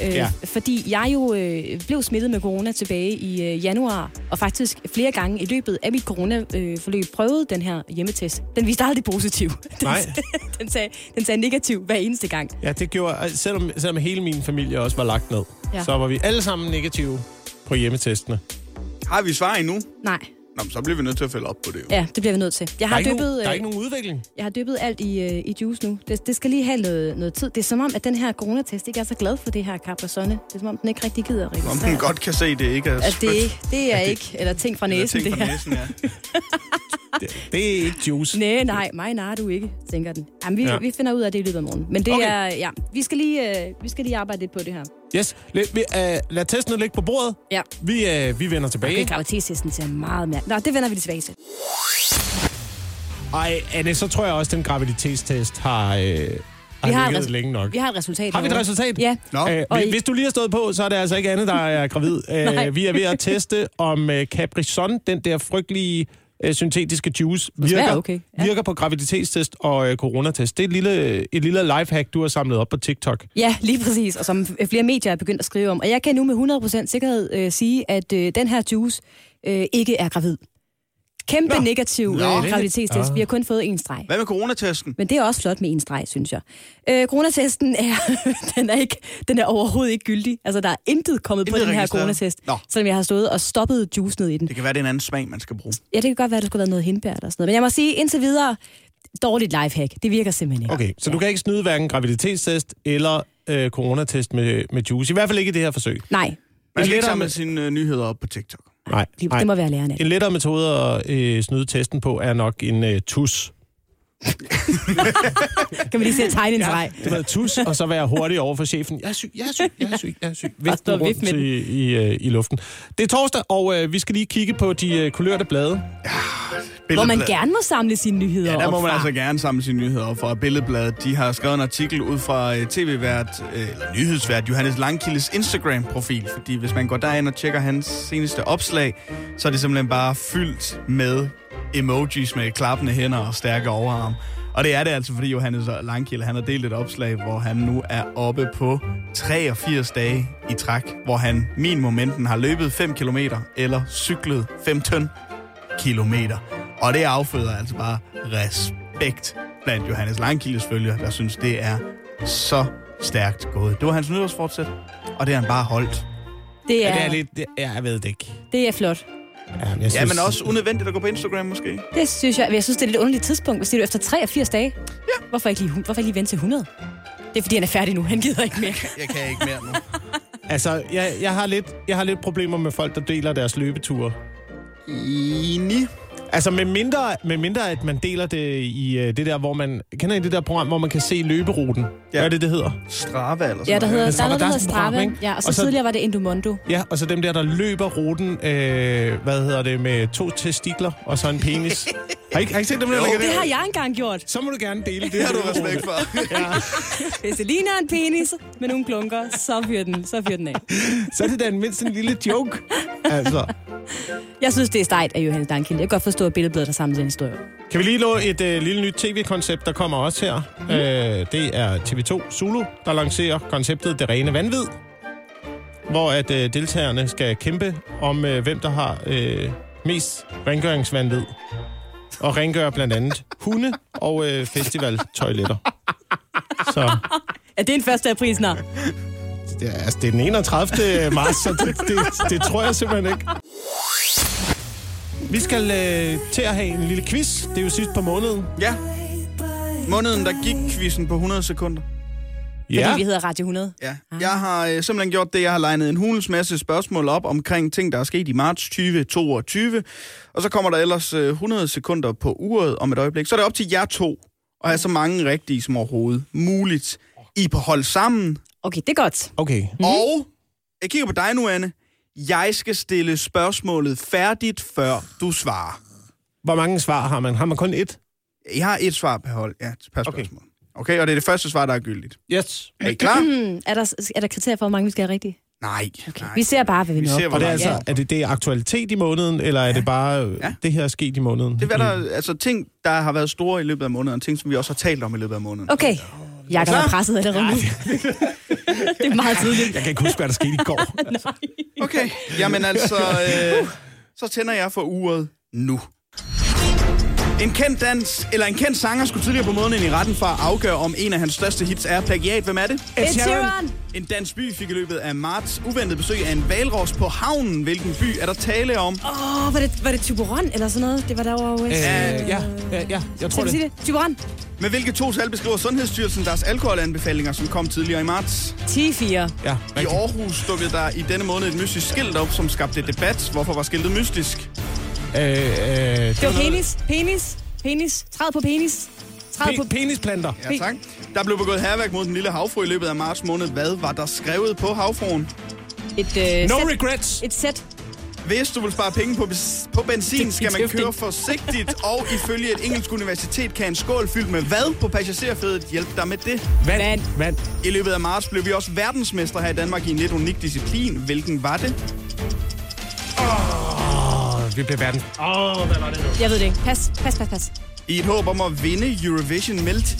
[SPEAKER 1] Ja.
[SPEAKER 2] ja. Fordi jeg jo øh, blev smittet med corona tilbage i øh, januar, og faktisk flere gange i løbet af mit coronaforløb øh, forløb prøvede den her hjemmetest. Den viste aldrig positiv. Den,
[SPEAKER 1] Nej.
[SPEAKER 2] den, sagde, den sagde negativ hver eneste gang.
[SPEAKER 1] Ja, det gjorde, altså, selvom, selvom hele min familie også var lagt ned, ja.
[SPEAKER 2] Ja.
[SPEAKER 1] så var vi alle sammen negative på hjemmetestene.
[SPEAKER 3] Har vi svar endnu?
[SPEAKER 2] Nej,
[SPEAKER 3] Nå, men så bliver vi nødt til at følge op på det jo.
[SPEAKER 2] ja, det bliver vi nødt til. Jeg
[SPEAKER 1] Der er,
[SPEAKER 2] har
[SPEAKER 1] ikke
[SPEAKER 2] døbet...
[SPEAKER 1] nogen, der er
[SPEAKER 2] øh,
[SPEAKER 1] ikke nogen udvikling.
[SPEAKER 2] Jeg har dyppet alt i, øh, i juice nu. Det, det skal lige have noget, noget tid. Det er som om, at den her coronatest ikke er så glad for det her Capri-Sonne. Det er som om, den ikke rigtig gider at
[SPEAKER 3] Om man
[SPEAKER 2] registrere.
[SPEAKER 3] godt kan se, det ikke er
[SPEAKER 2] Altså, det, er ikke, det er ikke, eller ting fra næsen, det
[SPEAKER 3] ting
[SPEAKER 2] her.
[SPEAKER 3] fra næsen, ja.
[SPEAKER 1] Det, det er ikke juice.
[SPEAKER 2] Nej, nej, mig nej, du ikke, tænker den. Jamen, vi,
[SPEAKER 1] Ja.
[SPEAKER 2] ja. vi finder ud af det i løbet af morgenen. Men det
[SPEAKER 1] Okay.
[SPEAKER 2] okay. er, ja, vi skal, lige, øh, vi skal lige arbejde lidt på det her.
[SPEAKER 1] Yes, lad, vi, uh, lad testene ligge på bordet.
[SPEAKER 2] Ja.
[SPEAKER 1] Vi, uh, vi vender tilbage.
[SPEAKER 2] Okay, graviditetstesten ser meget mærke. Nå, det vender vi tilbage til.
[SPEAKER 1] Ej, Anne, så tror jeg også, at den graviditetstest har, øh, har, har
[SPEAKER 2] et
[SPEAKER 1] ligget
[SPEAKER 2] resu-
[SPEAKER 1] længe nok.
[SPEAKER 2] Vi har et resultat.
[SPEAKER 1] Har vi et
[SPEAKER 2] herovre.
[SPEAKER 1] resultat?
[SPEAKER 2] Ja.
[SPEAKER 3] Nå.
[SPEAKER 1] Øh,
[SPEAKER 2] Og
[SPEAKER 1] hvis-
[SPEAKER 2] I-
[SPEAKER 1] hvis du lige har stået på, så er det altså ikke andet, der er gravid.
[SPEAKER 2] Nej.
[SPEAKER 1] Øh, vi er ved at teste, om øh, Capri Sun, den der frygtelige øh, syntetiske juice, virker,
[SPEAKER 2] smager okay.
[SPEAKER 1] ja.
[SPEAKER 2] Ja.
[SPEAKER 1] virker på graviditetstest og øh, coronatest. Det er et lille, et lille lifehack, du har samlet op på TikTok.
[SPEAKER 2] Ja, lige præcis, og som øh, flere medier er begyndt at skrive om. Og jeg kan nu med 100% sikkerhed øh, sige, at øh, den her juice øh, ikke er gravid. Kæmpe
[SPEAKER 1] Nå.
[SPEAKER 2] Nå. negativ øh,
[SPEAKER 3] Nå.
[SPEAKER 2] graviditetstest. Vi har kun fået en streg.
[SPEAKER 3] Hvad med coronatesten?
[SPEAKER 2] Men det er også flot med en streg, synes jeg. Øh, coronatesten er, den er, ikke, den er overhovedet ikke gyldig. Altså, der er intet kommet
[SPEAKER 3] Intet
[SPEAKER 2] på den her
[SPEAKER 3] registreret?
[SPEAKER 2] coronatest,
[SPEAKER 3] Nå.
[SPEAKER 2] selvom jeg har stået og stoppet juice ned i den.
[SPEAKER 3] Det kan være, det er en anden smag, man skal bruge.
[SPEAKER 2] Ja, det kan godt være, at der skulle have været noget hindbær eller sådan noget. Men jeg må sige, indtil videre, dårligt lifehack. Det virker simpelthen ikke.
[SPEAKER 1] Okay, så du kan ikke snyde hverken graviditetstest eller øh, coronatest med, med juice. I hvert fald ikke i det her forsøg.
[SPEAKER 2] Nej,
[SPEAKER 3] Man skal
[SPEAKER 1] lettere
[SPEAKER 3] ikke samle
[SPEAKER 1] med-
[SPEAKER 3] sine øh, nyheder op på TikTok.
[SPEAKER 1] Nej,
[SPEAKER 2] det,
[SPEAKER 1] nej.
[SPEAKER 2] det må være lærerne.
[SPEAKER 1] En lettere metode at øh, snyde testen på er nok en øh, tus.
[SPEAKER 2] Kan man lige se at tegne en streg?
[SPEAKER 1] Det var tus, og så være hurtig over for chefen. Jeg er syg, jeg er syg, jeg er syg, jeg er syg.
[SPEAKER 2] Og
[SPEAKER 1] Viften
[SPEAKER 2] stå og
[SPEAKER 1] rundt
[SPEAKER 2] vifte med
[SPEAKER 1] i, i, øh, i luften. Det er torsdag, og øh, vi skal lige kigge på de øh, kulørte blade.
[SPEAKER 2] hvor man
[SPEAKER 3] Billedbladet.
[SPEAKER 2] gerne må samle sine nyheder
[SPEAKER 3] Ja, der må
[SPEAKER 2] op
[SPEAKER 3] man
[SPEAKER 2] fra.
[SPEAKER 3] altså gerne samle sine nyheder op fra Billedbladet. De har skrevet en artikel ud fra øh, tv-vært, øh, eller nyhedsvært, Johannes Langkildes Instagram-profil. Fordi hvis man går derind og tjekker hans seneste opslag, så er det simpelthen bare fyldt med emojis med klappende hænder og stærke overarm. Og det er det altså, fordi Johannes Langkilde, han har delt et opslag, hvor han nu er oppe på 83 dage i træk, hvor han minimum enten har løbet 5 km eller cyklet 5 ton kilometer. Og det afføder altså bare respekt blandt Johannes Langkildes følgere, der synes, det er så stærkt gået. Det var hans nytårsfortsæt, og det har han bare holdt.
[SPEAKER 1] Ja.
[SPEAKER 2] Det
[SPEAKER 1] Det er
[SPEAKER 2] er,
[SPEAKER 1] lidt... Det, ja, jeg ved det ikke.
[SPEAKER 2] det er flot.
[SPEAKER 1] Ja, jeg
[SPEAKER 3] Ja, men også unødvendigt at gå på Instagram måske.
[SPEAKER 2] Det synes jeg. Jeg synes, det er et lidt underligt tidspunkt. Hvad siger du? Efter 83 dage? Ja. Hvorfor ikke lige, hvorfor ikke lige vente til 100? Det er, fordi han er færdig nu. Han gider ikke mere.
[SPEAKER 3] Jeg kan ikke mere nu.
[SPEAKER 1] Altså, jeg, jeg, har lidt, jeg har lidt problemer med folk, der deler deres løbeture.
[SPEAKER 3] Enig.
[SPEAKER 1] Altså, med mindre, med mindre at man deler det i øh, det der, hvor man... Kender I det der program, hvor man kan se løberuten? Ja. Hvad er det, det hedder?
[SPEAKER 3] Strava eller sådan
[SPEAKER 2] Ja, der hedder,
[SPEAKER 1] Men
[SPEAKER 2] der er noget, der
[SPEAKER 1] Strava,
[SPEAKER 2] hedder
[SPEAKER 1] der er sådan et program,
[SPEAKER 2] Strava.
[SPEAKER 1] ikke?
[SPEAKER 2] Ja, og så,
[SPEAKER 1] Og så-
[SPEAKER 2] tidligere var det Endomondo.
[SPEAKER 1] Ja, og så dem der, der løber ruten, øh, hvad hedder det, med to testikler og så en penis. har, I, ikke- har I ikke set dem der? ligger
[SPEAKER 2] Det
[SPEAKER 1] der?
[SPEAKER 2] har jeg engang gjort.
[SPEAKER 1] Så må du gerne dele det.
[SPEAKER 3] Det har du respekt for.
[SPEAKER 2] Hvis det ligner en penis med nogle klunker, så fyr den, så fyr den af.
[SPEAKER 1] Så er det da mindst en lille joke. Altså.
[SPEAKER 2] Jeg synes, det er stejt af Johan Dankilde. Jeg kan godt forstå, at billedbladet har samlet en historie.
[SPEAKER 1] Kan vi lige nå et øh, lille nyt tv-koncept, der kommer også her? Mm. Øh, det er TV2 Zulu, der lancerer konceptet Det Rene Vanvid, hvor at øh, deltagerne skal kæmpe om, øh, hvem der har øh, mest rengøringsvanvid. Og rengør blandt andet hunde og øh, festivaltoiletter. Så
[SPEAKER 2] Er det en 1. april snart?
[SPEAKER 1] ja, altså, det er den 31. marts, så det, det, det tror jeg simpelthen ikke. Vi skal øh, til at have en lille quiz. Det er jo sidst på måneden.
[SPEAKER 3] Ja. Måneden, der gik quizzen på 100 sekunder.
[SPEAKER 2] Fordi vi hedder Radio 100.
[SPEAKER 3] Ja. Jeg har øh, simpelthen gjort det, jeg har legnet en hulens masse spørgsmål op omkring ting, der er sket i marts 2022. Og så kommer der ellers øh, 100 sekunder på uret om et øjeblik. Så er det op til jer to at have så mange rigtige som overhovedet muligt. I er på hold sammen.
[SPEAKER 2] Okay, det er godt.
[SPEAKER 1] Okay,
[SPEAKER 3] Mm. Og jeg kigger på dig nu, Anne. Jeg skal stille spørgsmålet færdigt, før du svarer.
[SPEAKER 1] Hvor mange svar har man? Har man kun ét?
[SPEAKER 3] Jeg har et svar per hold. Ja, per
[SPEAKER 1] Okay.
[SPEAKER 3] spørgsmål. Okay. okay, og det er det første svar, der er gyldigt.
[SPEAKER 1] Yes.
[SPEAKER 3] Er I klar?
[SPEAKER 2] Mm, er, der, er der kriterier for, hvor mange vi skal have rigtigt?
[SPEAKER 3] Nej. nej.
[SPEAKER 2] Vi ser bare, hvad vi
[SPEAKER 3] Vi
[SPEAKER 2] når.
[SPEAKER 3] ser, hvor
[SPEAKER 1] Og det er
[SPEAKER 3] langt-
[SPEAKER 1] altså, er det, det er aktualitet i måneden, eller er ja. det bare, øh,
[SPEAKER 3] Ja.
[SPEAKER 1] det her er sket i måneden?
[SPEAKER 3] Det er, hvad der, altså ting, der har været store i løbet af måneden, og ting, som vi også har talt om i løbet af måneden.
[SPEAKER 2] Okay. Jakob er presset allerede nu. det er meget tidligt.
[SPEAKER 1] Jeg kan ikke huske, hvad der skete i går.
[SPEAKER 3] Okay, jamen altså, øh, så tænder jeg for uret nu. En kendt, dans, eller en kendt sanger skulle tidligere på måneden ind i retten for at afgøre, om en af hans største hits er plagiat. Hvem er det?
[SPEAKER 2] Ed Sheeran.
[SPEAKER 3] En dansk by fik i løbet af marts uventet besøg af en valros på havnen. Hvilken by er der tale om?
[SPEAKER 2] Åh, oh, var det, var det Tuberon eller sådan noget? Det var der over OS.
[SPEAKER 1] Øh,
[SPEAKER 2] Øh,
[SPEAKER 1] ja, ja, ja, jeg tror
[SPEAKER 2] Skal vi sige
[SPEAKER 1] det.
[SPEAKER 2] det? Tuberon.
[SPEAKER 3] Med hvilke to tal beskriver Sundhedsstyrelsen deres alkoholanbefalinger, som kom tidligere i marts?
[SPEAKER 2] 10-4.
[SPEAKER 1] Ja,
[SPEAKER 3] I
[SPEAKER 1] rigtigt.
[SPEAKER 3] Aarhus dukkede der i denne måned et mystisk skilt op, som skabte debat. Hvorfor var skiltet mystisk?
[SPEAKER 1] Øh, øh,
[SPEAKER 2] Det var penis, penis, penis. Træd på penis. Træd på...
[SPEAKER 1] pe- penisplanter.
[SPEAKER 3] Ja, tak. Der blev begået herværk mod den lille havfru i løbet af marts måned. Hvad var der skrevet på havfruen?
[SPEAKER 2] Et, øh,
[SPEAKER 1] No
[SPEAKER 2] sæt.
[SPEAKER 1] regrets.
[SPEAKER 2] Et sæt.
[SPEAKER 3] Hvis du vil spare penge på, bes- på benzin,
[SPEAKER 1] dit
[SPEAKER 3] skal man
[SPEAKER 1] hæfte.
[SPEAKER 3] køre forsigtigt. Og ifølge et engelsk universitet kan en skål fyldt med hvad på passagerfædet hjælpe dig med det?
[SPEAKER 1] Vand.
[SPEAKER 2] Vand.
[SPEAKER 1] Vand.
[SPEAKER 3] I løbet af marts blev vi også verdensmestre her i Danmark i en lidt unik disciplin. Hvilken var det?
[SPEAKER 1] Åh, vi blev verden.
[SPEAKER 2] Jeg ved det ikke. Pas, pas, pas, pas.
[SPEAKER 3] I et håb om at vinde Eurovision meldte,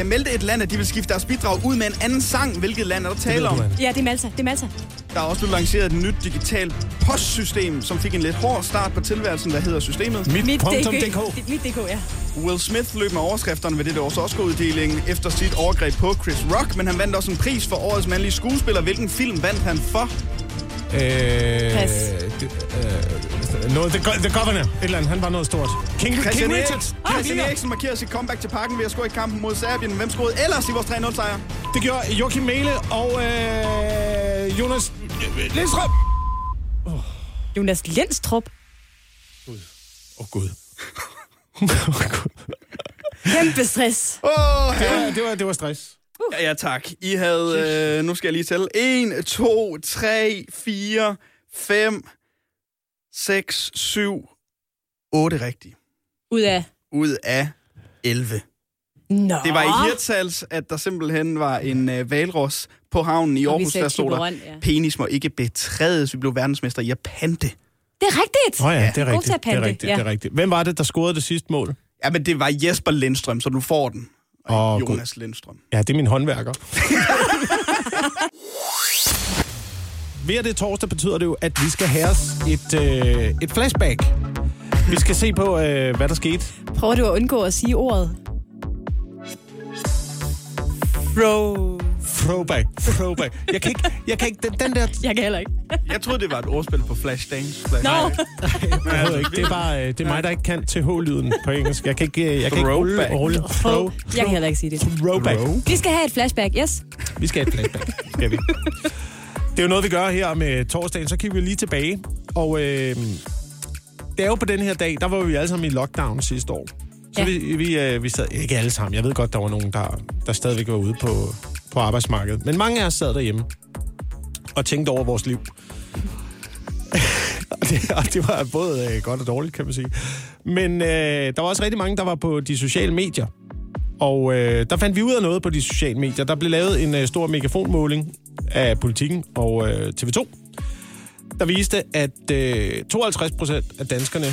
[SPEAKER 3] øh, meldte et land, at de vil skifte deres bidrag ud med en anden sang. Hvilket land er der tale om?
[SPEAKER 2] Ja, det er Malta. Det er Malta.
[SPEAKER 3] Der er også blevet lanceret et nyt digitalt postsystem, som fik en lidt hård start på tilværelsen, der hedder systemet.
[SPEAKER 1] Mit, Mit punktum DK.
[SPEAKER 2] Det- Mit DK, ja.
[SPEAKER 3] Will Smith løb med overskrifterne ved dette års Oscar-uddeling efter sit overgreb på Chris Rock, men han vandt også en pris for årets mandlige skuespiller. Hvilken film vandt han for?
[SPEAKER 1] Øh,
[SPEAKER 2] Pas.
[SPEAKER 1] det- øh, noget, the, Go- the Governor. Et eller andet, han var noget stort. King, King Richard. Ah,
[SPEAKER 3] Eriksen- Christian Eriksen markerede sit comeback til parken ved at score i kampen mod Serbien. Hvem scorede ellers i vores 3-0-sejr?
[SPEAKER 1] Det gjorde Joachim Mæle og øh, Jonas Lindstrøm.
[SPEAKER 2] Jonas Lindstrup.
[SPEAKER 1] Åh, oh, Gud. Åh, Gud.
[SPEAKER 2] Kæmpe stress.
[SPEAKER 3] Åh,
[SPEAKER 1] Det var, det var, det var stress.
[SPEAKER 3] Ja, ja, tak. I havde, øh, nu skal jeg lige tælle, 1, 2, 3, 4, 5, 6, 7, 8 rigtige.
[SPEAKER 2] ud af...
[SPEAKER 3] ud af 11.
[SPEAKER 2] Nå.
[SPEAKER 3] Det var i Hirtals, at der simpelthen var en øh, valros på havnen i
[SPEAKER 2] Og vi
[SPEAKER 3] Aarhus,
[SPEAKER 2] sagde
[SPEAKER 3] der stod der,
[SPEAKER 2] Tiburon, ja.
[SPEAKER 3] penis må ikke betrædes, vi blev verdensmester i at pante.
[SPEAKER 2] Det er rigtigt!
[SPEAKER 1] Nå ja, det er
[SPEAKER 2] God til
[SPEAKER 1] rigtigt.
[SPEAKER 2] at
[SPEAKER 1] Det er
[SPEAKER 2] pante,
[SPEAKER 1] rigtigt,
[SPEAKER 2] ja.
[SPEAKER 1] det er rigtigt. Hvem var det, der scorede det sidste mål?
[SPEAKER 3] Ja, men det var Jesper Lindstrøm, så du får den. Og
[SPEAKER 1] Åh,
[SPEAKER 3] ikke Jonas Lindstrøm.
[SPEAKER 1] Ja, det er min håndværker. Ved at det er torsdag betyder det jo, at vi skal have os et, øh, et flashback. Vi skal se på, øh, hvad der skete.
[SPEAKER 2] Prøver du at undgå at sige ordet? Bro.
[SPEAKER 1] Throwback, throwback. Jeg kan ikke, jeg kan ikke den, den der...
[SPEAKER 2] Jeg kan heller ikke.
[SPEAKER 3] Jeg troede, det var et ordspil på Flashdance. Flash
[SPEAKER 2] Nå,
[SPEAKER 1] Jeg ved ikke, det er bare øh, det er mig, der ikke kan TH-lyden på engelsk. Jeg kan ikke, øh, jeg kan ikke rulle,
[SPEAKER 3] Throwback.
[SPEAKER 1] rulle. Throw,
[SPEAKER 2] jeg kan heller ikke sige det.
[SPEAKER 1] throwback.
[SPEAKER 2] Vi skal have et flashback, yes.
[SPEAKER 1] Vi skal have et flashback. Skal vi. Det er jo noget, vi gør her med torsdagen. Så kigger vi lige tilbage. Og øh, det er jo på den her dag, der var vi alle sammen i lockdown sidste år. Så ja.
[SPEAKER 2] Ja.
[SPEAKER 1] vi, vi, øh, vi sad ikke alle sammen. Jeg ved godt, der var nogen, der, der stadigvæk var ude på, på arbejdsmarkedet. Men mange af os sad derhjemme og tænkte over vores liv. og, det, og det var både øh, godt og dårligt, kan man sige. Men øh, der var også rigtig mange, der var på de sociale medier. Og øh, der fandt vi ud af noget på de sociale medier. Der blev lavet en øh, stor megafonmåling af politikken og øh, TV2, der viste, at øh, 52 procent af danskerne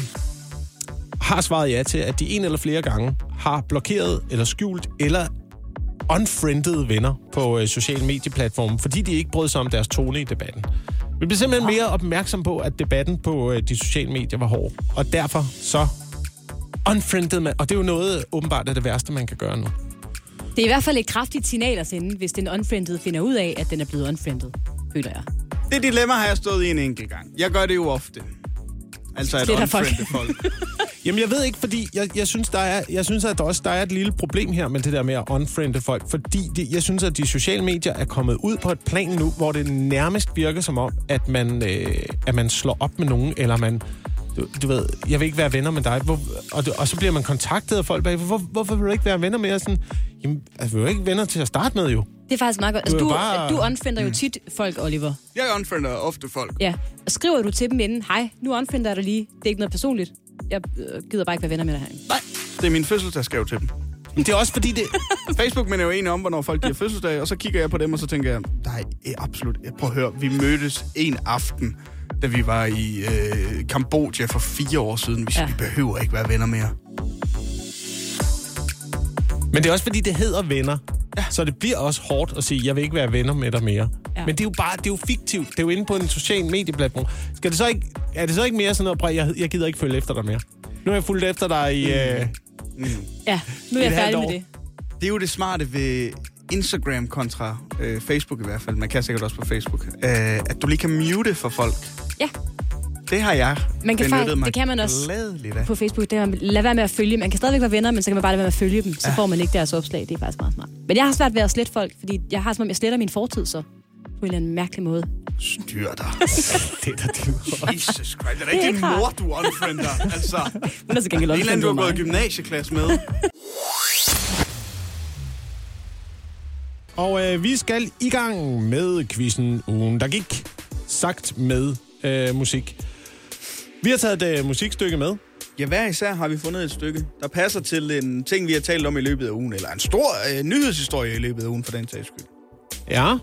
[SPEAKER 1] har svaret ja til, at de en eller flere gange har blokeret eller skjult eller unfriended venner på øh, sociale medieplatforme, fordi de ikke brød sig om deres tone i debatten. Vi blev simpelthen mere opmærksom på, at debatten på øh, de sociale medier var hård, og derfor så unfriended man. Og det er jo noget, åbenbart er det værste, man kan gøre nu.
[SPEAKER 2] Det er i hvert fald et kraftigt signal at sende, hvis den unfriended finder ud af, at den er blevet unfriended, føler jeg.
[SPEAKER 3] Det dilemma har jeg stået i en enkelt gang. Jeg gør det jo ofte. Altså et
[SPEAKER 2] Sletter folk.
[SPEAKER 3] unfriended folk.
[SPEAKER 1] Jamen, jeg ved ikke, fordi jeg, jeg synes, der er, jeg synes, at der også der er et lille problem her med det der med at unfriende folk, fordi det, jeg synes, at de sociale medier er kommet ud på et plan nu, hvor det nærmest virker som om, at man, øh, at man slår op med nogen, eller man, du, du ved, jeg vil ikke være venner med dig, hvor, og, det- og så bliver man kontaktet af folk bag, hvor, hvorfor vil du ikke være venner med os? Sådan, Jamen, altså, vi er jo ikke venner til at starte med, jo.
[SPEAKER 2] Det er faktisk meget godt. Altså,
[SPEAKER 1] Du
[SPEAKER 2] du,
[SPEAKER 1] er bare- Mm.
[SPEAKER 2] du unfriender jo tit folk, Oliver.
[SPEAKER 3] Jeg unfriender ofte folk.
[SPEAKER 2] Ja. Og skriver du til dem inden, hej, nu unfriender jeg dig lige. Det er ikke noget personligt. Jeg øh, gider bare ikke være venner med dig her.
[SPEAKER 3] Nej, det er min fødselsdagsgave til dem.
[SPEAKER 1] Men det er også fordi, det,
[SPEAKER 3] Facebook minder jo en om, hvornår folk de har fødselsdag, og så kigger jeg på dem, og så tænker jeg, nej, eh, absolut, eh, prøv at høre, vi mødtes en aften, da vi var i øh, Kambodja for fire år siden, hvis ja.
[SPEAKER 2] Ja.
[SPEAKER 3] vi behøver ikke være venner mere.
[SPEAKER 1] Men det er også fordi, det hedder venner. Ja. Så det bliver også hårdt at sige, jeg vil ikke være venner med dig mere. Ja.
[SPEAKER 2] Ja.
[SPEAKER 1] Men det er jo bare, det er jo fiktivt. Det er jo inde på en social medieplatform. Skal det så ikke, er det så ikke mere sådan noget, "Brej, jeg, jeg gider ikke følge efter dig mere? Nu har jeg fulgt efter dig i... Øh,
[SPEAKER 2] Ja, nu er jeg
[SPEAKER 1] Et halvt
[SPEAKER 2] færdig
[SPEAKER 1] år.
[SPEAKER 2] med det.
[SPEAKER 3] Det er jo det smarte ved Instagram kontra øh, Facebook i hvert fald, man kan sikkert også på Facebook, øh, at du lige kan mute for folk.
[SPEAKER 2] Ja.
[SPEAKER 3] Det har jeg
[SPEAKER 2] Man kan
[SPEAKER 3] benyttet
[SPEAKER 2] faktisk-
[SPEAKER 3] mig
[SPEAKER 2] det kan man også.
[SPEAKER 3] gladeligt af.
[SPEAKER 2] På Facebook, det er, man- lad være med at følge. Man kan stadigvæk være venner, men så kan man bare lade være med at følge dem. Så får man ikke deres opslag. Det er faktisk meget smart. Men jeg har svært ved at slette folk, fordi jeg har som om, jeg sletter min fortid så. På en eller anden mærkelig måde.
[SPEAKER 3] Styr dig.
[SPEAKER 1] det er da det.
[SPEAKER 3] Jesus Christ, det er da ikke
[SPEAKER 2] er
[SPEAKER 3] din
[SPEAKER 2] ikke rart.
[SPEAKER 3] mor, du unfriender. Altså, en
[SPEAKER 2] Hun er så gengæld
[SPEAKER 3] eller anden, du har
[SPEAKER 2] unfriendet
[SPEAKER 3] gået i
[SPEAKER 2] mig.
[SPEAKER 3] gymnasieklasse med.
[SPEAKER 1] Og øh, vi skal i gang med quizzen ugen, der gik. Sagt med øh, musik. Vi har taget et øh, musikstykke med.
[SPEAKER 3] Ja, hver især har vi fundet et stykke, der passer til en ting, vi har talt om i løbet af ugen, eller en stor øh, nyhedshistorie i løbet af ugen, for den sags skyld.
[SPEAKER 1] Ja.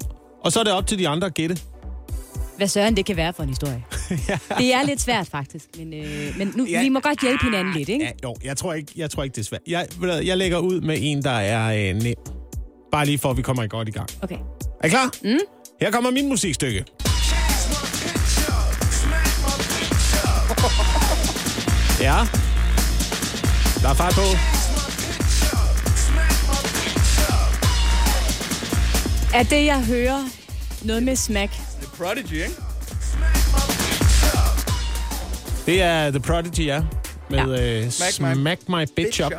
[SPEAKER 1] Og så er det op til de andre at gætte.
[SPEAKER 2] Hvad søren det kan være for en historie. Det er lidt svært, faktisk. Men, øh, men nu, vi må godt hjælpe hinanden lidt, ikke?
[SPEAKER 1] Ja, jo, jeg tror ikke, jeg tror ikke det er svært. Jeg, ved du hvad, jeg lægger ud med en, der er øh, nem. Bare lige for, at vi kommer godt i gang.
[SPEAKER 2] Okay.
[SPEAKER 1] Er I klar? Mm. Her kommer min musikstykke. Ja. Der er fart på.
[SPEAKER 2] Er det, jeg hører, noget med smack?
[SPEAKER 3] The Prodigy, ikke?
[SPEAKER 1] Det er The Prodigy, ja. Med ja. Uh,
[SPEAKER 3] Smack
[SPEAKER 1] Smack,
[SPEAKER 3] my-
[SPEAKER 1] my, my Bitch Up.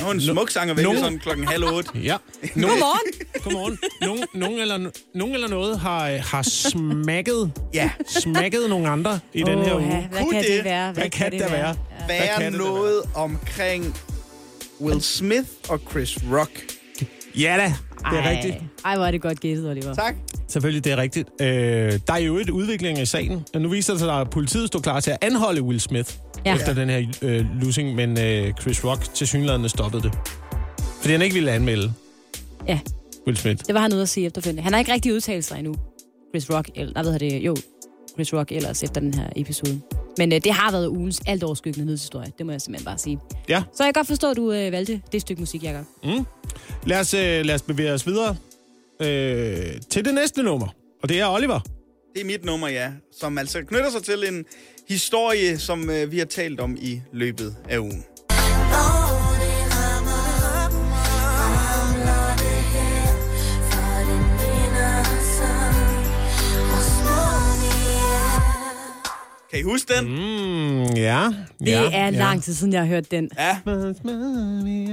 [SPEAKER 3] Nu er en smuk sanger væk
[SPEAKER 1] Nogen-
[SPEAKER 3] sådan klokken halv otte.
[SPEAKER 1] Ja. Nogen, Godmorgen. Godmorgen. Nogen, nogen, eller, nogen eller noget har, øh, har smækket,
[SPEAKER 3] Ja.
[SPEAKER 1] smækket nogle andre i den her uge.
[SPEAKER 2] Hvad
[SPEAKER 3] Kunne
[SPEAKER 2] kan
[SPEAKER 3] det?
[SPEAKER 2] det være?
[SPEAKER 1] Hvad kan det være? Hvad
[SPEAKER 3] Hvad
[SPEAKER 1] kan
[SPEAKER 3] er
[SPEAKER 1] det da
[SPEAKER 3] noget omkring Will Smith og Chris Rock?
[SPEAKER 1] Ja da, det er
[SPEAKER 2] Ej.
[SPEAKER 1] rigtigt.
[SPEAKER 2] Ej, hvor er det godt gættet, Oliver.
[SPEAKER 3] Tak.
[SPEAKER 1] Selvfølgelig, det er rigtigt. Øh, der er jo et udvikling i sagen. Nu viser det sig, at politiet står klar til at anholde Will Smith ja.
[SPEAKER 2] Ja.
[SPEAKER 1] efter den her øh, losing, men øh, Chris Rock til synlædende stoppede det. Fordi han ikke ville anmelde
[SPEAKER 2] Ja.
[SPEAKER 1] Will Smith.
[SPEAKER 2] Det var han ude at sige efterfølgende. Han har ikke rigtig udtalt sig endnu. Chris Rock, eller nej, ved det, jo, Chris Rock ellers efter den her episode. Men øh, det har været ugens alt overskyggende nyhedshistorie, det må jeg simpelthen bare sige.
[SPEAKER 1] Ja.
[SPEAKER 2] Så jeg kan godt forstå, at du øh, valgte det stykke musik, Jacob.
[SPEAKER 1] Lad os, øh, lad os bevæge os videre øh, til det næste nummer, og det er Oliver.
[SPEAKER 3] Det er mit nummer, ja, som altså knytter sig til en historie, som øh, vi har talt om i løbet af ugen. Kan I huske den? Mm.
[SPEAKER 1] Mm, ja.
[SPEAKER 2] Det
[SPEAKER 1] ja,
[SPEAKER 2] er lang tid siden, jeg har hørt den.
[SPEAKER 3] Ja,
[SPEAKER 1] Ja.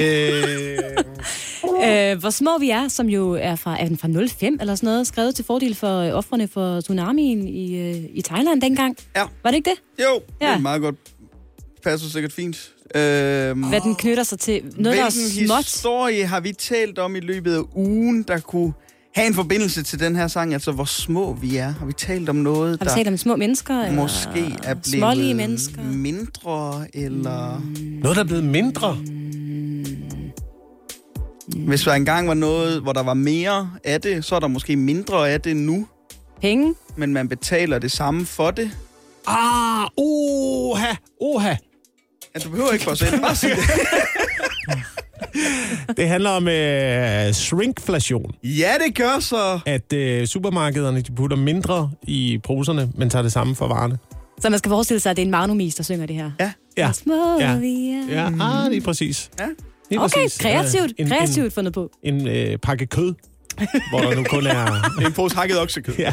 [SPEAKER 1] Øh,
[SPEAKER 2] Øh, hvor små vi er, som jo er fra, er den fra 05 eller sådan noget, skrevet til fordel for øh, offrene for tsunamien i, øh, i Thailand dengang.
[SPEAKER 3] Ja.
[SPEAKER 2] Var det ikke det?
[SPEAKER 3] jo, ja. det
[SPEAKER 2] Ja.
[SPEAKER 3] er meget godt. Passer sikkert fint. Øhm,
[SPEAKER 2] Hvad den knytter sig til? Noget, der er
[SPEAKER 3] Hvilken
[SPEAKER 2] småt.
[SPEAKER 3] historie har vi talt om i løbet af ugen, der kunne have en forbindelse til den her sang? Altså, hvor små vi er. Har vi talt om noget,
[SPEAKER 2] Har vi
[SPEAKER 3] der
[SPEAKER 2] talt om små mennesker? eller
[SPEAKER 3] måske er blevet
[SPEAKER 2] Smålige mennesker.
[SPEAKER 3] mindre, eller... Mm.
[SPEAKER 1] noget, der er blevet mindre.
[SPEAKER 3] Hvis der engang var noget, hvor der var mere af det, så er der måske mindre af det nu.
[SPEAKER 2] Penge?
[SPEAKER 3] Men man betaler det samme for det.
[SPEAKER 1] Ah, oha, oha.
[SPEAKER 3] Ja, du behøver ikke for selv. Bare sig det.
[SPEAKER 1] Det handler om øh, shrinkflation.
[SPEAKER 3] Ja, det gør så.
[SPEAKER 1] At øh, supermarkederne de putter mindre i poserne, men tager det samme for varerne.
[SPEAKER 2] Så man skal forestille sig, at det er en magnumis, der synger det her.
[SPEAKER 3] Ja.
[SPEAKER 1] Ja.
[SPEAKER 2] Hvor Små
[SPEAKER 1] Ja.
[SPEAKER 2] vi er.
[SPEAKER 1] Ja, ah, lige præcis.
[SPEAKER 3] Ja.
[SPEAKER 1] Lige
[SPEAKER 2] Okay,
[SPEAKER 1] præcis.
[SPEAKER 2] kreativt.
[SPEAKER 1] Ja, en-
[SPEAKER 2] Kreativt fundet på.
[SPEAKER 1] En, en øh, pakke kød, hvor der nu kun er
[SPEAKER 3] Det er en pose hakket oksekød. Ja.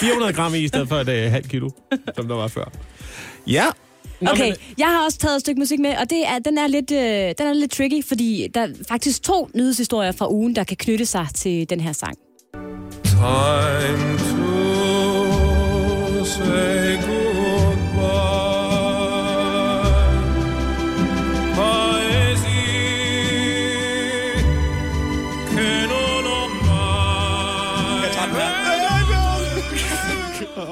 [SPEAKER 1] 400 gram i, i stedet for et øh, halvt kilo, som der var før. Ja. Nå,
[SPEAKER 2] Okay,
[SPEAKER 1] men-
[SPEAKER 2] jeg har også taget et stykke musik med, og det er, den, er lidt, øh, den er lidt tricky, fordi der er faktisk to nyhedshistorier fra ugen, der kan knytte sig til den her sang.
[SPEAKER 5] Time to say goodbye. Poesi che non ho mai.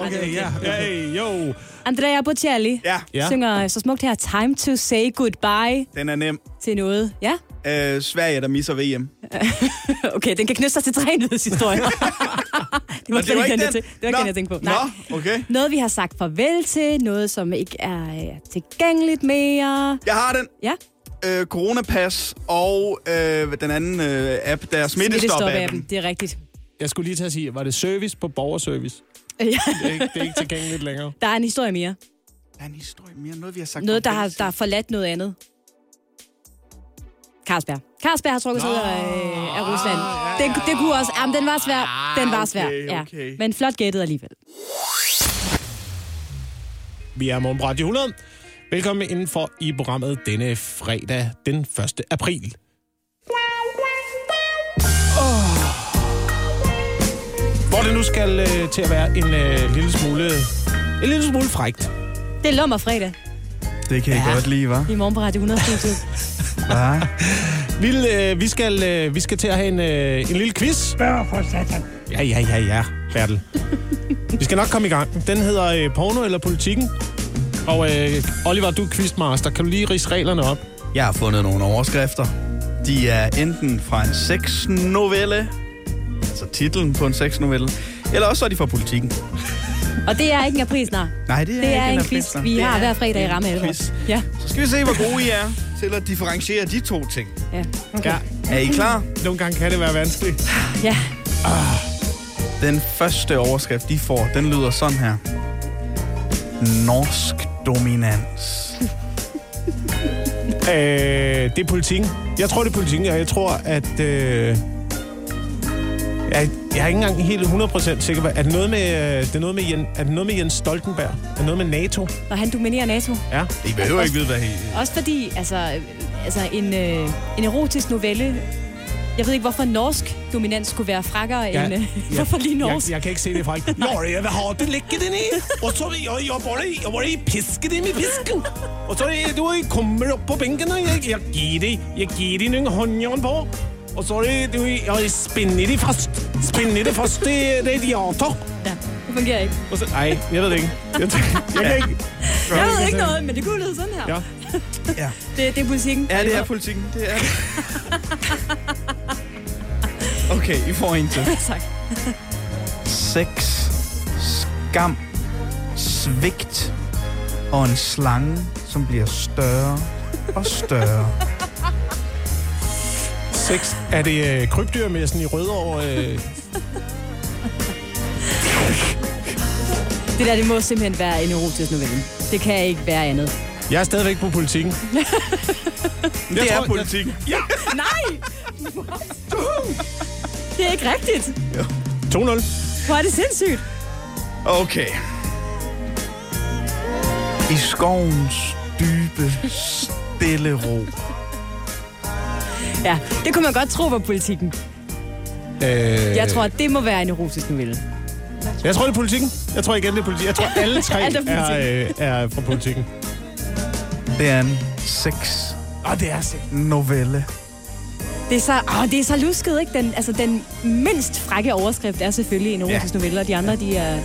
[SPEAKER 1] okay, ja. Hey, jo.
[SPEAKER 2] Andrea Bocelli
[SPEAKER 3] ja,
[SPEAKER 1] Ja.
[SPEAKER 2] ja. synger så smukt her, Time to say goodbye
[SPEAKER 3] den er nem.
[SPEAKER 2] til noget. Ja,
[SPEAKER 3] Øh, Sverige, der misser VM.
[SPEAKER 2] okay, den kan knytte sig til tre nyhedshistorier. det var
[SPEAKER 3] Men
[SPEAKER 2] slet ikke den, jeg,
[SPEAKER 3] den.
[SPEAKER 2] tæ- det var ikke
[SPEAKER 3] Nå.
[SPEAKER 2] den, jeg tænkte på. Nej.
[SPEAKER 3] Nå, okay.
[SPEAKER 2] Noget, vi har sagt farvel til, noget, som ikke er øh, tilgængeligt mere.
[SPEAKER 3] Jeg har den.
[SPEAKER 2] Ja,
[SPEAKER 3] øh, coronapas og øh, den anden øh, app, der
[SPEAKER 2] smittestop-appen,
[SPEAKER 3] er smittestop-appen.
[SPEAKER 2] det er rigtigt.
[SPEAKER 1] Jeg skulle lige til at sige, var det service på borgerservice?
[SPEAKER 2] Ja.
[SPEAKER 1] Det er ikke, det er ikke tilgængeligt længere.
[SPEAKER 2] Der er en historie mere.
[SPEAKER 3] Der er en historie mere, noget vi har sagt.
[SPEAKER 2] Noget,
[SPEAKER 3] om
[SPEAKER 2] der har,
[SPEAKER 3] det.
[SPEAKER 2] der har forladt noget andet. Carlsberg. Carlsberg har trukket sig ud af, øh, af
[SPEAKER 3] Ah,
[SPEAKER 2] Rusland. Den, det kunne også... Jamen, den var svær. Den var svær,
[SPEAKER 3] okay,
[SPEAKER 2] ja.
[SPEAKER 3] okay.
[SPEAKER 2] Men flot gættet alligevel.
[SPEAKER 1] Vi er Morgen på Radio 100. Velkommen indenfor i programmet denne fredag den 1. april. Oh. Hvor det nu skal øh, til at være en øh, lille smule en lille smule frægt.
[SPEAKER 2] Det er lommer fredag
[SPEAKER 3] Det kan I ja. godt lide, hva'?
[SPEAKER 2] i morgen på Radio 100 studiet.
[SPEAKER 3] Ja.
[SPEAKER 1] Vi, øh, vi, skal, øh, vi skal til at have en, øh, en lille quiz. Spørg for satan. Ja, ja, ja, ja, Bertel. vi skal nok komme i gang. Den hedder øh, Porno eller Politikken. Og øh, Oliver, du er quizmaster. Kan du lige rise reglerne op?
[SPEAKER 3] Jeg har fundet nogle overskrifter. De er enten fra en sexnovelle, altså titlen på en sexnovelle, eller også er de fra politikken.
[SPEAKER 2] Og det er ikke en aprilsnar.
[SPEAKER 3] Nej, det er,
[SPEAKER 2] Det er
[SPEAKER 3] ikke
[SPEAKER 2] en
[SPEAKER 3] aprilsnar.
[SPEAKER 2] quiz, vi
[SPEAKER 3] Det
[SPEAKER 2] har
[SPEAKER 3] er
[SPEAKER 2] hver fredag i
[SPEAKER 3] en
[SPEAKER 2] Ramme Alvor.
[SPEAKER 3] quiz.
[SPEAKER 2] Ja,
[SPEAKER 3] Så skal vi se, hvor gode I er til at differentiere de to ting.
[SPEAKER 2] ja,
[SPEAKER 1] Okay. Ja,
[SPEAKER 3] Er I klar?
[SPEAKER 1] nogle gange kan det være vanskeligt.
[SPEAKER 2] ja.
[SPEAKER 3] Den første overskrift, de får, den lyder sådan her. Norsk dominans.
[SPEAKER 1] Øh, det er politikken. Jeg tror, det er politikken, og jeg tror, at... Øh, jeg, jeg er ikke engang helt 100% sikker på, er det noget med, øh, det er noget med, Jen, er det noget med Jens Stoltenberg? Er det noget med NATO?
[SPEAKER 2] Og han dominerer NATO.
[SPEAKER 1] Ja.
[SPEAKER 3] I behøver ikke vide, hvad I...
[SPEAKER 2] Også fordi, altså, øh, altså en, øh, en erotisk novelle... Jeg ved ikke, hvorfor norsk dominans skulle være frakkere ja, end... Øh, ja, hvorfor lige norsk?
[SPEAKER 1] Jeg, jeg kan ikke se det fra. Norge vil have det ligge den i, og så vil jeg, jeg bare, jeg bare piske dem i pisken. Og så er du kommer op på bænken, og jeg, jeg giver dig, jeg giver dig nogle håndjern på. Og så er det, du, jeg spænder det fast. Spænder det fast, det, det er de jeg tager.
[SPEAKER 2] Ja, det fungerer ikke.
[SPEAKER 1] Og så, nej, jeg ved det ikke. Jeg, jeg, jeg kan ikke.
[SPEAKER 6] Jeg ved ikke noget, men det kunne lyde sådan her.
[SPEAKER 1] Ja.
[SPEAKER 3] Ja.
[SPEAKER 6] det, det er politikken.
[SPEAKER 3] Ja, det er politikken. Det er det. Okay, I får en til.
[SPEAKER 6] Tak.
[SPEAKER 3] Sex, skam, svigt og en slange, som bliver større og større.
[SPEAKER 1] Sex. Er det øh, krybdyrmessen i Rødovre? Øh,
[SPEAKER 2] Det der, det må simpelthen være en erotisk novelle. Det kan ikke være andet.
[SPEAKER 1] jeg er stadigvæk på politikken. Jeg
[SPEAKER 3] Det er
[SPEAKER 1] tror,
[SPEAKER 3] politikken. Ja.
[SPEAKER 6] Nej! det er ikke rigtigt.
[SPEAKER 1] Jeg, 2-0.
[SPEAKER 6] Hvor er det sindssygt.
[SPEAKER 3] Okay. I skovens dybe, stille ro.
[SPEAKER 2] Ja, det kunne man godt tro var politikken.
[SPEAKER 1] Øh,
[SPEAKER 2] Jeg tror, det må være en erotisk novelle.
[SPEAKER 1] jeg tror, det er politikken. Jeg tror igen, det er politikken. Jeg tror, alle tre
[SPEAKER 2] Alt er
[SPEAKER 1] er, øh, er fra politikken.
[SPEAKER 3] Det er en sex
[SPEAKER 1] Og det er sex.
[SPEAKER 3] novelle.
[SPEAKER 2] Det er så, åh, det er så lusket, ikke? Den, altså, den mindst frække overskrift er selvfølgelig en erotisk ja. novelle, og de andre, de er...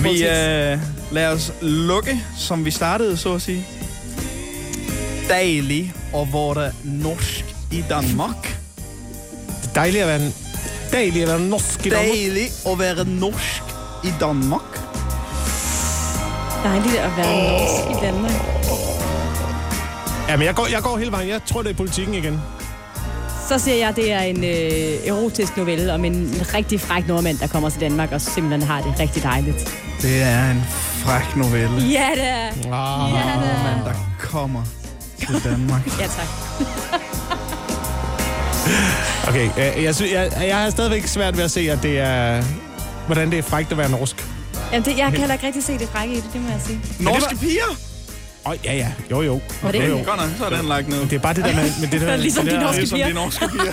[SPEAKER 3] Vi øh, lader os lukke, som vi startede, så at sige. Dejlig og hvor der norsk i Danmark.
[SPEAKER 1] Dejligt at være en... Dejligt at være norsk i Danmark.
[SPEAKER 3] Dejlig at være norsk i Danmark.
[SPEAKER 2] Dejligt at være norsk i Danmark.
[SPEAKER 1] Jamen, jeg går, jeg går hele vejen. Jeg tror, det er politikken igen.
[SPEAKER 2] Så siger jeg, det er en øh, erotisk novelle om en rigtig fræk nordmand, der kommer til Danmark og simpelthen har det rigtig dejligt.
[SPEAKER 3] Det er en fræk novelle,
[SPEAKER 2] Ja da!
[SPEAKER 1] Ah.
[SPEAKER 2] Ja da!
[SPEAKER 3] der kommer til Danmark.
[SPEAKER 2] Ja tak.
[SPEAKER 1] Okay, øh, jeg, sy- jeg, jeg har stadigvæk svært ved at se, at det er... Hvordan det er frækt at være norsk.
[SPEAKER 2] Jamen, det, jeg kan heller ikke rigtig se det frække i det, det må jeg sige.
[SPEAKER 3] Norske piger!
[SPEAKER 1] Åh, oh, ja, ja. Jo, jo.
[SPEAKER 2] Var det
[SPEAKER 1] jo,
[SPEAKER 2] ikke-
[SPEAKER 1] jo.
[SPEAKER 3] Godt nok, så er den lagt ned.
[SPEAKER 1] Det er bare det der med... med det der,
[SPEAKER 2] Ligesom
[SPEAKER 1] det
[SPEAKER 2] de
[SPEAKER 1] der,
[SPEAKER 2] norske
[SPEAKER 3] Som
[SPEAKER 2] piger.
[SPEAKER 3] de norske piger.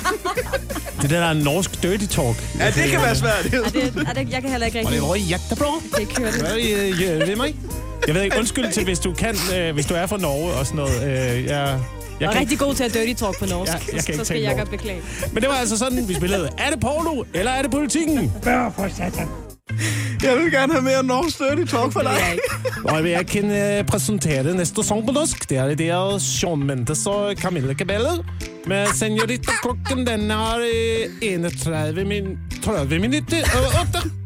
[SPEAKER 1] Det der, der er norsk dirty talk.
[SPEAKER 3] Ja, det kan være svært.
[SPEAKER 2] Er det, er det, jeg kan heller ikke
[SPEAKER 1] Og
[SPEAKER 2] rigtig
[SPEAKER 1] det var i jagter, bro.
[SPEAKER 2] det kørte.
[SPEAKER 1] Hvad er det, øh, øh, ved mig? Jeg ved ikke, undskyld til, hvis du kan, øh, hvis du er fra Norge og sådan noget. Øh, jeg, jeg
[SPEAKER 2] Og
[SPEAKER 1] kan
[SPEAKER 2] rigtig god til at dirty talk på norsk.
[SPEAKER 1] Ja, jeg kan
[SPEAKER 2] så,
[SPEAKER 1] ikke
[SPEAKER 2] så skal
[SPEAKER 1] tale
[SPEAKER 2] jeg
[SPEAKER 1] norsk.
[SPEAKER 2] godt beklage.
[SPEAKER 1] Men det var altså sådan, vi spillede. Er det porno, eller er det politikken?
[SPEAKER 3] Jeg vil gerne have mere norsk dirty talk for
[SPEAKER 2] Det
[SPEAKER 3] dig.
[SPEAKER 2] vil jeg ikke.
[SPEAKER 1] Og jeg kan øh, præsentere næste sang på norsk. Det er det der Sean Mendes og Camilla Cabello. Med Senorita klokken, den er øh, 31 min, 30 minutter over 8.